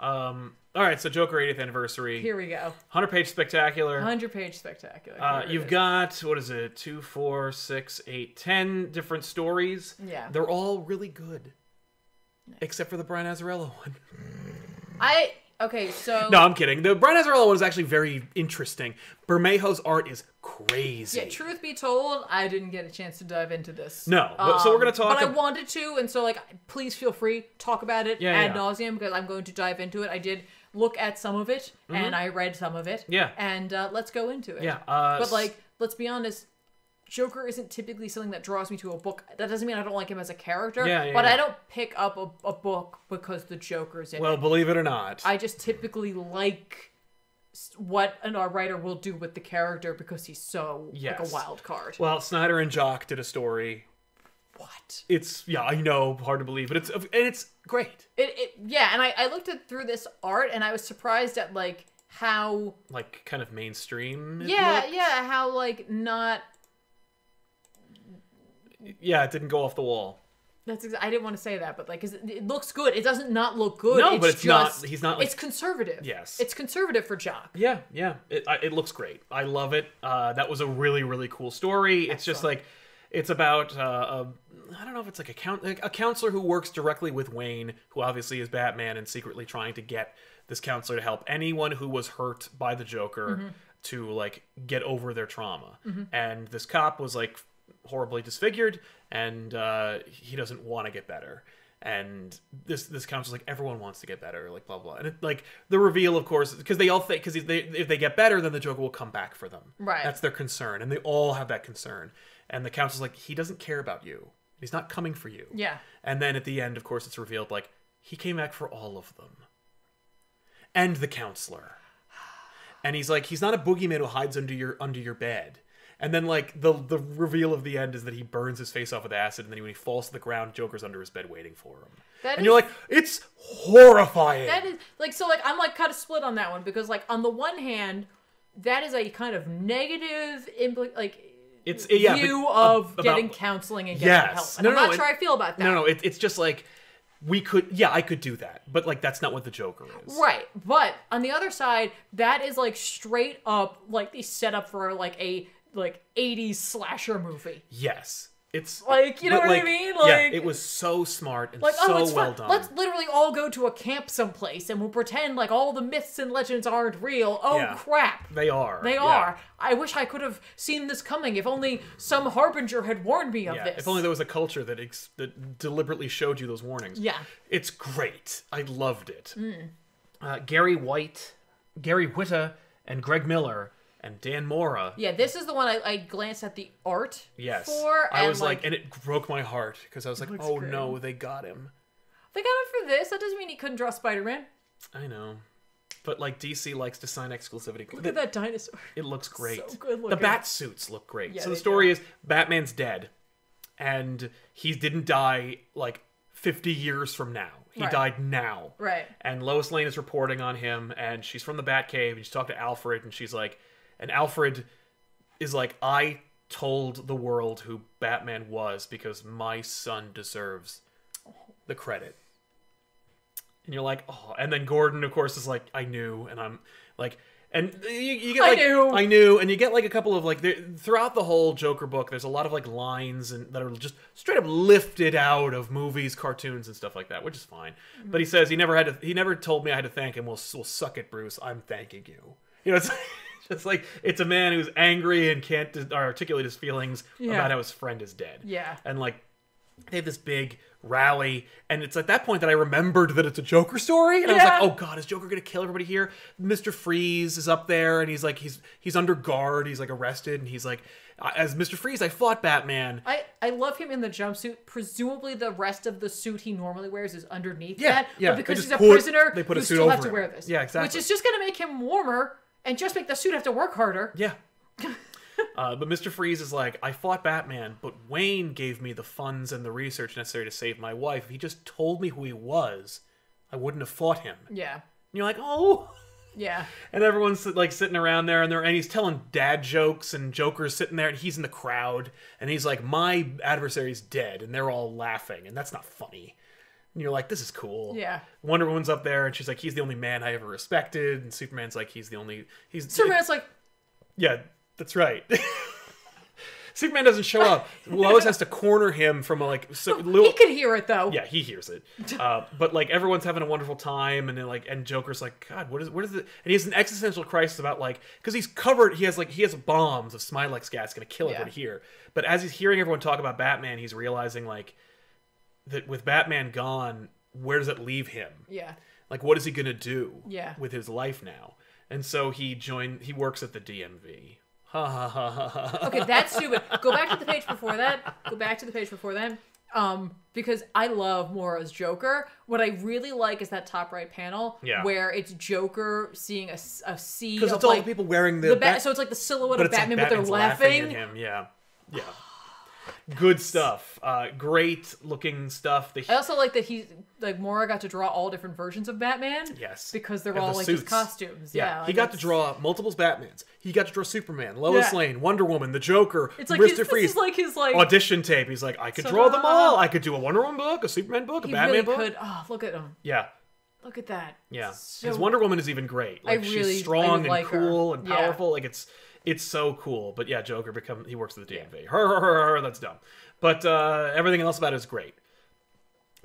Speaker 1: um. All right. So Joker 80th anniversary,
Speaker 2: Here we go.
Speaker 1: 100 page spectacular.
Speaker 2: Hundred page spectacular.
Speaker 1: Uh,
Speaker 2: Here it
Speaker 1: you've
Speaker 2: is.
Speaker 1: got what is it? Two, four, six, eight, ten different stories.
Speaker 2: Yeah.
Speaker 1: they're all really good, except for the Brian Azarello one.
Speaker 2: I okay. So
Speaker 1: No, I'm kidding. The Brian Azarello one is actually very interesting. Bermejo's art is crazy.
Speaker 2: Yeah, truth be told, I didn't get a chance to dive into this. Um,
Speaker 1: No, but- so we're gonna talk
Speaker 2: But I
Speaker 1: ab-
Speaker 2: wanted to, and so like, please feel free talk about it
Speaker 1: Yeah,
Speaker 2: ad
Speaker 1: yeah.
Speaker 2: nauseum because I'm going to dive into it. I did look at some of it, and I read some of it.
Speaker 1: Mm-hmm. Yeah.
Speaker 2: and uh, let's go into it.
Speaker 1: Yeah, uh,
Speaker 2: but like, let's be honest. Joker isn't typically something that draws me to a book. That doesn't mean I don't like him as a character.
Speaker 1: Yeah, yeah,
Speaker 2: but
Speaker 1: yeah.
Speaker 2: I don't pick up a, a book because the Joker's in it.
Speaker 1: Well, believe it or not.
Speaker 2: I just typically like s- what an a writer will do with the character because he's so like
Speaker 1: Yes.
Speaker 2: a wild card.
Speaker 1: well, Snyder and Jock did a story.
Speaker 2: What?
Speaker 1: It's yeah, I know, hard to believe, but it's and it's great.
Speaker 2: It, it yeah, and I, I looked at through this art and I was surprised at like how
Speaker 1: Like kind of mainstream. it
Speaker 2: yeah
Speaker 1: looked.
Speaker 2: yeah how like not
Speaker 1: yeah. It didn't go off the wall.
Speaker 2: that's exa- I didn't want to say that but like 'cause it, it looks good it doesn't not look good
Speaker 1: No,
Speaker 2: it's
Speaker 1: but it's not-
Speaker 2: just,
Speaker 1: he's not, like-
Speaker 2: it's conservative
Speaker 1: Yes.
Speaker 2: it's conservative for Jock
Speaker 1: Yeah, yeah. It I, it looks great. I love it. Uh, that was a really really cool story. It's just like it's about uh, a I don't know if it's like a count like a counselor who works directly with Wayne, who obviously is Batman and secretly trying to get this counselor to help anyone who was hurt by the Joker to like get over their trauma. And this cop was like horribly disfigured and uh, he doesn't want to get better and this this council's like everyone wants to get better like blah blah and it, like the reveal of course because they all think because they, if they get better then the joker will come back for them
Speaker 2: Right.
Speaker 1: that's their concern and they all have that concern and the council's like he doesn't care about you he's not coming for you
Speaker 2: yeah
Speaker 1: and then at the end of course it's revealed like he came back for all of them and the counselor and he's like he's not a boogeyman who hides under your under your bed and then like the the reveal of the end is that he burns his face off with acid and then when he falls to the ground joker's under his bed waiting for him and
Speaker 2: That is-
Speaker 1: you're like it's horrifying
Speaker 2: that is like so like I'm like kind of split on that one because like on the one hand that is a kind of negative impl- like
Speaker 1: it's eh, yeah but-
Speaker 2: view
Speaker 1: ab-
Speaker 2: of
Speaker 1: about-
Speaker 2: getting counseling and getting
Speaker 1: Yes.
Speaker 2: help. And
Speaker 1: No,
Speaker 2: I'm
Speaker 1: no,
Speaker 2: not
Speaker 1: it-
Speaker 2: sure I feel about that.
Speaker 1: no no it, it's just like we could yeah i could do that but like that's not what the joker is
Speaker 2: Right. But on the other side, that is like straight up like the setup for like a like 80s slasher movie.
Speaker 1: yes it's
Speaker 2: Like, you know
Speaker 1: but,
Speaker 2: what I mean?
Speaker 1: yeah,
Speaker 2: Like-
Speaker 1: it was so smart and
Speaker 2: Like,
Speaker 1: so
Speaker 2: oh, it's
Speaker 1: well done
Speaker 2: fun. Let's literally all go to a camp someplace and we'll pretend like all the myths and legends aren't real. Oh
Speaker 1: Yeah.
Speaker 2: crap.
Speaker 1: they are
Speaker 2: They
Speaker 1: yeah.
Speaker 2: are. I wish I could have seen this coming. If only some harbinger had warned me of
Speaker 1: Yeah,
Speaker 2: this.
Speaker 1: if only there was a culture that ex- that deliberately showed you those warnings.
Speaker 2: Yeah. Mm.
Speaker 1: it's great. I loved it. Uh, Gary White, Gary Whitta, and Greg Miller and Dan Mora.
Speaker 2: Yeah, this is the one I, I glanced at the art
Speaker 1: Yes,
Speaker 2: for.
Speaker 1: I
Speaker 2: and,
Speaker 1: was like, and it broke my heart because I was like,
Speaker 2: Looks
Speaker 1: oh
Speaker 2: good.
Speaker 1: no, they got him.
Speaker 2: they got him for this. That doesn't mean he couldn't draw Spider Man.
Speaker 1: I know, but like DC likes to sign exclusivity.
Speaker 2: Look at that dinosaur.
Speaker 1: It looks great.
Speaker 2: good
Speaker 1: the
Speaker 2: looking.
Speaker 1: bat suits look great.
Speaker 2: Yeah,
Speaker 1: so the
Speaker 2: they
Speaker 1: story is Batman's dead, and he didn't die like 50 years from now. He
Speaker 2: Right.
Speaker 1: died now.
Speaker 2: Right.
Speaker 1: And Lois Lane is reporting on him, and she's from the Batcave, and she talked to Alfred, and she's like, and Alfred is like, I told the world who Batman was because my son deserves the credit. And you're like, oh. And then Gordon, of course, is like, I knew, and I'm like, and you, you get
Speaker 2: I
Speaker 1: like,
Speaker 2: knew.
Speaker 1: I knew, and you get like a couple of like there, throughout the whole Joker book. There's a lot of like lines and that are just straight up lifted out of movies, cartoons, and stuff like that, which is fine.
Speaker 2: Mm-hmm.
Speaker 1: But he says he never had to. He never told me I had to thank him. Well, s- well, suck it, Bruce. I'm thanking you. You know, it's just like it's a man who's angry and can't dis- or articulate his feelings
Speaker 2: Yeah.
Speaker 1: about how his friend is dead.
Speaker 2: Yeah.
Speaker 1: and like they have this big rally and it's at that point that i remembered that it's a joker story and i
Speaker 2: Yeah.
Speaker 1: was like oh god is joker gonna kill everybody here mr freeze is up there and he's like he's he's under guard he's like arrested and he's like "I- as mr freeze i fought batman
Speaker 2: I, I love him in the jumpsuit. Presumably, the rest of the suit he normally wears is underneath
Speaker 1: Yeah,
Speaker 2: that.
Speaker 1: yeah,
Speaker 2: But
Speaker 1: they
Speaker 2: because
Speaker 1: just
Speaker 2: he's a
Speaker 1: put-
Speaker 2: prisoner,
Speaker 1: they put a
Speaker 2: you
Speaker 1: suit
Speaker 2: still have
Speaker 1: over
Speaker 2: to
Speaker 1: him.
Speaker 2: wear this.
Speaker 1: Yeah, exactly.
Speaker 2: Which is just going to make him warmer and just make the suit have to work harder.
Speaker 1: yeah uh, but mr freeze is like i fought batman but wayne gave me the funds and the research necessary to save my wife if he just told me who he was i wouldn't have fought him and
Speaker 2: Yeah.
Speaker 1: you're like oh
Speaker 2: Yeah.
Speaker 1: And everyone's like sitting around there, and they're and he's telling dad jokes, and Joker's sitting there, and he's in the crowd, and he's like, "My adversary's dead," and they're all laughing, and that's not funny. And you're like, "This is cool."
Speaker 2: Yeah.
Speaker 1: Wonder Woman's up there, and she's like, "He's the only man I ever respected," and Superman's like, "He's the only he's
Speaker 2: Superman's like,
Speaker 1: yeah, that's right." Superman doesn't show up. Lois has to corner him from a, like so
Speaker 2: he
Speaker 1: little,
Speaker 2: could hear it though.
Speaker 1: yeah, he hears it. Uh, but like everyone's having a wonderful time, and then like and Joker's like, God, what is what is it? And he has an existential crisis about like because he's covered. He has like he has bombs of Smilex gas going to kill everybody here. But as he's hearing everyone talk about Batman, he's realizing like that with Batman gone, where does it leave him?
Speaker 2: Yeah.
Speaker 1: Like, what is he going to do?
Speaker 2: Yeah.
Speaker 1: with his life now. And so he joined. He works at the DMV. Ha ha ha ha ha. ha.
Speaker 2: Okay, that's stupid. Go back to the page before that. Go back to the page before that. Um, because I love Mora's Joker. What I really like is that top right panel
Speaker 1: Yeah.
Speaker 2: where it's Joker seeing a, s- a sea
Speaker 1: Because
Speaker 2: of
Speaker 1: it's all
Speaker 2: like
Speaker 1: the people wearing the,
Speaker 2: the bat.
Speaker 1: Bat-
Speaker 2: so it's like the silhouette
Speaker 1: but it's
Speaker 2: of
Speaker 1: like
Speaker 2: Batman, but
Speaker 1: Batman's
Speaker 2: they're laughing.
Speaker 1: at him. Yeah, yeah. Good stuff. Uh, great looking stuff. The
Speaker 2: I also like that he's like Mora got to draw all different versions of Batman.
Speaker 1: Yes.
Speaker 2: because they're
Speaker 1: Of
Speaker 2: all
Speaker 1: the
Speaker 2: like his
Speaker 1: suits.
Speaker 2: costumes.
Speaker 1: yeah,
Speaker 2: Yeah,
Speaker 1: he
Speaker 2: like,
Speaker 1: got to
Speaker 2: it's-
Speaker 1: draw multiples Batmans. He got to draw Superman, Lois
Speaker 2: Yeah.
Speaker 1: Lane, Wonder Woman, the Joker,
Speaker 2: It's like
Speaker 1: Mr.
Speaker 2: his, this
Speaker 1: Freeze.
Speaker 2: is like his like
Speaker 1: Audition tape. He's like, I could draw them
Speaker 2: Ta-da.
Speaker 1: all. I could do a Wonder Woman book, a Superman book, a
Speaker 2: he
Speaker 1: Batman
Speaker 2: really
Speaker 1: book.
Speaker 2: could. Oh, look at him!
Speaker 1: Yeah,
Speaker 2: Look at that!
Speaker 1: yeah.
Speaker 2: so
Speaker 1: His Wonder Woman is even great.
Speaker 2: I
Speaker 1: Like
Speaker 2: really- I
Speaker 1: she's strong and
Speaker 2: like her.
Speaker 1: cool and
Speaker 2: Yeah.
Speaker 1: powerful. Like it's it's so cool. But yeah, Joker become he works at the DMV. Her, her, her, her, that's dumb. But uh, everything else about it is great.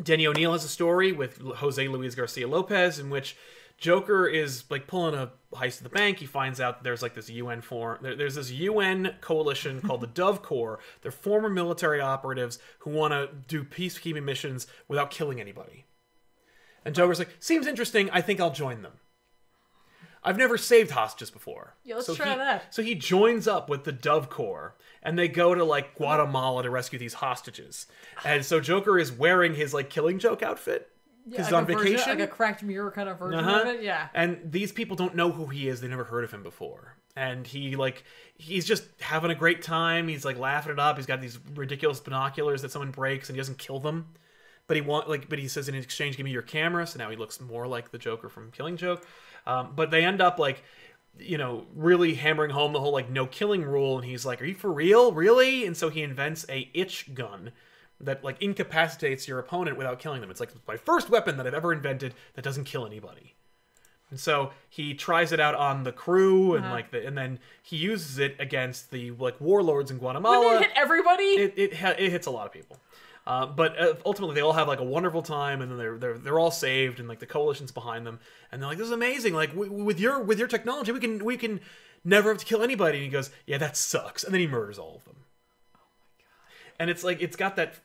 Speaker 1: Denny O'Neil has a story with L- Jose Luis Garcia Lopez in which Joker is like pulling a heist at the bank. He finds out there's like this UN form. There, there's this UN coalition called the Dove Corps. They're former military operatives who want to do peacekeeping missions without killing anybody. And Joker's like, seems interesting. I think I'll join them. I've never saved hostages before.
Speaker 2: Yeah, let's try
Speaker 1: he-
Speaker 2: that.
Speaker 1: So he joins up with the Dove Corps, and they go to like Guatemala to rescue these hostages. And so Joker is wearing his like Killing Joke outfit
Speaker 2: Yeah,
Speaker 1: because he's on
Speaker 2: like a version-
Speaker 1: vacation.
Speaker 2: like a cracked mirror kind of version
Speaker 1: Uh-huh.
Speaker 2: of it. Yeah,
Speaker 1: And these people don't know who he is. They never heard of him before. And he like he's just having a great time. He's like laughing it up. He's got these ridiculous binoculars that someone breaks and he doesn't kill them. But he want like but he says in exchange, give me your camera. So now he looks more like the Joker from Killing Joke. Um, but they end up like you know really hammering home the whole like no killing rule and he's like are you for real really and so he invents a itch gun that like incapacitates your opponent without killing them it's like my first weapon that i've ever invented that doesn't kill anybody and so he tries it out on the crew and like the, and then he uses it against the like warlords in
Speaker 2: Wouldn't
Speaker 1: Guatemala.
Speaker 2: it hit everybody.
Speaker 1: It it, ha- it hits a lot of people. Uh, but uh, ultimately, they all have like a wonderful time, and then they're they're they're all saved, and like the coalition's behind them, and they're like, "This is amazing! Like w- w- with your with your technology, we can we can never have to kill anybody." And he goes, "Yeah, that sucks," and then he murders all of them. And it's like it's got that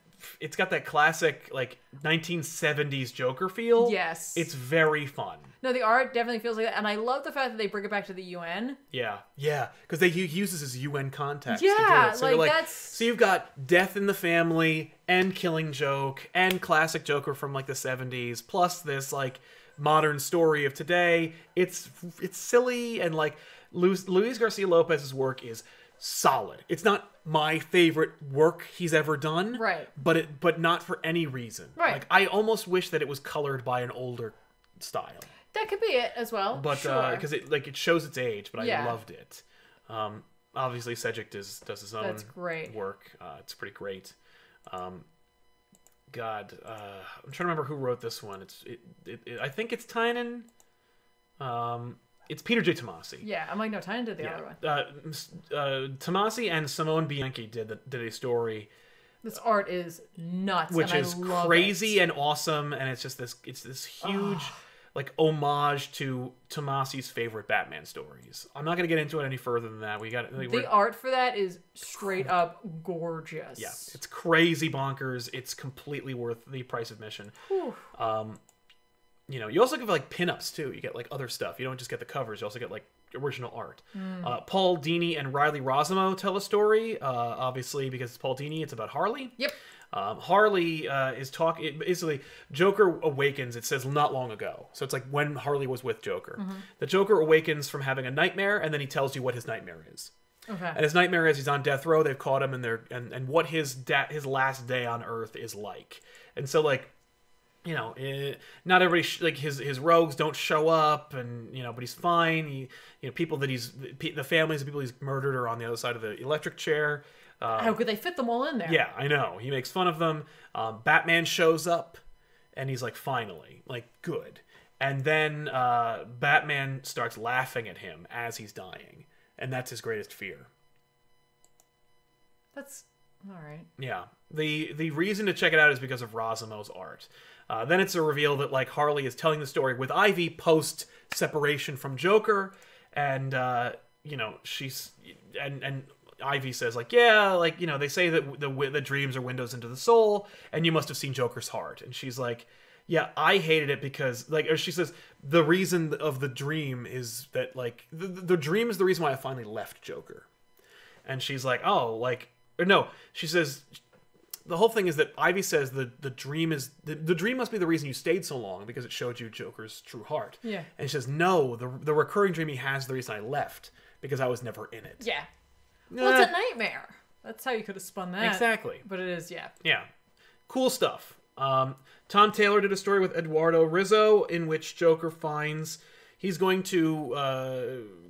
Speaker 1: it's got that classic like 1970s Joker feel.
Speaker 2: Yes.
Speaker 1: It's very fun.
Speaker 2: No, the art definitely feels like that, and I love the fact that they bring it back to the UN.
Speaker 1: Yeah, yeah, because they he uses his UN context. to do
Speaker 2: Yeah,
Speaker 1: it. so
Speaker 2: like,
Speaker 1: you're
Speaker 2: that's-
Speaker 1: so you've got Death in the Family and Killing Joke and classic Joker from like the '70s, plus this like modern story of today. It's it's silly and like Lu- Luis Garcia Lopez's work is solid. It's not my favorite work he's ever done,
Speaker 2: Right.
Speaker 1: But it but not for any reason.
Speaker 2: Right.
Speaker 1: Like I almost wish that it was colored by an older style
Speaker 2: That could be it as well.
Speaker 1: but uh,
Speaker 2: sure.
Speaker 1: because it like it shows its age, but I
Speaker 2: Yeah.
Speaker 1: loved it. Um, obviously, Cedric does does his own
Speaker 2: That's great.
Speaker 1: work. Uh, it's pretty great. Um, God, uh, I'm trying to remember who wrote this one. It's it, it, it I think it's Tynan. Um, it's Peter J. Tomasi.
Speaker 2: yeah, I'm like, no, time did the other one.
Speaker 1: Uh, s- uh, Tomasi and Simone Bianchi did the, did a story
Speaker 2: This art is nuts,
Speaker 1: which
Speaker 2: and
Speaker 1: is
Speaker 2: I love
Speaker 1: crazy
Speaker 2: It.
Speaker 1: and awesome and it's just this it's this huge like homage to Tomasi's favorite Batman stories. I'm not gonna get into it any further than that. We got like,
Speaker 2: The
Speaker 1: we're-
Speaker 2: art for that is straight up gorgeous.
Speaker 1: yeah, it's crazy bonkers. It's completely worth the price of admission. Um,
Speaker 2: Whew.
Speaker 1: You know, you also get like pinups too. You get like other stuff. You don't just get the covers. You also get like original art.
Speaker 2: Hmm.
Speaker 1: Uh, Paul Dini and Riley Rosimo tell a story. Uh, obviously, because it's Paul Dini, it's about Harley.
Speaker 2: Yep.
Speaker 1: Um, Harley uh, is talking. Basically, Joker awakens. It says not long ago, so it's like when Harley was with Joker. The Joker awakens from having a nightmare, and then he tells you what his nightmare is.
Speaker 2: Okay.
Speaker 1: And his nightmare is he's on death row. They've caught him, and they're and, and what his da- his last day on Earth is like. And so like, you know, eh, not everybody sh- like his his rogues don't show up, and you know, but he's fine. He, you know, people that he's pe- the families of people he's murdered are on the other side of the electric chair. Uh,
Speaker 2: How could they fit them all in there?
Speaker 1: yeah, I know. He makes fun of them. Um, Batman shows up, and he's like, "Finally, like, good." And then uh, Batman starts laughing at him as he's dying, and that's his greatest fear.
Speaker 2: That's all right.
Speaker 1: Yeah. The the reason to check it out is because of Rosimo's art. Uh, then it's a reveal that like Harley is telling the story with Ivy post separation from Joker, and uh, you know she's and and Ivy says like yeah like you know they say that the wi- the dreams are windows into the soul, and you must have seen Joker's heart, and she's like. Yeah, I hated it because, like, or she says, the reason of the dream is that, like, the, the dream is the reason why I finally left Joker and she's like, "Oh, like or no." She says the whole thing is that Ivy says the the dream is the, the dream must be the reason you stayed so long because it showed you Joker's true heart.
Speaker 2: Yeah.
Speaker 1: And she says, "No, the the recurring dream he has is the reason I left because I was never in it."
Speaker 2: Yeah. Well, it's
Speaker 1: Eh,
Speaker 2: a nightmare. That's how you could have spun that.
Speaker 1: exactly.
Speaker 2: But it is, yeah.
Speaker 1: Yeah. Cool stuff. Um, Tom Taylor did a story with Eduardo Rizzo in which Joker finds he's going to uh,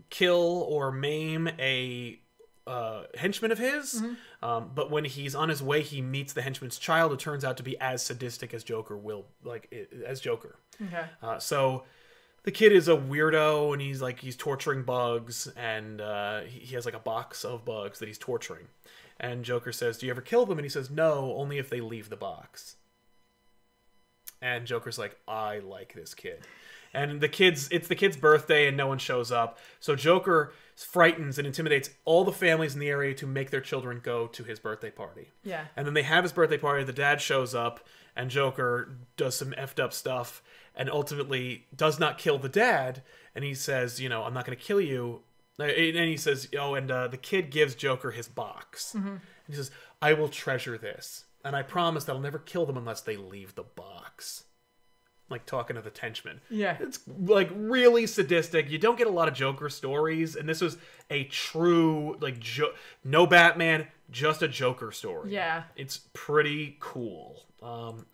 Speaker 1: kill or maim a uh, henchman of his. Um, but when he's on his way, he meets the henchman's child, who turns out to be as sadistic as Joker will, like i- as Joker.
Speaker 2: Okay.
Speaker 1: Uh, so the kid is a weirdo and he's like he's torturing bugs and uh, he he has like a box of bugs that he's torturing and joker says do you ever kill them and he says no only if they leave the box and joker's like i like this kid and the kids it's the kid's birthday and no one shows up so joker frightens and intimidates all the families in the area to make their children go to his birthday party
Speaker 2: Yeah.
Speaker 1: and then they have his birthday party. The dad shows up, and Joker does some effed up stuff, and ultimately does not kill the dad. And he says, "You know, I'm not going to kill you." Uh, And and he says, "Oh," and uh, the kid gives Joker his box. And he says, "I will treasure this, and I promise that I'll never kill them unless they leave the box." Like talking to the henchman.
Speaker 2: Yeah.
Speaker 1: It's like really sadistic. You don't get a lot of Joker stories, and this was a true like jo- no Batman, just a Joker story.
Speaker 2: Yeah.
Speaker 1: it's pretty cool. Um,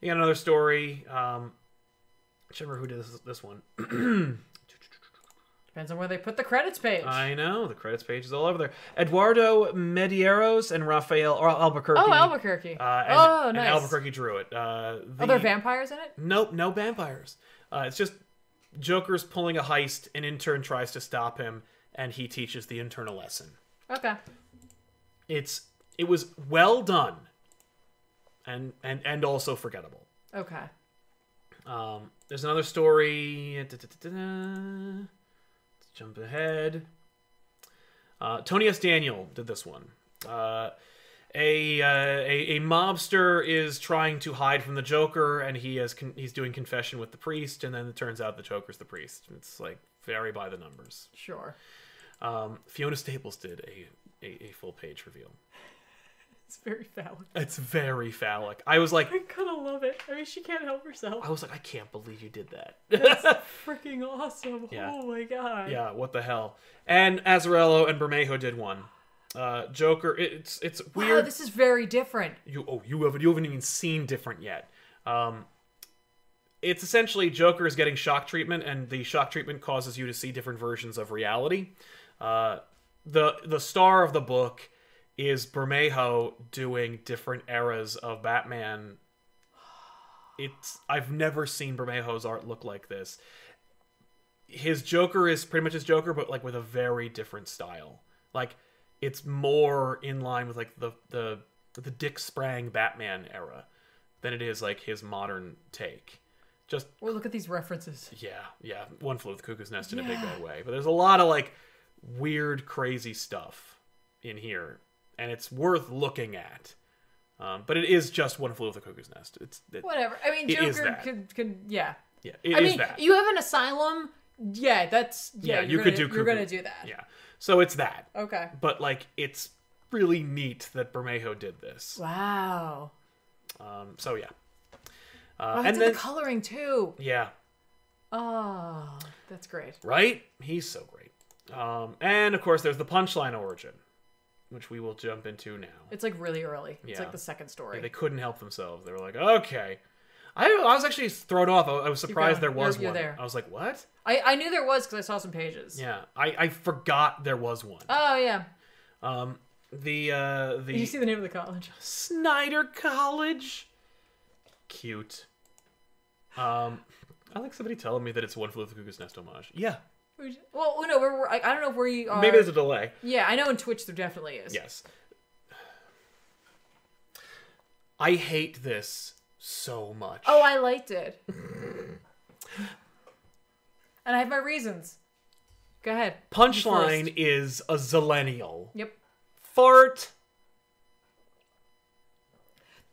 Speaker 1: you got another story. Um, I can't remember who did this, this one.
Speaker 2: Depends on where they put the credits page.
Speaker 1: I know the credits page is all over there. Eduardo Medeiros and Rafael or Albuquerque.
Speaker 2: oh, Albuquerque.
Speaker 1: Uh, and,
Speaker 2: oh,
Speaker 1: and
Speaker 2: nice.
Speaker 1: Albuquerque drew it. Uh, the,
Speaker 2: Are there vampires in it?
Speaker 1: Nope, no vampires. Uh, it's just Joker's pulling a heist. An intern tries to stop him, and he teaches the intern a lesson.
Speaker 2: Okay.
Speaker 1: It's it was well done, and and and also forgettable.
Speaker 2: Okay.
Speaker 1: Um, there's another story. Da-da-da-da-da. Let's jump ahead. Uh, Tony S. Daniel did this one. Uh, a, uh, a a mobster is trying to hide from the Joker, and he has con- he's doing confession with the priest, and then it turns out the Joker's the priest. It's like very by the numbers.
Speaker 2: Sure.
Speaker 1: Um, Fiona Staples did a, a a full page reveal.
Speaker 2: It's very phallic.
Speaker 1: It's very phallic. I was like,
Speaker 2: I kind of love it. I mean, she can't help herself.
Speaker 1: I was like, I can't believe you did that.
Speaker 2: Freaking awesome.
Speaker 1: Yeah.
Speaker 2: Oh my god.
Speaker 1: Yeah, what the hell? And Azarello and Bermejo did one. Uh, Joker, it- it's it's
Speaker 2: Wow,
Speaker 1: weird.
Speaker 2: this is very different.
Speaker 1: you oh you haven't you haven't even seen different yet. Um, it's essentially Joker is getting shock treatment, and the shock treatment causes you to see different versions of reality. Uh, the the star of the book is Bermejo doing different eras of Batman. It's I've never seen Bermejo's art look like this. His Joker is pretty much his Joker, but like with a very different style. Like it's more in line with like the the the Dick Sprang Batman era than it is like his modern take. Just
Speaker 2: Well, look at these references.
Speaker 1: yeah, yeah. One flew with the cuckoo's nest in a big
Speaker 2: Yeah.
Speaker 1: bad way. But there's a lot of like weird, crazy stuff in here, and it's worth looking at. Um, but it is just one flew with the cuckoo's nest. It's it,
Speaker 2: Whatever. I mean,
Speaker 1: It is
Speaker 2: Joker
Speaker 1: that.
Speaker 2: could, could, yeah.
Speaker 1: yeah, it is
Speaker 2: I mean,
Speaker 1: that.
Speaker 2: you have an asylum. Yeah, that's yeah.
Speaker 1: Yeah,
Speaker 2: you're
Speaker 1: you could
Speaker 2: gonna-
Speaker 1: do
Speaker 2: You're
Speaker 1: cuckoo.
Speaker 2: gonna do that.
Speaker 1: yeah, so it's that.
Speaker 2: Okay.
Speaker 1: But like, it's really neat that Bermejo did this.
Speaker 2: Wow.
Speaker 1: Um, so yeah, uh,
Speaker 2: wow
Speaker 1: and
Speaker 2: and
Speaker 1: then
Speaker 2: the coloring too.
Speaker 1: yeah,
Speaker 2: Oh, that's great.
Speaker 1: Right? He's so great. Um, and of course, there's the punchline origin, which we will jump into now.
Speaker 2: It's like really early. It's
Speaker 1: Yeah.
Speaker 2: like the second story.
Speaker 1: They couldn't help themselves. They were like, okay. I, I was actually thrown off. I, I was surprised there
Speaker 2: going.
Speaker 1: was
Speaker 2: You're- you're
Speaker 1: one.
Speaker 2: there.
Speaker 1: I was like, what?
Speaker 2: I, I knew there was because I saw some pages.
Speaker 1: Yeah, I, I forgot there was one.
Speaker 2: Oh yeah.
Speaker 1: Um, the uh, the
Speaker 2: Did you see the name of the college?
Speaker 1: Snyder College. Cute. Um, I like somebody telling me that it's one flew Over the cuckoo's nest homage. Yeah,
Speaker 2: Which- Well, oh, no, we're, we're I, I don't know if we are.
Speaker 1: maybe there's a delay.
Speaker 2: Yeah, I know in Twitch there definitely is.
Speaker 1: Yes. I hate this so much.
Speaker 2: Oh, I liked it. and I have my reasons. Go ahead.
Speaker 1: Punchline
Speaker 2: first.
Speaker 1: is a zillennial.
Speaker 2: Yep.
Speaker 1: Fart.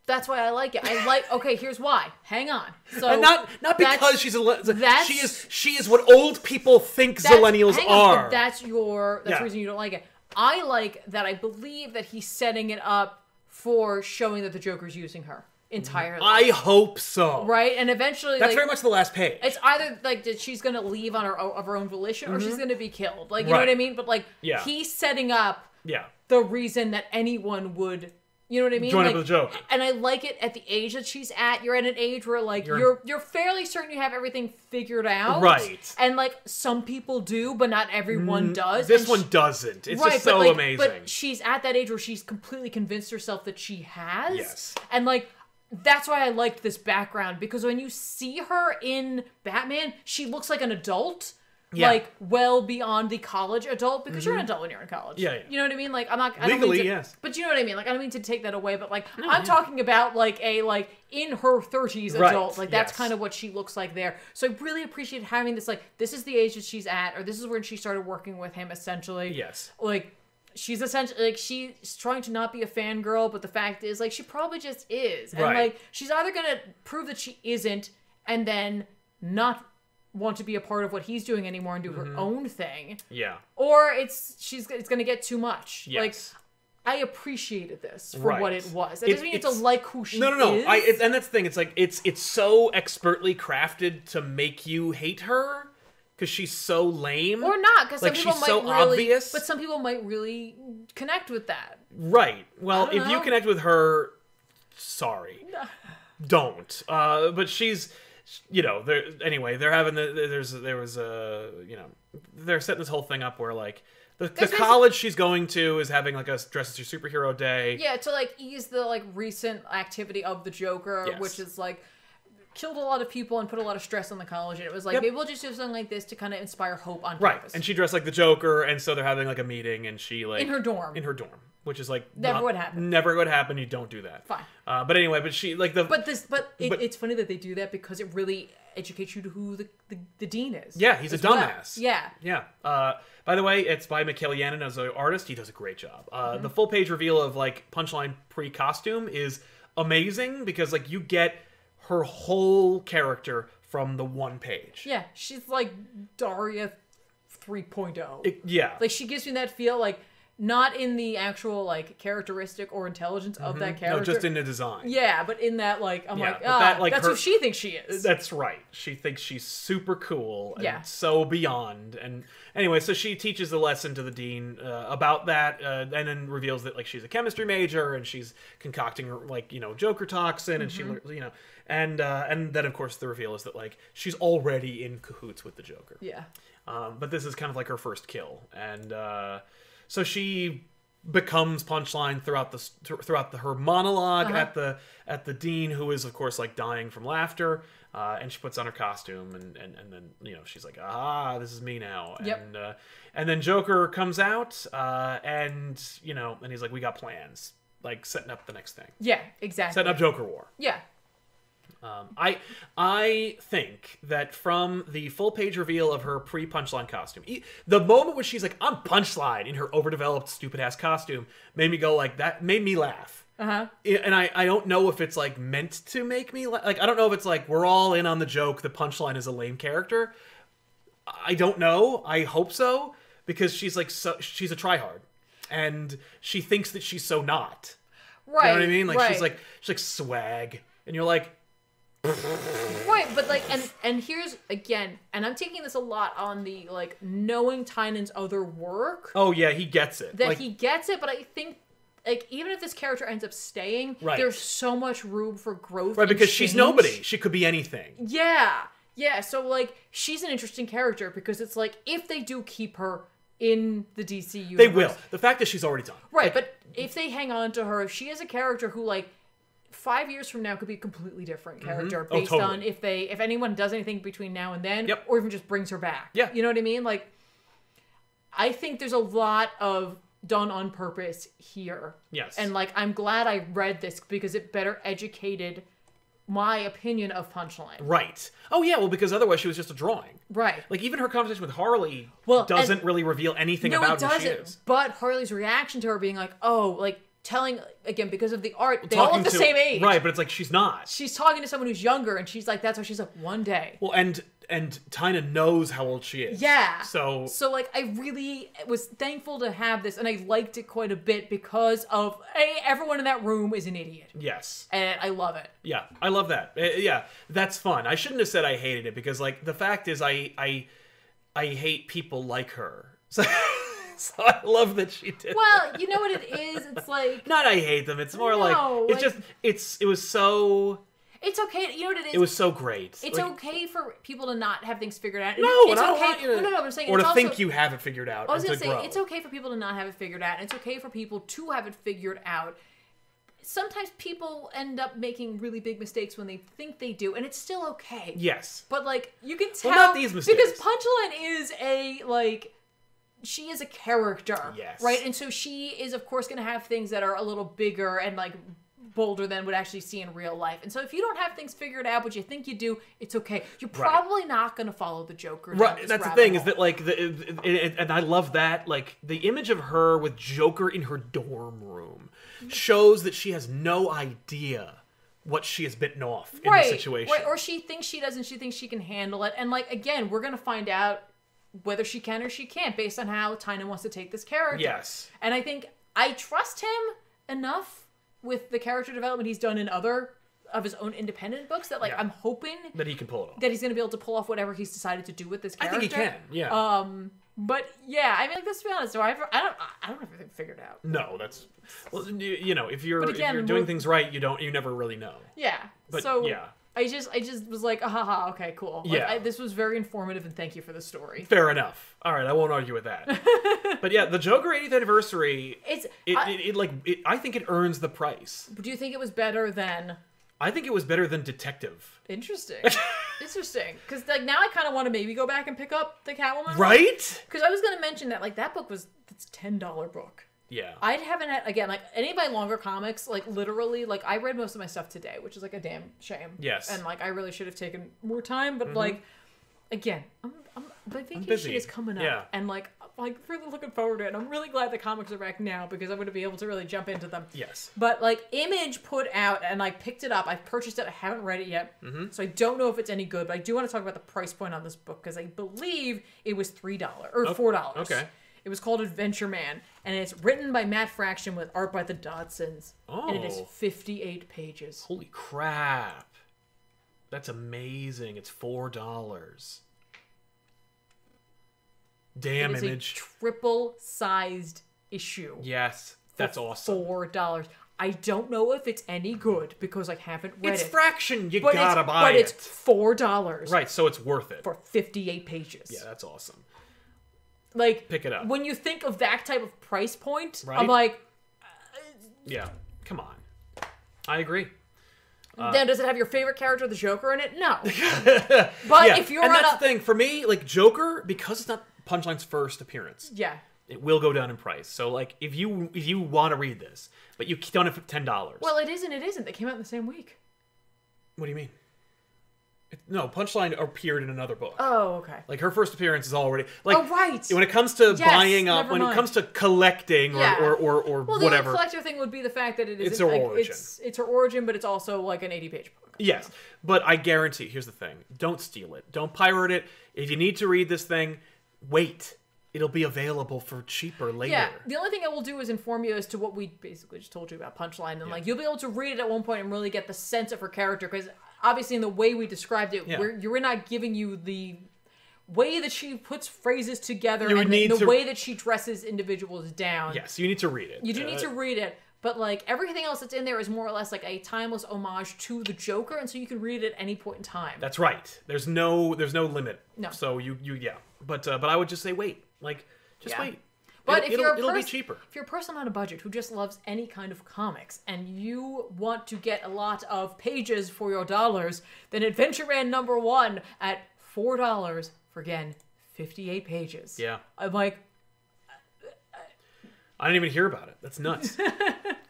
Speaker 2: That's why I like it. I like. Okay, here's why. Hang on. So
Speaker 1: and not not
Speaker 2: Oh, that's-
Speaker 1: because she's a le-
Speaker 2: that's-
Speaker 1: she is she is what old people think
Speaker 2: that's-
Speaker 1: zillennials
Speaker 2: hang on,
Speaker 1: are.
Speaker 2: but that's your. That's
Speaker 1: Yeah.
Speaker 2: the reason you don't like it. I like that. I believe that he's setting it up for showing that the Joker's using her entirely.
Speaker 1: Mm-hmm. I hope so.
Speaker 2: right, and eventually,
Speaker 1: That's
Speaker 2: like,
Speaker 1: very much the last page.
Speaker 2: it's either like that she's gonna leave on her o- of her own volition, or she's gonna be killed. Like you
Speaker 1: Mm-hmm.
Speaker 2: know
Speaker 1: Right.
Speaker 2: what I mean? But like,
Speaker 1: Yeah.
Speaker 2: he's setting up
Speaker 1: yeah.
Speaker 2: the reason that anyone would you know what I mean?
Speaker 1: Join up
Speaker 2: Like,
Speaker 1: with the Joker.
Speaker 2: And I like it at the age that she's at. You're at an age where like
Speaker 1: You're-
Speaker 2: you're you're, fairly certain you have everything figured out.
Speaker 1: Right. Mm,
Speaker 2: And like some people do, but not everyone does.
Speaker 1: This
Speaker 2: And
Speaker 1: one
Speaker 2: she-
Speaker 1: doesn't. It's just
Speaker 2: but,
Speaker 1: so
Speaker 2: like,
Speaker 1: amazing.
Speaker 2: But she's at that age where she's completely convinced herself that she has.
Speaker 1: Yes.
Speaker 2: And like that's why I liked this background because when you see her in Batman, she looks like an adult.
Speaker 1: Yeah. Mm-hmm.
Speaker 2: Like well beyond the college adult because you're an adult when you're in college.
Speaker 1: Yeah, yeah.
Speaker 2: You know what I mean? Like I'm not I don't
Speaker 1: Legally,
Speaker 2: mean to,
Speaker 1: yes.
Speaker 2: But you know what I mean? Like I don't mean to take that away, but like I'm talking about like a like in her 30s
Speaker 1: Right,
Speaker 2: adult. Like that's
Speaker 1: yes.
Speaker 2: kind of what she looks like there. So I really appreciate having this like this is the age that she's at or this is when she started working with him essentially
Speaker 1: yes.
Speaker 2: like she's essentially like she's trying to not be a fangirl but the fact is like she probably just is and
Speaker 1: Right.
Speaker 2: like she's either gonna prove that she isn't and then not want to be a part of what he's doing anymore and do
Speaker 1: Mm-hmm.
Speaker 2: her own thing
Speaker 1: Yeah.
Speaker 2: or it's she's it's gonna get too much
Speaker 1: Yes.
Speaker 2: like i appreciated this for
Speaker 1: Right.
Speaker 2: what it was it
Speaker 1: It-
Speaker 2: doesn't mean you have to
Speaker 1: it's-
Speaker 2: like who she
Speaker 1: No, no, no.
Speaker 2: is
Speaker 1: I, it, and that's the thing. It's like it's it's so expertly crafted to make you hate her because she's so lame.
Speaker 2: or not because
Speaker 1: Like,
Speaker 2: some people
Speaker 1: she's
Speaker 2: might
Speaker 1: so
Speaker 2: really
Speaker 1: obvious.
Speaker 2: but some people might really connect with that
Speaker 1: Right. Well,
Speaker 2: don't
Speaker 1: if you
Speaker 2: know.
Speaker 1: connect with her, sorry, don't. Uh, but she's, you know, they're anyway. They're having the there's there was a you know they're setting this whole thing up where like. The, the
Speaker 2: basic-
Speaker 1: college she's going to is having like a dress as your superhero day.
Speaker 2: Yeah, to like ease the like recent activity of the Joker,
Speaker 1: Yes.
Speaker 2: which is like killed a lot of people and put a lot of stress on the college. And it was like
Speaker 1: Yep.
Speaker 2: maybe we'll just do something like this to kind of inspire hope on
Speaker 1: Right.
Speaker 2: campus.
Speaker 1: And she dressed like the Joker, and so they're having like a meeting, and she like
Speaker 2: in her dorm.
Speaker 1: in her dorm, which is like
Speaker 2: Never would happen.
Speaker 1: Never would happen. You don't do that.
Speaker 2: Fine.
Speaker 1: Uh, but anyway, but she like the
Speaker 2: but this, but, it,
Speaker 1: But-
Speaker 2: it's funny that they do that because it really educate you to who the, the, the dean is.
Speaker 1: Yeah, he's a
Speaker 2: as well.
Speaker 1: dumbass.
Speaker 2: Yeah.
Speaker 1: Yeah. Uh, by the way, it's by Mikhail Yannon as an artist. He does a great job. Uh,
Speaker 2: Mm-hmm.
Speaker 1: The full page reveal of like Punchline pre costume is amazing because like you get her whole character from the one page.
Speaker 2: Yeah. She's like Daria 3.0.
Speaker 1: It- yeah.
Speaker 2: like she gives me that feel like not in the actual like characteristic or intelligence of that
Speaker 1: Mm-hmm. no,
Speaker 2: character.
Speaker 1: just in the design.
Speaker 2: yeah, but in that like I'm
Speaker 1: Yeah,
Speaker 2: like
Speaker 1: but
Speaker 2: ah,
Speaker 1: that, like,
Speaker 2: that's
Speaker 1: her-
Speaker 2: who she thinks she is.
Speaker 1: That's right. She thinks she's super cool and
Speaker 2: Yeah.
Speaker 1: so beyond. And anyway, so she teaches the lesson to the dean uh, about that, uh, and then reveals that like she's a chemistry major and she's concocting like you know Joker toxin, and she you know, and uh, and then of course the reveal is that like she's already in cahoots with the Joker.
Speaker 2: yeah.
Speaker 1: Um, but this is kind of like her first kill, and uh, so she becomes punchline throughout the throughout the, her monolog at the at the dean, who is of course like dying from laughter, uh, and she puts on her costume, and, and and then you know she's like, ah, this is me now,
Speaker 2: Yep.
Speaker 1: and uh, and then Joker comes out, uh, and you know, and he's like, we got plans, like setting up the next thing,
Speaker 2: Yeah, exactly.
Speaker 1: setting up Joker War.
Speaker 2: yeah.
Speaker 1: Um, I I think that from the full page reveal of her pre punchline costume, e- the moment when she's like I'm punchline in her overdeveloped stupid ass costume made me go like that made me laugh.
Speaker 2: Uh-huh.
Speaker 1: I- And I, I don't know if it's like meant to make me la- like I don't know if it's like we're all in on the joke the punchline is a lame character. I don't know. I hope so because she's like so she's a tryhard and she thinks that she's so not.
Speaker 2: Right.
Speaker 1: You know what I mean? Like she's
Speaker 2: right.
Speaker 1: like she's like swag and you're like
Speaker 2: Right, but like, and and here's again, and I'm taking this a lot on the like knowing Tynan's other work
Speaker 1: Oh yeah, he gets it.
Speaker 2: that
Speaker 1: Like,
Speaker 2: he gets it, but I think like even if this character ends up staying,
Speaker 1: Right.
Speaker 2: there's so much room for growth.
Speaker 1: right
Speaker 2: and
Speaker 1: because she's
Speaker 2: change.
Speaker 1: nobody. She could be anything.
Speaker 2: Yeah, yeah. So like, she's an interesting character because it's like if they do keep her in the DC universe,
Speaker 1: They will. The fact that she's already done.
Speaker 2: Right, but if they hang on to her, she is a character who like five years from now could be a completely different character
Speaker 1: Oh,
Speaker 2: based
Speaker 1: totally.
Speaker 2: on if they if anyone does anything between now and then,
Speaker 1: Yep.
Speaker 2: or even just brings her back.
Speaker 1: Yeah.
Speaker 2: you know what I mean. Like, I think there's a lot of done on purpose here.
Speaker 1: Yes.
Speaker 2: and like I'm glad I read this because it better educated my opinion of punchline.
Speaker 1: Right. Oh yeah, well because otherwise she was just a drawing.
Speaker 2: Right.
Speaker 1: Like even her conversation with Harley
Speaker 2: Well,
Speaker 1: doesn't
Speaker 2: and-
Speaker 1: really reveal anything
Speaker 2: No,
Speaker 1: about
Speaker 2: it
Speaker 1: who she
Speaker 2: doesn't.
Speaker 1: is.
Speaker 2: But Harley's reaction to her being like, "Oh, like telling again because of the art, they all
Speaker 1: Talking
Speaker 2: look the
Speaker 1: to-
Speaker 2: same age."
Speaker 1: Right, but it's like she's not.
Speaker 2: she's talking to someone who's younger and she's like that's why she's like one day
Speaker 1: Well and and Tina knows how old she is.
Speaker 2: yeah
Speaker 1: So
Speaker 2: so like i really was thankful to have this and i liked it quite a bit because of a everyone in that room is an idiot
Speaker 1: yes.
Speaker 2: and i love it
Speaker 1: Yeah, I love that. Uh, yeah, that's fun. I shouldn't have said I hated it because like the fact is I I I hate people like her. So, so I love that she did.
Speaker 2: well you know what it is it's like
Speaker 1: not I hate them. It's more like
Speaker 2: No,
Speaker 1: it's
Speaker 2: like-
Speaker 1: just it's it was so
Speaker 2: it's okay you know what it is
Speaker 1: it was so great.
Speaker 2: it's
Speaker 1: Like,
Speaker 2: okay for people to not have things figured out.
Speaker 1: No,
Speaker 2: it's
Speaker 1: and I don't
Speaker 2: okay.
Speaker 1: want you to,
Speaker 2: no, no, no. I'm saying
Speaker 1: or
Speaker 2: it's
Speaker 1: to
Speaker 2: also,
Speaker 1: think you have it figured out.
Speaker 2: I was
Speaker 1: and
Speaker 2: gonna
Speaker 1: to
Speaker 2: say
Speaker 1: grow.
Speaker 2: it's okay for people to not have it figured out, and it's okay for people to have it figured out. Sometimes people end up making really big mistakes when they think they do, and it's still okay.
Speaker 1: Yes,
Speaker 2: But like you can tell
Speaker 1: Well, not these mistakes.
Speaker 2: because Punchline is a like she is a character,
Speaker 1: Yes.
Speaker 2: right? And so she is of course going to have things that are a little bigger and like bolder than would actually see in real life. And so if you don't have things figured out but you think you do, it's okay. You're
Speaker 1: Right.
Speaker 2: probably not going to follow the Joker. down
Speaker 1: right.
Speaker 2: this
Speaker 1: That's the
Speaker 2: rabbit
Speaker 1: thing is
Speaker 2: hole.
Speaker 1: that like the it, it- and I love that like the image of her with Joker in her dorm room
Speaker 2: Mm-hmm.
Speaker 1: shows that she has no idea what she has bitten off in the situation.
Speaker 2: Right, or she thinks she doesn't. She thinks she can handle it. And like again, we're gonna find out whether she can or she can't based on how Tynan wants to take this character.
Speaker 1: Yes.
Speaker 2: And I think I trust him enough with the character development he's done in other of his own independent books that like
Speaker 1: Yeah.
Speaker 2: I'm hoping
Speaker 1: that he can pull it off.
Speaker 2: that he's gonna be able to pull off whatever he's decided to do with this
Speaker 1: I
Speaker 2: character.
Speaker 1: think he can. Yeah.
Speaker 2: Um, but yeah, I mean, like, let's be honest. Do I ever? I don't. I don't have everything figured out.
Speaker 1: no, that's well, you, you know, if you're
Speaker 2: But
Speaker 1: if
Speaker 2: again,
Speaker 1: you're doing
Speaker 2: we're-
Speaker 1: things right, you don't you never really know.
Speaker 2: Yeah.
Speaker 1: But
Speaker 2: so
Speaker 1: yeah.
Speaker 2: I just I just was like, ah, ha, ha, okay, cool. Like,
Speaker 1: Yeah.
Speaker 2: I, this was very informative and thank you for the story.
Speaker 1: Fair enough. All right, I won't argue with that. but yeah, the Joker 80th anniversary,
Speaker 2: It's.
Speaker 1: it,
Speaker 2: I-
Speaker 1: it, it like it, I think it earns the price.
Speaker 2: do you think it was better than
Speaker 1: I think it was better than Detective.
Speaker 2: interesting? interesting, because like now I kind of want to maybe go back and pick up the Catwoman.
Speaker 1: Right?
Speaker 2: Because I was gonna mention that like that book was that's ten dollar book.
Speaker 1: Yeah.
Speaker 2: I haven't had again like any of my longer comics. Like literally, like I read most of my stuff today, which is like a damn shame.
Speaker 1: Yes. Mm-hmm.
Speaker 2: and like I really should have taken more time, but like again, I'm, I'm my vacation
Speaker 1: busy.
Speaker 2: is coming up,
Speaker 1: Yeah.
Speaker 2: and like I'm, like really looking forward to it. And I'm really glad the comics are back now because I'm going to be able to really jump into them.
Speaker 1: yes.
Speaker 2: But like Image put out, and I picked it up. I've purchased it. I haven't read it yet,
Speaker 1: Mm-hmm.
Speaker 2: so I don't know if it's any good. But I do want to talk about the price point on this book because I believe it was three dollars or four dollars.
Speaker 1: okay.
Speaker 2: It was called Adventure Man, and it's written by Matt Fraction with art by the Dodsons, and it is
Speaker 1: Oh.
Speaker 2: fifty-eight pages.
Speaker 1: Holy crap. That's amazing. It's four dollars. Damn
Speaker 2: It's a
Speaker 1: image.
Speaker 2: triple-sized issue.
Speaker 1: yes. That's awesome.
Speaker 2: Four dollars. I don't know if it's any good because I haven't read
Speaker 1: It's
Speaker 2: it.
Speaker 1: fraction. You
Speaker 2: but
Speaker 1: gotta
Speaker 2: it's,
Speaker 1: buy
Speaker 2: but
Speaker 1: it.
Speaker 2: it's four dollars
Speaker 1: right, so it's worth it.
Speaker 2: for fifty-eight pages.
Speaker 1: yeah, that's awesome.
Speaker 2: like
Speaker 1: Pick it up.
Speaker 2: when you think of that type of price point
Speaker 1: Right?
Speaker 2: i'm like
Speaker 1: Yeah. Come on. I agree. Uh.
Speaker 2: then does it have your favorite character the joker in it no but
Speaker 1: yeah.
Speaker 2: if you're
Speaker 1: and
Speaker 2: on
Speaker 1: that's
Speaker 2: a
Speaker 1: the thing for me, like Joker, because it's not Punchline's first appearance,
Speaker 2: yeah
Speaker 1: it will go down in price. So like, if you if you want to read this, but you don't have ten dollars,
Speaker 2: well it isn't it isn't they came out in the same week
Speaker 1: what do you mean? It, no, Punchline appeared in another book.
Speaker 2: oh okay
Speaker 1: Like her first appearance is already like
Speaker 2: Oh, right.
Speaker 1: when it comes to
Speaker 2: Yes,
Speaker 1: buying up,
Speaker 2: never
Speaker 1: when
Speaker 2: mind.
Speaker 1: it comes to collecting or
Speaker 2: Yeah.
Speaker 1: or or, or
Speaker 2: well the
Speaker 1: whatever.
Speaker 2: only collector thing would be the fact that it is
Speaker 1: It's her
Speaker 2: like,
Speaker 1: origin.
Speaker 2: it's it's her origin but it's also like an 80 page book
Speaker 1: Yes, but I guarantee. Here's the thing: don't steal it. Don't pirate it. If you need to read this thing, wait. It'll be available for cheaper later.
Speaker 2: yeah the only thing i will do is inform you as to what we basically just told you about punchline and like you'll be able to read it at one point and really get the sense of her character because obviously in the way we described it
Speaker 1: Yeah.
Speaker 2: we're, you're not giving you the way that she puts phrases together
Speaker 1: You would
Speaker 2: and the,
Speaker 1: need
Speaker 2: the
Speaker 1: to-
Speaker 2: way that she dresses individuals down
Speaker 1: Yes, you need to read it.
Speaker 2: you do need
Speaker 1: Uh,
Speaker 2: to read it but like everything else that's in there is more or less like a timeless homage to the joker and so you can read it at any point in time
Speaker 1: That's right. There's no there's no limit.
Speaker 2: No.
Speaker 1: So you you yeah. But uh, but I would just say wait. Like just
Speaker 2: Yeah.
Speaker 1: wait.
Speaker 2: But
Speaker 1: It'll-
Speaker 2: if you're a
Speaker 1: it'll, it'll be
Speaker 2: pers-
Speaker 1: cheaper.
Speaker 2: if you're a person on a budget who just loves any kind of comics and you want to get a lot of pages for your dollars, then Adventure Man number one at four dollars for again fifty-eight pages.
Speaker 1: Yeah.
Speaker 2: I'm like,
Speaker 1: I didn't even hear about it. That's nuts.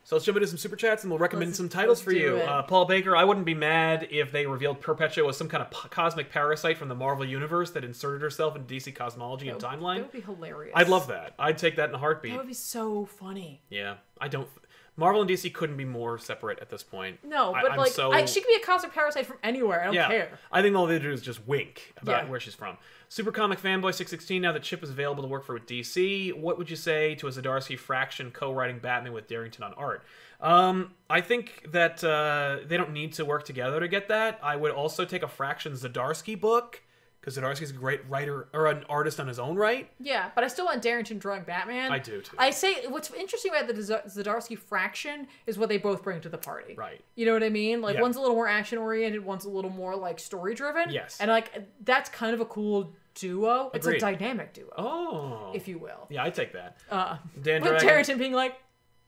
Speaker 1: so let's jump into some super chats and we'll recommend
Speaker 2: Let's-
Speaker 1: some titles
Speaker 2: let's
Speaker 1: for
Speaker 2: do
Speaker 1: you.
Speaker 2: it.
Speaker 1: Uh, Paul Baker, I wouldn't be mad if they revealed Perpetua was some kind of p- cosmic parasite from the Marvel universe that inserted herself into DC cosmology and
Speaker 2: that
Speaker 1: timeline.
Speaker 2: would be hilarious.
Speaker 1: I'd love that. I'd take that in a heartbeat.
Speaker 2: That would be so funny.
Speaker 1: Yeah. I don't. Marvel and DC couldn't be more separate at this point.
Speaker 2: No,
Speaker 1: I-
Speaker 2: but
Speaker 1: I'm
Speaker 2: like,
Speaker 1: so-
Speaker 2: I, she could be a cosmic parasite from anywhere. I don't
Speaker 1: yeah.
Speaker 2: care.
Speaker 1: I think all they do is just wink about
Speaker 2: Yeah.
Speaker 1: where she's from. Super Comic Fanboy 616, now that Chip is available to work for with DC, what would you say to a Zdarsky fraction co-writing Batman with Darrington on art? Um, I think that uh, they don't need to work together to get that. I would also take a fraction Zdarsky book, because Zdarsky's a great writer or an artist on his own right.
Speaker 2: Yeah, but I still want Darrington drawing Batman.
Speaker 1: I do, too.
Speaker 2: I say what's interesting about the Dza- Zdarsky fraction is what they both bring to the party.
Speaker 1: Right.
Speaker 2: You know what I mean? Like
Speaker 1: Yeah.
Speaker 2: one's a little more action oriented, one's a little more like story driven.
Speaker 1: Yes.
Speaker 2: And like that's kind of a cool duo. It's a
Speaker 1: Agreed.
Speaker 2: dynamic duo,
Speaker 1: Oh.
Speaker 2: if you will.
Speaker 1: yeah, I take that.
Speaker 2: Uh,
Speaker 1: Dan
Speaker 2: with
Speaker 1: Dragon-
Speaker 2: Darrington being like,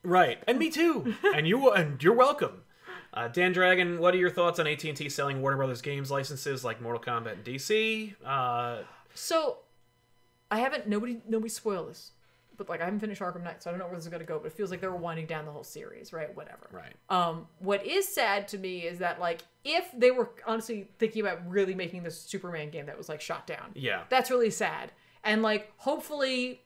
Speaker 1: Right, and me too. and you and you're welcome. Uh, Dan Dragon, what are your thoughts on AT and T selling Warner Brothers games licenses like Mortal Kombat and DC? Uh,
Speaker 2: so I haven't nobody nobody spoil this, but like I haven't finished Arkham Knight, so I don't know where this is gonna go. But it feels like they're winding down the whole series, right? Whatever.
Speaker 1: right.
Speaker 2: Um, what is sad to me is that like if they were honestly thinking about really making this Superman game that was like shot down,
Speaker 1: Yeah.
Speaker 2: that's really sad. And like hopefully,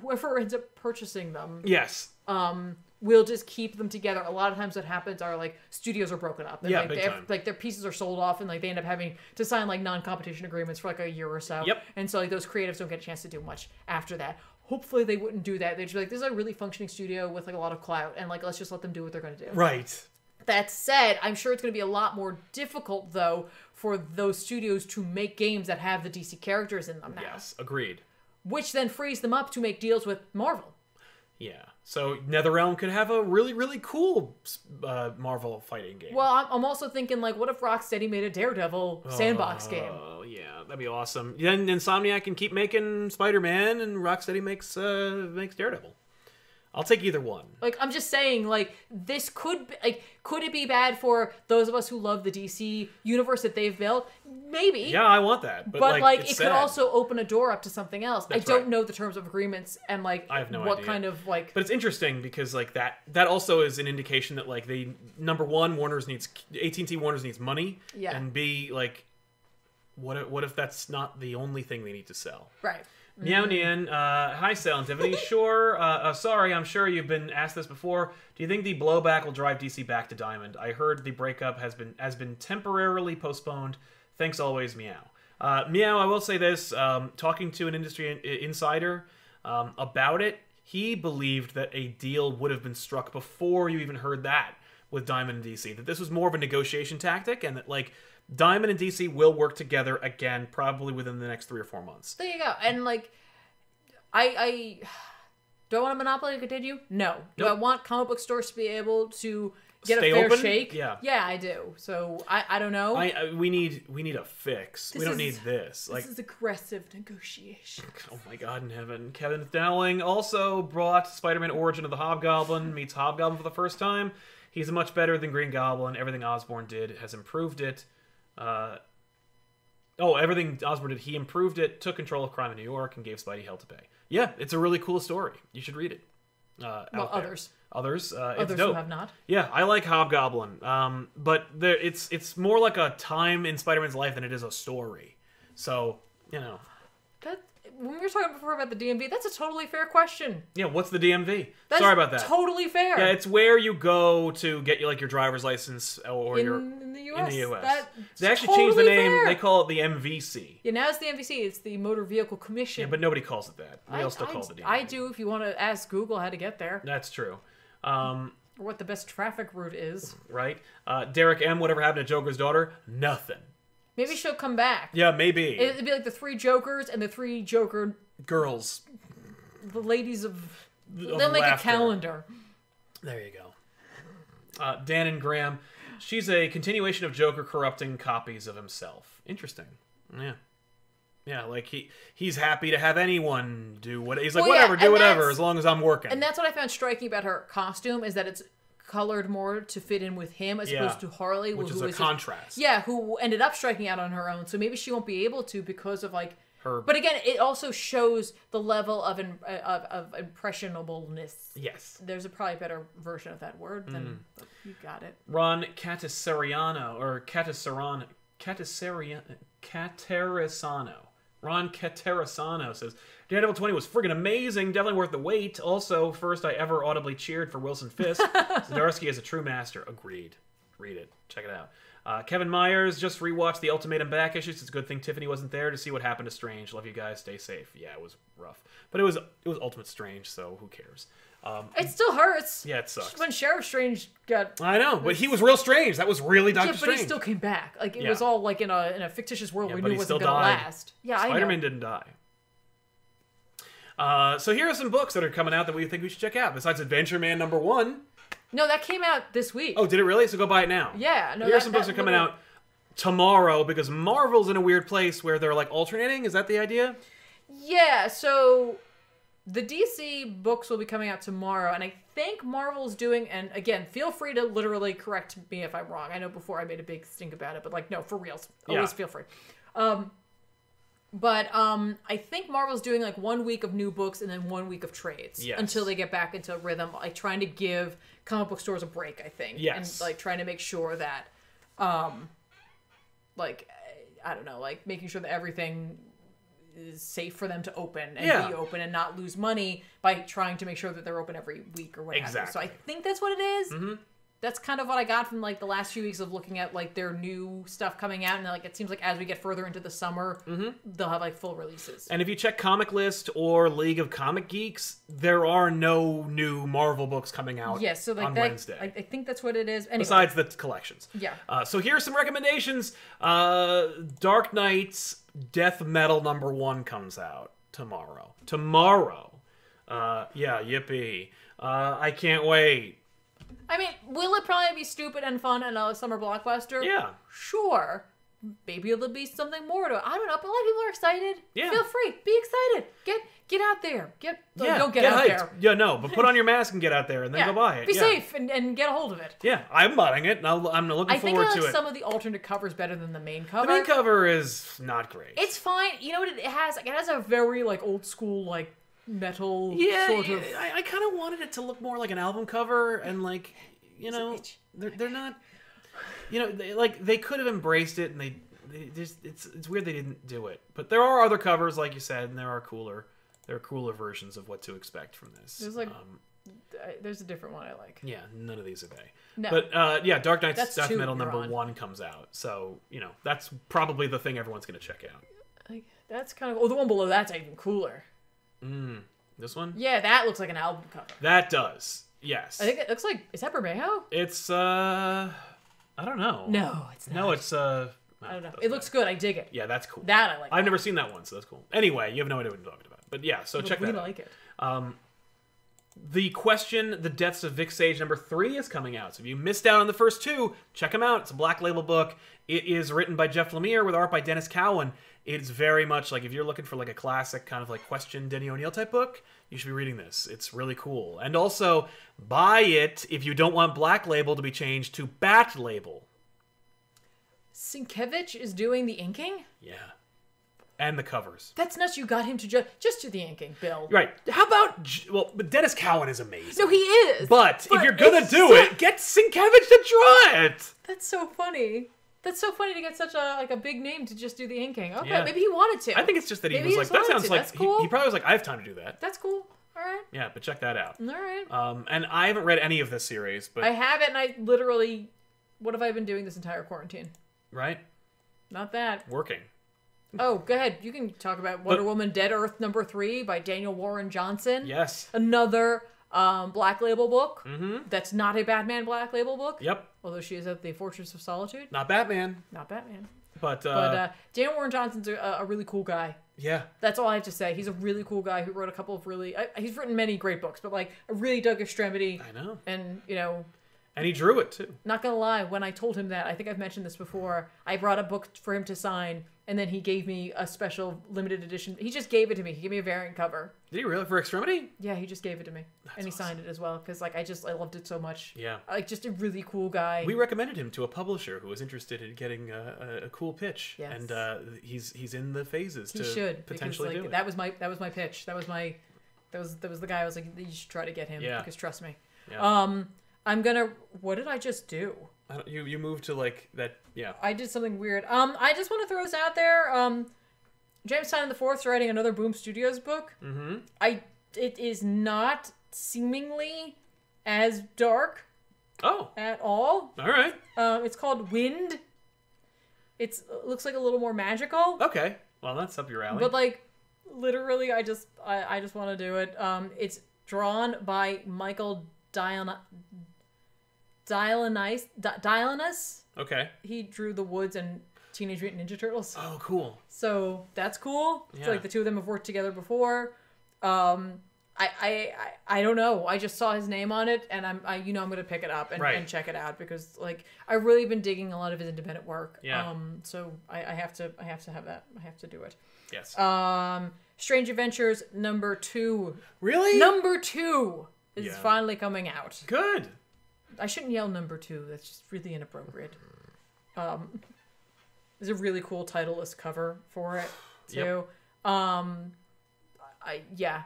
Speaker 2: whoever ends up purchasing them
Speaker 1: Yes.
Speaker 2: um, will just keep them together. A lot of times, what happens are like studios are broken up. And,
Speaker 1: Yeah,
Speaker 2: like,
Speaker 1: big
Speaker 2: they have-
Speaker 1: time.
Speaker 2: like their pieces are sold off, and like they end up having to sign like non-competition agreements for like a year or so.
Speaker 1: Yep.
Speaker 2: And so like those creatives don't get a chance to do much after that. Hopefully, they wouldn't do that. They'd just be like, "This is a really functioning studio with like a lot of clout, and like let's just let them do what they're going to do."
Speaker 1: Right.
Speaker 2: That said, I'm sure it's going to be a lot more difficult though for those studios to make games that have the DC characters in them now,
Speaker 1: Yes. Agreed.
Speaker 2: which then frees them up to make deals with Marvel.
Speaker 1: Yeah. So NetherRealm could have a really really cool uh, Marvel fighting game.
Speaker 2: Well, I'm, I'm also thinking like, what if Rocksteady made a Daredevil sandbox game?
Speaker 1: Oh yeah, that'd be awesome. Then Insomniac can keep making Spider Man, and Rocksteady makes uh, makes Daredevil. I'll take either one.
Speaker 2: Like I'm just saying, like this could be, like could it be bad for those of us who love the DC universe that they've built? Maybe.
Speaker 1: Yeah, I want that. But,
Speaker 2: But like,
Speaker 1: it's
Speaker 2: it could
Speaker 1: sad.
Speaker 2: also open a door up to something else.
Speaker 1: That's
Speaker 2: I don't
Speaker 1: right.
Speaker 2: know the terms of agreements and like
Speaker 1: I have no
Speaker 2: what
Speaker 1: idea.
Speaker 2: kind of like
Speaker 1: But it's interesting because like that that also is an indication that like they number one Warner's needs AT and T Warner's needs money.
Speaker 2: Yeah.
Speaker 1: And B like, what if, what if that's not the only thing they need to sell?
Speaker 2: right.
Speaker 1: Meow Nian, uh, hi Sal and Tiffany. Sure, uh, uh, sorry, I'm sure you've been asked this before. Do you think the blowback will drive DC back to Diamond? I heard the breakup has been has been temporarily postponed. Thanks always, Meow. Uh, meow, I will say this: um, talking to an industry in- i- insider um, about it, he believed that a deal would have been struck before you even heard that with Diamond and DC. That this was more of a negotiation tactic, and that like Diamond and DC will work together again, probably within the next three or four months.
Speaker 2: There you go. And like I I do I want a monopoly to continue? No. Do I
Speaker 1: Nope.
Speaker 2: want comic book stores to be able to get
Speaker 1: Stay
Speaker 2: a fair
Speaker 1: open?
Speaker 2: shake?
Speaker 1: Yeah.
Speaker 2: Yeah, I do. So I I don't know.
Speaker 1: I, I we need we need a fix. we
Speaker 2: This
Speaker 1: don't
Speaker 2: is-
Speaker 1: need this. Like
Speaker 2: this is aggressive negotiation.
Speaker 1: oh my god in heaven. Kevin Dowling also brought Spider-Man Origin of the Hobgoblin meets Hobgoblin for the first time. He's much better than Green Goblin. Everything Osborn did has improved it. Uh Oh, everything Osborn did, he improved it, took control of crime in New York, and gave Spidey hell to pay. Yeah, it's a really cool story. You should read it. Uh,
Speaker 2: Well,
Speaker 1: out there.
Speaker 2: others.
Speaker 1: others, uh, it's
Speaker 2: Others
Speaker 1: dope.
Speaker 2: who have not.
Speaker 1: Yeah, I like Hobgoblin, um, but there, it's it's more like a time in Spider-Man's life than it is a story. So you know,
Speaker 2: That when we were talking before about the DMV, that's a totally fair question.
Speaker 1: yeah. What's the DMV?
Speaker 2: That's
Speaker 1: Sorry about that.
Speaker 2: Totally fair.
Speaker 1: yeah, it's where you go to get your like your driver's license or
Speaker 2: in,
Speaker 1: your
Speaker 2: in the
Speaker 1: in
Speaker 2: US.
Speaker 1: the U.S.
Speaker 2: That's
Speaker 1: they actually
Speaker 2: totally
Speaker 1: changed the name.
Speaker 2: Fair.
Speaker 1: They call it the MVC,
Speaker 2: yeah, now it's the MVC. It's the Motor Vehicle Commission.
Speaker 1: but nobody calls it that. We
Speaker 2: I,
Speaker 1: all still
Speaker 2: I-
Speaker 1: call it the DMV.
Speaker 2: I do. If you want to ask Google how to get there
Speaker 1: That's true. Um,
Speaker 2: or what the best traffic route is,
Speaker 1: right? Uh, Derek M. Whatever happened to Joker's daughter? Nothing.
Speaker 2: maybe she'll come back.
Speaker 1: Yeah, maybe
Speaker 2: It- It'd be like the three Jokers and the three Joker,
Speaker 1: girls.
Speaker 2: the ladies of.
Speaker 1: of
Speaker 2: they'll make
Speaker 1: laughter.
Speaker 2: a calendar.
Speaker 1: There you go. Uh, Dan and Graham. She's a continuation of Joker corrupting copies of himself. Interesting. Yeah. Yeah, like he he's happy to have anyone do what he's like,
Speaker 2: Well, yeah,
Speaker 1: whatever, do
Speaker 2: and
Speaker 1: whatever,
Speaker 2: that's-
Speaker 1: as long as I'm working.
Speaker 2: And that's what I found striking about her costume is that it's colored more to fit in with him as
Speaker 1: Yeah.
Speaker 2: opposed to Harley,
Speaker 1: which
Speaker 2: who
Speaker 1: is a
Speaker 2: was just-
Speaker 1: contrast.
Speaker 2: Yeah, who ended up striking out on her own. So maybe she won't be able to because of like
Speaker 1: Her-
Speaker 2: But again, it also shows the level of im- of, of impressionableness.
Speaker 1: Yes.
Speaker 2: There's a probably better version of that word than
Speaker 1: Hmm.
Speaker 2: but you got it.
Speaker 1: Ron Catasariano or Catasarano Catasariano Caterasano. Ron Caterasano says Daredevil 20 was friggin' amazing, definitely worth the wait. Also, first I ever audibly cheered for Wilson Fisk. Zdarsky is a true master. Agreed. Read it. Check it out. Uh, Kevin Myers just rewatched the Ultimatum back issues. It's a good thing Tiffany wasn't there to see what happened to Strange. Love you guys. Stay safe. Yeah, it was rough, but it was it was Ultimate Strange, so who cares? Um,
Speaker 2: It still hurts.
Speaker 1: yeah, it sucks.
Speaker 2: When Sheriff Strange got
Speaker 1: I know, but he was real strange. That was really Doctor
Speaker 2: yeah, but
Speaker 1: Strange.
Speaker 2: he still came back. Like it
Speaker 1: Yeah.
Speaker 2: was all like in a in a fictitious world we
Speaker 1: but
Speaker 2: knew
Speaker 1: he
Speaker 2: wasn't
Speaker 1: still
Speaker 2: gonna
Speaker 1: died.
Speaker 2: last. Yeah, I know.
Speaker 1: Spider-Man didn't die. Uh, so here are some books that are coming out that we think we should check out. Besides Adventure Man number one.
Speaker 2: No, that came out this week.
Speaker 1: Oh, did it really? So go buy it now.
Speaker 2: yeah. No,
Speaker 1: Here are
Speaker 2: that-
Speaker 1: some books
Speaker 2: that
Speaker 1: that are coming
Speaker 2: little-
Speaker 1: out tomorrow because Marvel's in a weird place where they're like alternating. Is that the idea?
Speaker 2: Yeah, so the DC books will be coming out tomorrow, and I think Marvel's doing. And again, feel free to literally correct me if I'm wrong. I know before I made a big stink about it, but like, no, for reals, always
Speaker 1: Yeah.
Speaker 2: feel free. Um, but um, I think Marvel's doing like one week of new books and then one week of trades
Speaker 1: Yes.
Speaker 2: until they get back into a rhythm, like trying to give comic book stores a break. I think,
Speaker 1: Yes.
Speaker 2: and like trying to make sure that, um, like. I don't know, like making sure that everything is safe for them to open and
Speaker 1: Yeah.
Speaker 2: be open and not lose money by trying to make sure that they're open every week or whatever. So
Speaker 1: Exactly.
Speaker 2: I
Speaker 1: Mm-hmm.
Speaker 2: think that's what it is. That's kind of what I got from like the last few weeks of looking at like their new stuff coming out, and like it seems like as we get further into the summer,
Speaker 1: Mm-hmm.
Speaker 2: they'll have like full releases.
Speaker 1: And if you check Comic List or League of Comic Geeks, there are no new Marvel books coming out.
Speaker 2: yeah, so like
Speaker 1: on
Speaker 2: that,
Speaker 1: Wednesday.
Speaker 2: I, I think that's what it is. Anyway,
Speaker 1: besides the collections.
Speaker 2: Yeah.
Speaker 1: Uh, so here are some recommendations. Uh, Dark Knight's Death Metal number one comes out tomorrow. Tomorrow. Uh, yeah, yippee. Uh, I can't wait.
Speaker 2: I mean, will it probably be stupid and fun and a summer blockbuster?
Speaker 1: Yeah.
Speaker 2: sure. maybe there'll be something more to it. I don't know, but a lot of people are excited.
Speaker 1: Yeah.
Speaker 2: Feel free. Be excited. Get get out there. Get oh,
Speaker 1: yeah,
Speaker 2: don't get, out
Speaker 1: hyped.
Speaker 2: there.
Speaker 1: Yeah, no, but put on your mask and get out there, and then
Speaker 2: Yeah.
Speaker 1: go buy it.
Speaker 2: Be
Speaker 1: yeah.
Speaker 2: safe and, and get a hold of it.
Speaker 1: Yeah, I'm buying it, and I'll, I'm looking
Speaker 2: I think
Speaker 1: forward
Speaker 2: I
Speaker 1: to
Speaker 2: like
Speaker 1: it.
Speaker 2: some of the alternate covers better than the main cover.
Speaker 1: the main cover is not great.
Speaker 2: It's fine. You know what it has? Like, it has a very like old school like metal
Speaker 1: yeah,
Speaker 2: sort of.
Speaker 1: I, I kind of wanted it to look more like an album cover, and like, you know,
Speaker 2: itch.
Speaker 1: they're, they're not, you know, they, like they could have embraced it, and they, they just it's it's weird they didn't do it. But there are other covers, like you said, and there are cooler, there are cooler versions of what to expect from this.
Speaker 2: There's, like-
Speaker 1: um,
Speaker 2: I- uh, There's a different one I like.
Speaker 1: yeah, none of these are they.
Speaker 2: No.
Speaker 1: But uh, yeah, Dark Knight's
Speaker 2: That's
Speaker 1: Death
Speaker 2: two
Speaker 1: Metal
Speaker 2: you're
Speaker 1: number
Speaker 2: on.
Speaker 1: one comes out, so you know that's probably the thing everyone's gonna check out.
Speaker 2: Like, that's kind of. Oh, the one below that's even cooler.
Speaker 1: This one,
Speaker 2: Yeah, that looks like an album cover.
Speaker 1: that does, yes.
Speaker 2: I think it looks like. Is that Bermejo?
Speaker 1: It's uh, I don't know.
Speaker 2: No, it's not.
Speaker 1: No, it's uh.
Speaker 2: I don't know.
Speaker 1: doesn't
Speaker 2: It looks good. I dig it.
Speaker 1: matter. Yeah, that's cool.
Speaker 2: That I like.
Speaker 1: I've never seen that one, so that's cool. Anyway, you have no idea what I'm talking about. But yeah, so check
Speaker 2: we
Speaker 1: that. out.
Speaker 2: like it.
Speaker 1: The question, "The Deaths of Vic Sage" number three is coming out. So if you missed out on the first two, check them out. It's a black label book. It is written by Jeff Lemire with art by Dennis Cowan. It's very much like if you're looking for like a classic kind of like question Denny O'Neill type book, you should be reading this. It's really cool. And also buy it if you don't want black label to be changed to bat label.
Speaker 2: Sienkiewicz is doing the inking.
Speaker 1: Yeah. And the covers.
Speaker 2: That's nuts. You got him to just just do the inking, Bill.
Speaker 1: Right. How about J- well, but Dennis Cowan is amazing.
Speaker 2: No, he is.
Speaker 1: but, if
Speaker 2: but
Speaker 1: you're gonna
Speaker 2: it's
Speaker 1: do
Speaker 2: so-
Speaker 1: it, get Sienkiewicz to draw it.
Speaker 2: That's so funny. That's so funny to get such a like a big name to just do the inking. Okay,
Speaker 1: Yeah.
Speaker 2: maybe he wanted to.
Speaker 1: I think it's just that he was
Speaker 2: Maybe he
Speaker 1: like,
Speaker 2: just
Speaker 1: that
Speaker 2: wanted
Speaker 1: sounds
Speaker 2: to.
Speaker 1: like
Speaker 2: That's
Speaker 1: he-
Speaker 2: cool.
Speaker 1: he, probably was like, I have time to do that.
Speaker 2: that's cool. All right.
Speaker 1: Yeah, but check that out.
Speaker 2: All right.
Speaker 1: Um, and I haven't read any of this series, but
Speaker 2: I have it, and I literally, what have I been doing this entire quarantine?
Speaker 1: right,
Speaker 2: Not that.
Speaker 1: working.
Speaker 2: Oh, go ahead. You can talk about Wonder Woman Dead Earth number three by Daniel Warren Johnson.
Speaker 1: Yes.
Speaker 2: Another um, Black Label book
Speaker 1: Mm-hmm.
Speaker 2: that's not a Batman Black Label book.
Speaker 1: Yep.
Speaker 2: Although she is at the Fortress of Solitude.
Speaker 1: Not Batman,
Speaker 2: Not Batman.
Speaker 1: but, uh,
Speaker 2: But uh, Daniel Warren Johnson's a, a really cool guy.
Speaker 1: yeah,
Speaker 2: That's all I have to say. He's a really cool guy who wrote a couple of really. I, he's written many great books, but like I really dug Extremity.
Speaker 1: I know.
Speaker 2: And you know,
Speaker 1: And he drew it too.
Speaker 2: not gonna lie, when I told him that, I think I've mentioned this before. I brought a book for him to sign, and then he gave me a special limited edition. He just gave it to me. He gave me a variant cover.
Speaker 1: Did he really for Extremity?
Speaker 2: Yeah, he just gave it to me, and he signed it as well because like I just I loved it so much.
Speaker 1: Yeah.
Speaker 2: like just a really cool guy.
Speaker 1: We recommended him to a publisher who was interested in getting a, a, a cool pitch,
Speaker 2: Yes.
Speaker 1: and uh, he's he's in the phases
Speaker 2: he
Speaker 1: to
Speaker 2: should
Speaker 1: potentially
Speaker 2: because
Speaker 1: do
Speaker 2: like
Speaker 1: it.
Speaker 2: that was my that was my pitch. That was my that was that was the guy I was like you should try to get him
Speaker 1: Yeah.
Speaker 2: because trust me.
Speaker 1: Yeah.
Speaker 2: Um, I'm gonna. What did I just do?
Speaker 1: I don't- you you moved to like that, yeah.
Speaker 2: I did something weird. Um, I just want to throw this out there. Um, James Tynan the Fourth's writing another Boom Studios book.
Speaker 1: Mm.
Speaker 2: Mm-hmm. I it is not seemingly as dark
Speaker 1: Oh,
Speaker 2: at all.
Speaker 1: all right,
Speaker 2: Um, it's called Wind. It's it looks like a little more magical,
Speaker 1: okay. Well, that's up your alley.
Speaker 2: but like literally, I just I, I just want to do it. Um, it's drawn by Michael Dion Dionis Di- Dionis.
Speaker 1: okay.
Speaker 2: He drew The Woods and Teenage Mutant Ninja Turtles.
Speaker 1: Oh, cool.
Speaker 2: So that's cool.
Speaker 1: Yeah.
Speaker 2: So like the two of them have worked together before. Um, I, I I I don't know. I just saw his name on it, and I'm I, you know I'm gonna pick it up and,
Speaker 1: Right.
Speaker 2: and check it out because like I've really been digging a lot of his independent work.
Speaker 1: Yeah.
Speaker 2: Um, so I, I have to I have to have that. I have to do it.
Speaker 1: Yes.
Speaker 2: Um, Strange Adventures number two.
Speaker 1: really?
Speaker 2: Number two is
Speaker 1: Yeah.
Speaker 2: finally coming out.
Speaker 1: Good.
Speaker 2: I shouldn't yell number two. That's just really inappropriate. Um, there's a really cool titleless cover for it too.
Speaker 1: Yep.
Speaker 2: Um, I yeah,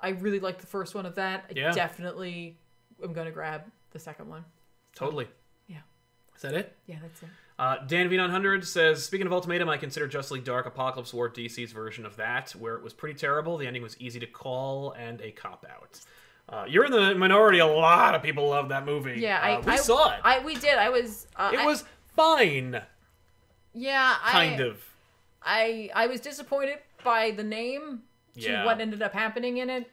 Speaker 2: I really like the first one of that. I
Speaker 1: Yeah.
Speaker 2: definitely am gonna grab the second one.
Speaker 1: Totally.
Speaker 2: Yeah.
Speaker 1: Is that it?
Speaker 2: Yeah, that's it.
Speaker 1: Uh, Dan V900 says, speaking of Ultimatum, I consider Just League Dark Apocalypse War DC's version of that, where it was pretty terrible, the ending was easy to call, and a cop out. Uh, you're in the minority. A lot of people love that movie.
Speaker 2: Yeah,
Speaker 1: uh,
Speaker 2: I
Speaker 1: we
Speaker 2: I,
Speaker 1: saw it.
Speaker 2: I we did. I was. Uh,
Speaker 1: it
Speaker 2: I-
Speaker 1: was fine,
Speaker 2: yeah.
Speaker 1: kind
Speaker 2: I,
Speaker 1: of.
Speaker 2: I I was disappointed by the name to
Speaker 1: Yeah.
Speaker 2: what ended up happening in it.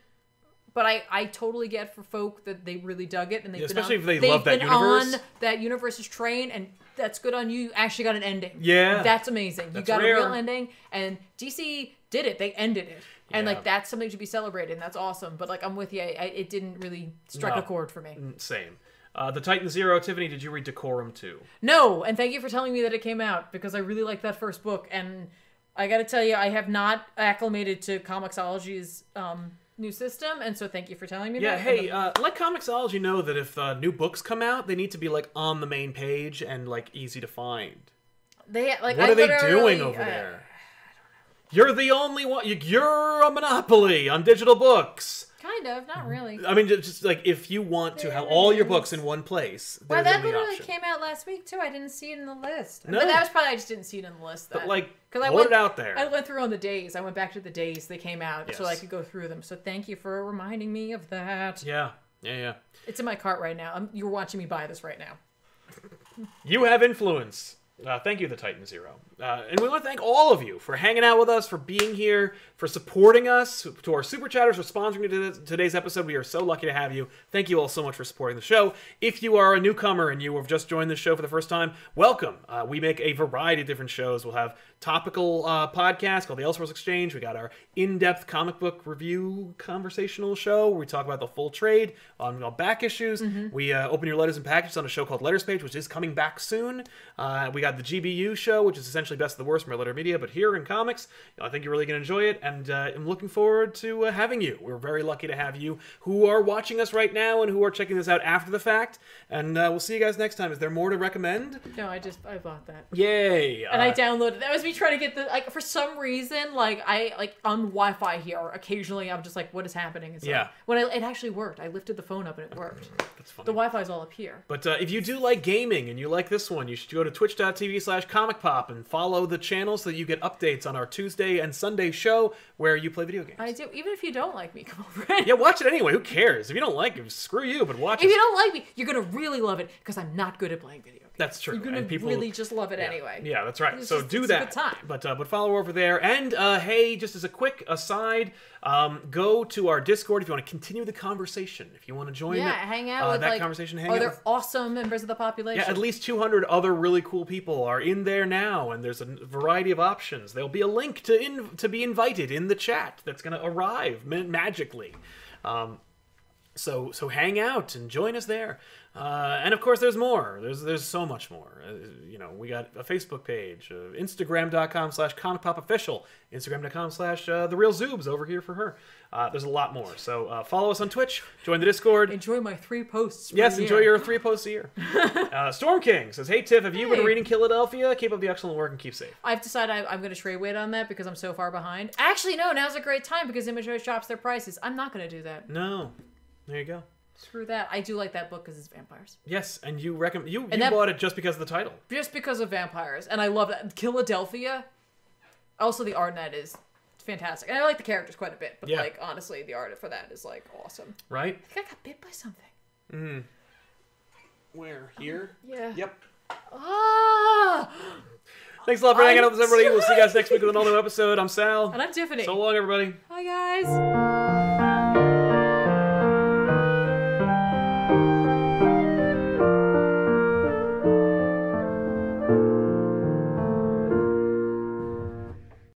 Speaker 2: But I, I totally get for folk that they really dug it and they've
Speaker 1: Yeah,
Speaker 2: been
Speaker 1: especially
Speaker 2: on,
Speaker 1: if they
Speaker 2: they've
Speaker 1: love that
Speaker 2: been
Speaker 1: universe.
Speaker 2: on that universe's train and that's good on you. You actually got an ending.
Speaker 1: Yeah.
Speaker 2: that's amazing.
Speaker 1: That's
Speaker 2: you got a real
Speaker 1: rare.
Speaker 2: ending, and DC did it. They ended it, and
Speaker 1: Yeah.
Speaker 2: like that's something to be celebrated. and That's awesome. But like I'm with you, I, I- it didn't really strike
Speaker 1: No.
Speaker 2: a chord for me.
Speaker 1: Same. Uh, the Titan Zero, Tiffany. Did you read Decorum too?
Speaker 2: No, and thank you for telling me that it came out because I really like that first book. And I got to tell you, I have not acclimated to Comixology's um, new system, and so thank you for telling me.
Speaker 1: Yeah,
Speaker 2: that.
Speaker 1: hey, uh, let Comixology know that if uh, new books come out, they need to be like on the main page and like easy to find.
Speaker 2: they like
Speaker 1: What
Speaker 2: I
Speaker 1: are they
Speaker 2: literally- uh,
Speaker 1: doing over
Speaker 2: I-
Speaker 1: there? You're the only one. you- You're a monopoly on digital books.
Speaker 2: Kind of,
Speaker 1: Mm.
Speaker 2: not really.
Speaker 1: I mean, ju- just like if you want to have all your books in one place,
Speaker 2: Well,
Speaker 1: there's
Speaker 2: that
Speaker 1: only
Speaker 2: literally
Speaker 1: option.
Speaker 2: came out last week too. I didn't see it in the list.
Speaker 1: No.
Speaker 2: But that was probably I just didn't see it in the list. Then.
Speaker 1: But like,
Speaker 2: Because
Speaker 1: put
Speaker 2: I went
Speaker 1: it out there.
Speaker 2: I went through on the days. I went back to the days they came out so I
Speaker 1: Yes.
Speaker 2: could go through them. So thank you for reminding me of that.
Speaker 1: yeah, yeah, yeah.
Speaker 2: It's in my cart right now. I'm, you're watching me buy this right now.
Speaker 1: You have influence. Uh, thank you, the Titan Zero. Uh, and we want to thank all of you for hanging out with us, for being here, for supporting us, to our super chatters for sponsoring to- today's episode. We are so lucky to have you. Thank you all so much for supporting the show. If you are a newcomer and you have just joined the show for the first time, welcome. Uh, we make a variety of different shows. We'll have topical uh, podcasts called the Elseworlds Exchange. We got our in-depth comic book review conversational show where we talk about the full trade on on back issues.
Speaker 2: Mm-hmm.
Speaker 1: We uh, open your letters and packages on a show called Letters Page, which is coming back soon. Uh, we got the GBU show, which is essentially best of the worst from our letter media, but here in comics, I think you're really going to enjoy it, and uh, I'm looking forward to uh, having you. We're very lucky to have you who are watching us right now and who are checking this out after the fact. And uh, we'll see you guys next time. Is there more to recommend?
Speaker 2: No, I just I bought that.
Speaker 1: Yay!
Speaker 2: And
Speaker 1: Uh,
Speaker 2: I downloaded. That was me trying to get the like for some reason like I like on Wi-Fi here. Occasionally I'm just like, what is happening? It's like-
Speaker 1: Yeah.
Speaker 2: when I it actually worked. I lifted the phone up and it worked.
Speaker 1: that's funny.
Speaker 2: The Wi-Fi's all up here.
Speaker 1: But uh, if you do like gaming and you like this one, you should go to twitch.tv slash comic pop and follow the channel so that you get updates on our Tuesday and Sunday show where you play video games.
Speaker 2: I do. Even if you don't like me, come over. it.
Speaker 1: Yeah, watch it anyway. Who cares? If you don't like it, screw you, but watch
Speaker 2: If you
Speaker 1: it.
Speaker 2: don't like me, you're gonna really love it because I'm not good at playing video games.
Speaker 1: That's true.
Speaker 2: You're gonna
Speaker 1: and people
Speaker 2: really just love it anyway.
Speaker 1: Yeah, that's right.
Speaker 2: It's
Speaker 1: so
Speaker 2: just-
Speaker 1: do
Speaker 2: it's a
Speaker 1: that.
Speaker 2: good time.
Speaker 1: But uh, but follow over there. And uh, hey, just as a quick aside, um, go to our Discord if you want to continue the conversation. If you want to join,
Speaker 2: Yeah,
Speaker 1: the-
Speaker 2: hang out
Speaker 1: uh,
Speaker 2: with
Speaker 1: that
Speaker 2: like
Speaker 1: conversation. Hang out
Speaker 2: other
Speaker 1: with-
Speaker 2: awesome members of the population.
Speaker 1: Yeah, at least 200 other really cool people are in there now, and there's a variety of options. There'll be a link to in, to be invited in the chat that's going to arrive ma- magically. Um, so so hang out and join us there. Uh, and of course, there's more. There's there's so much more. Uh, you know, we got a Facebook page, uh, Instagram.com slash Comic Pop Official, Instagram.com slash uh, The Real Zoobs over here for her. Uh, there's a lot more. So uh, follow us on Twitch, join the Discord.
Speaker 2: enjoy my three posts. per
Speaker 1: Yes, enjoy
Speaker 2: year.
Speaker 1: your three posts a year. uh, Storm King says, "Hey Tiff, have you
Speaker 2: Hey.
Speaker 1: been reading Philadelphia? Keep up the excellent work and keep safe."
Speaker 2: I've decided I, I'm going to trade weight on that because I'm so far behind. Actually, no. Now's a great time because Image drops their prices. I'm not going to do that.
Speaker 1: No, there you go.
Speaker 2: Screw that. I do like that book because it's vampires.
Speaker 1: Yes, and you recommend you, you
Speaker 2: that-
Speaker 1: bought it just because of the title.
Speaker 2: Just because of vampires, and I love that. Philadelphia. Also, the art in that is fantastic, and I like the characters quite a bit. But
Speaker 1: Yeah.
Speaker 2: like, honestly, the art for that is like awesome.
Speaker 1: Right?
Speaker 2: I think I got bit by something.
Speaker 1: Where? Here?
Speaker 2: Yeah.
Speaker 1: Yep.
Speaker 2: Ah.
Speaker 1: Thanks a lot for hanging out with us,
Speaker 2: I'm
Speaker 1: everybody. We'll see you guys next week with another episode. I'm Sal.
Speaker 2: And I'm Tiffany.
Speaker 1: So long, everybody.
Speaker 2: Hi guys.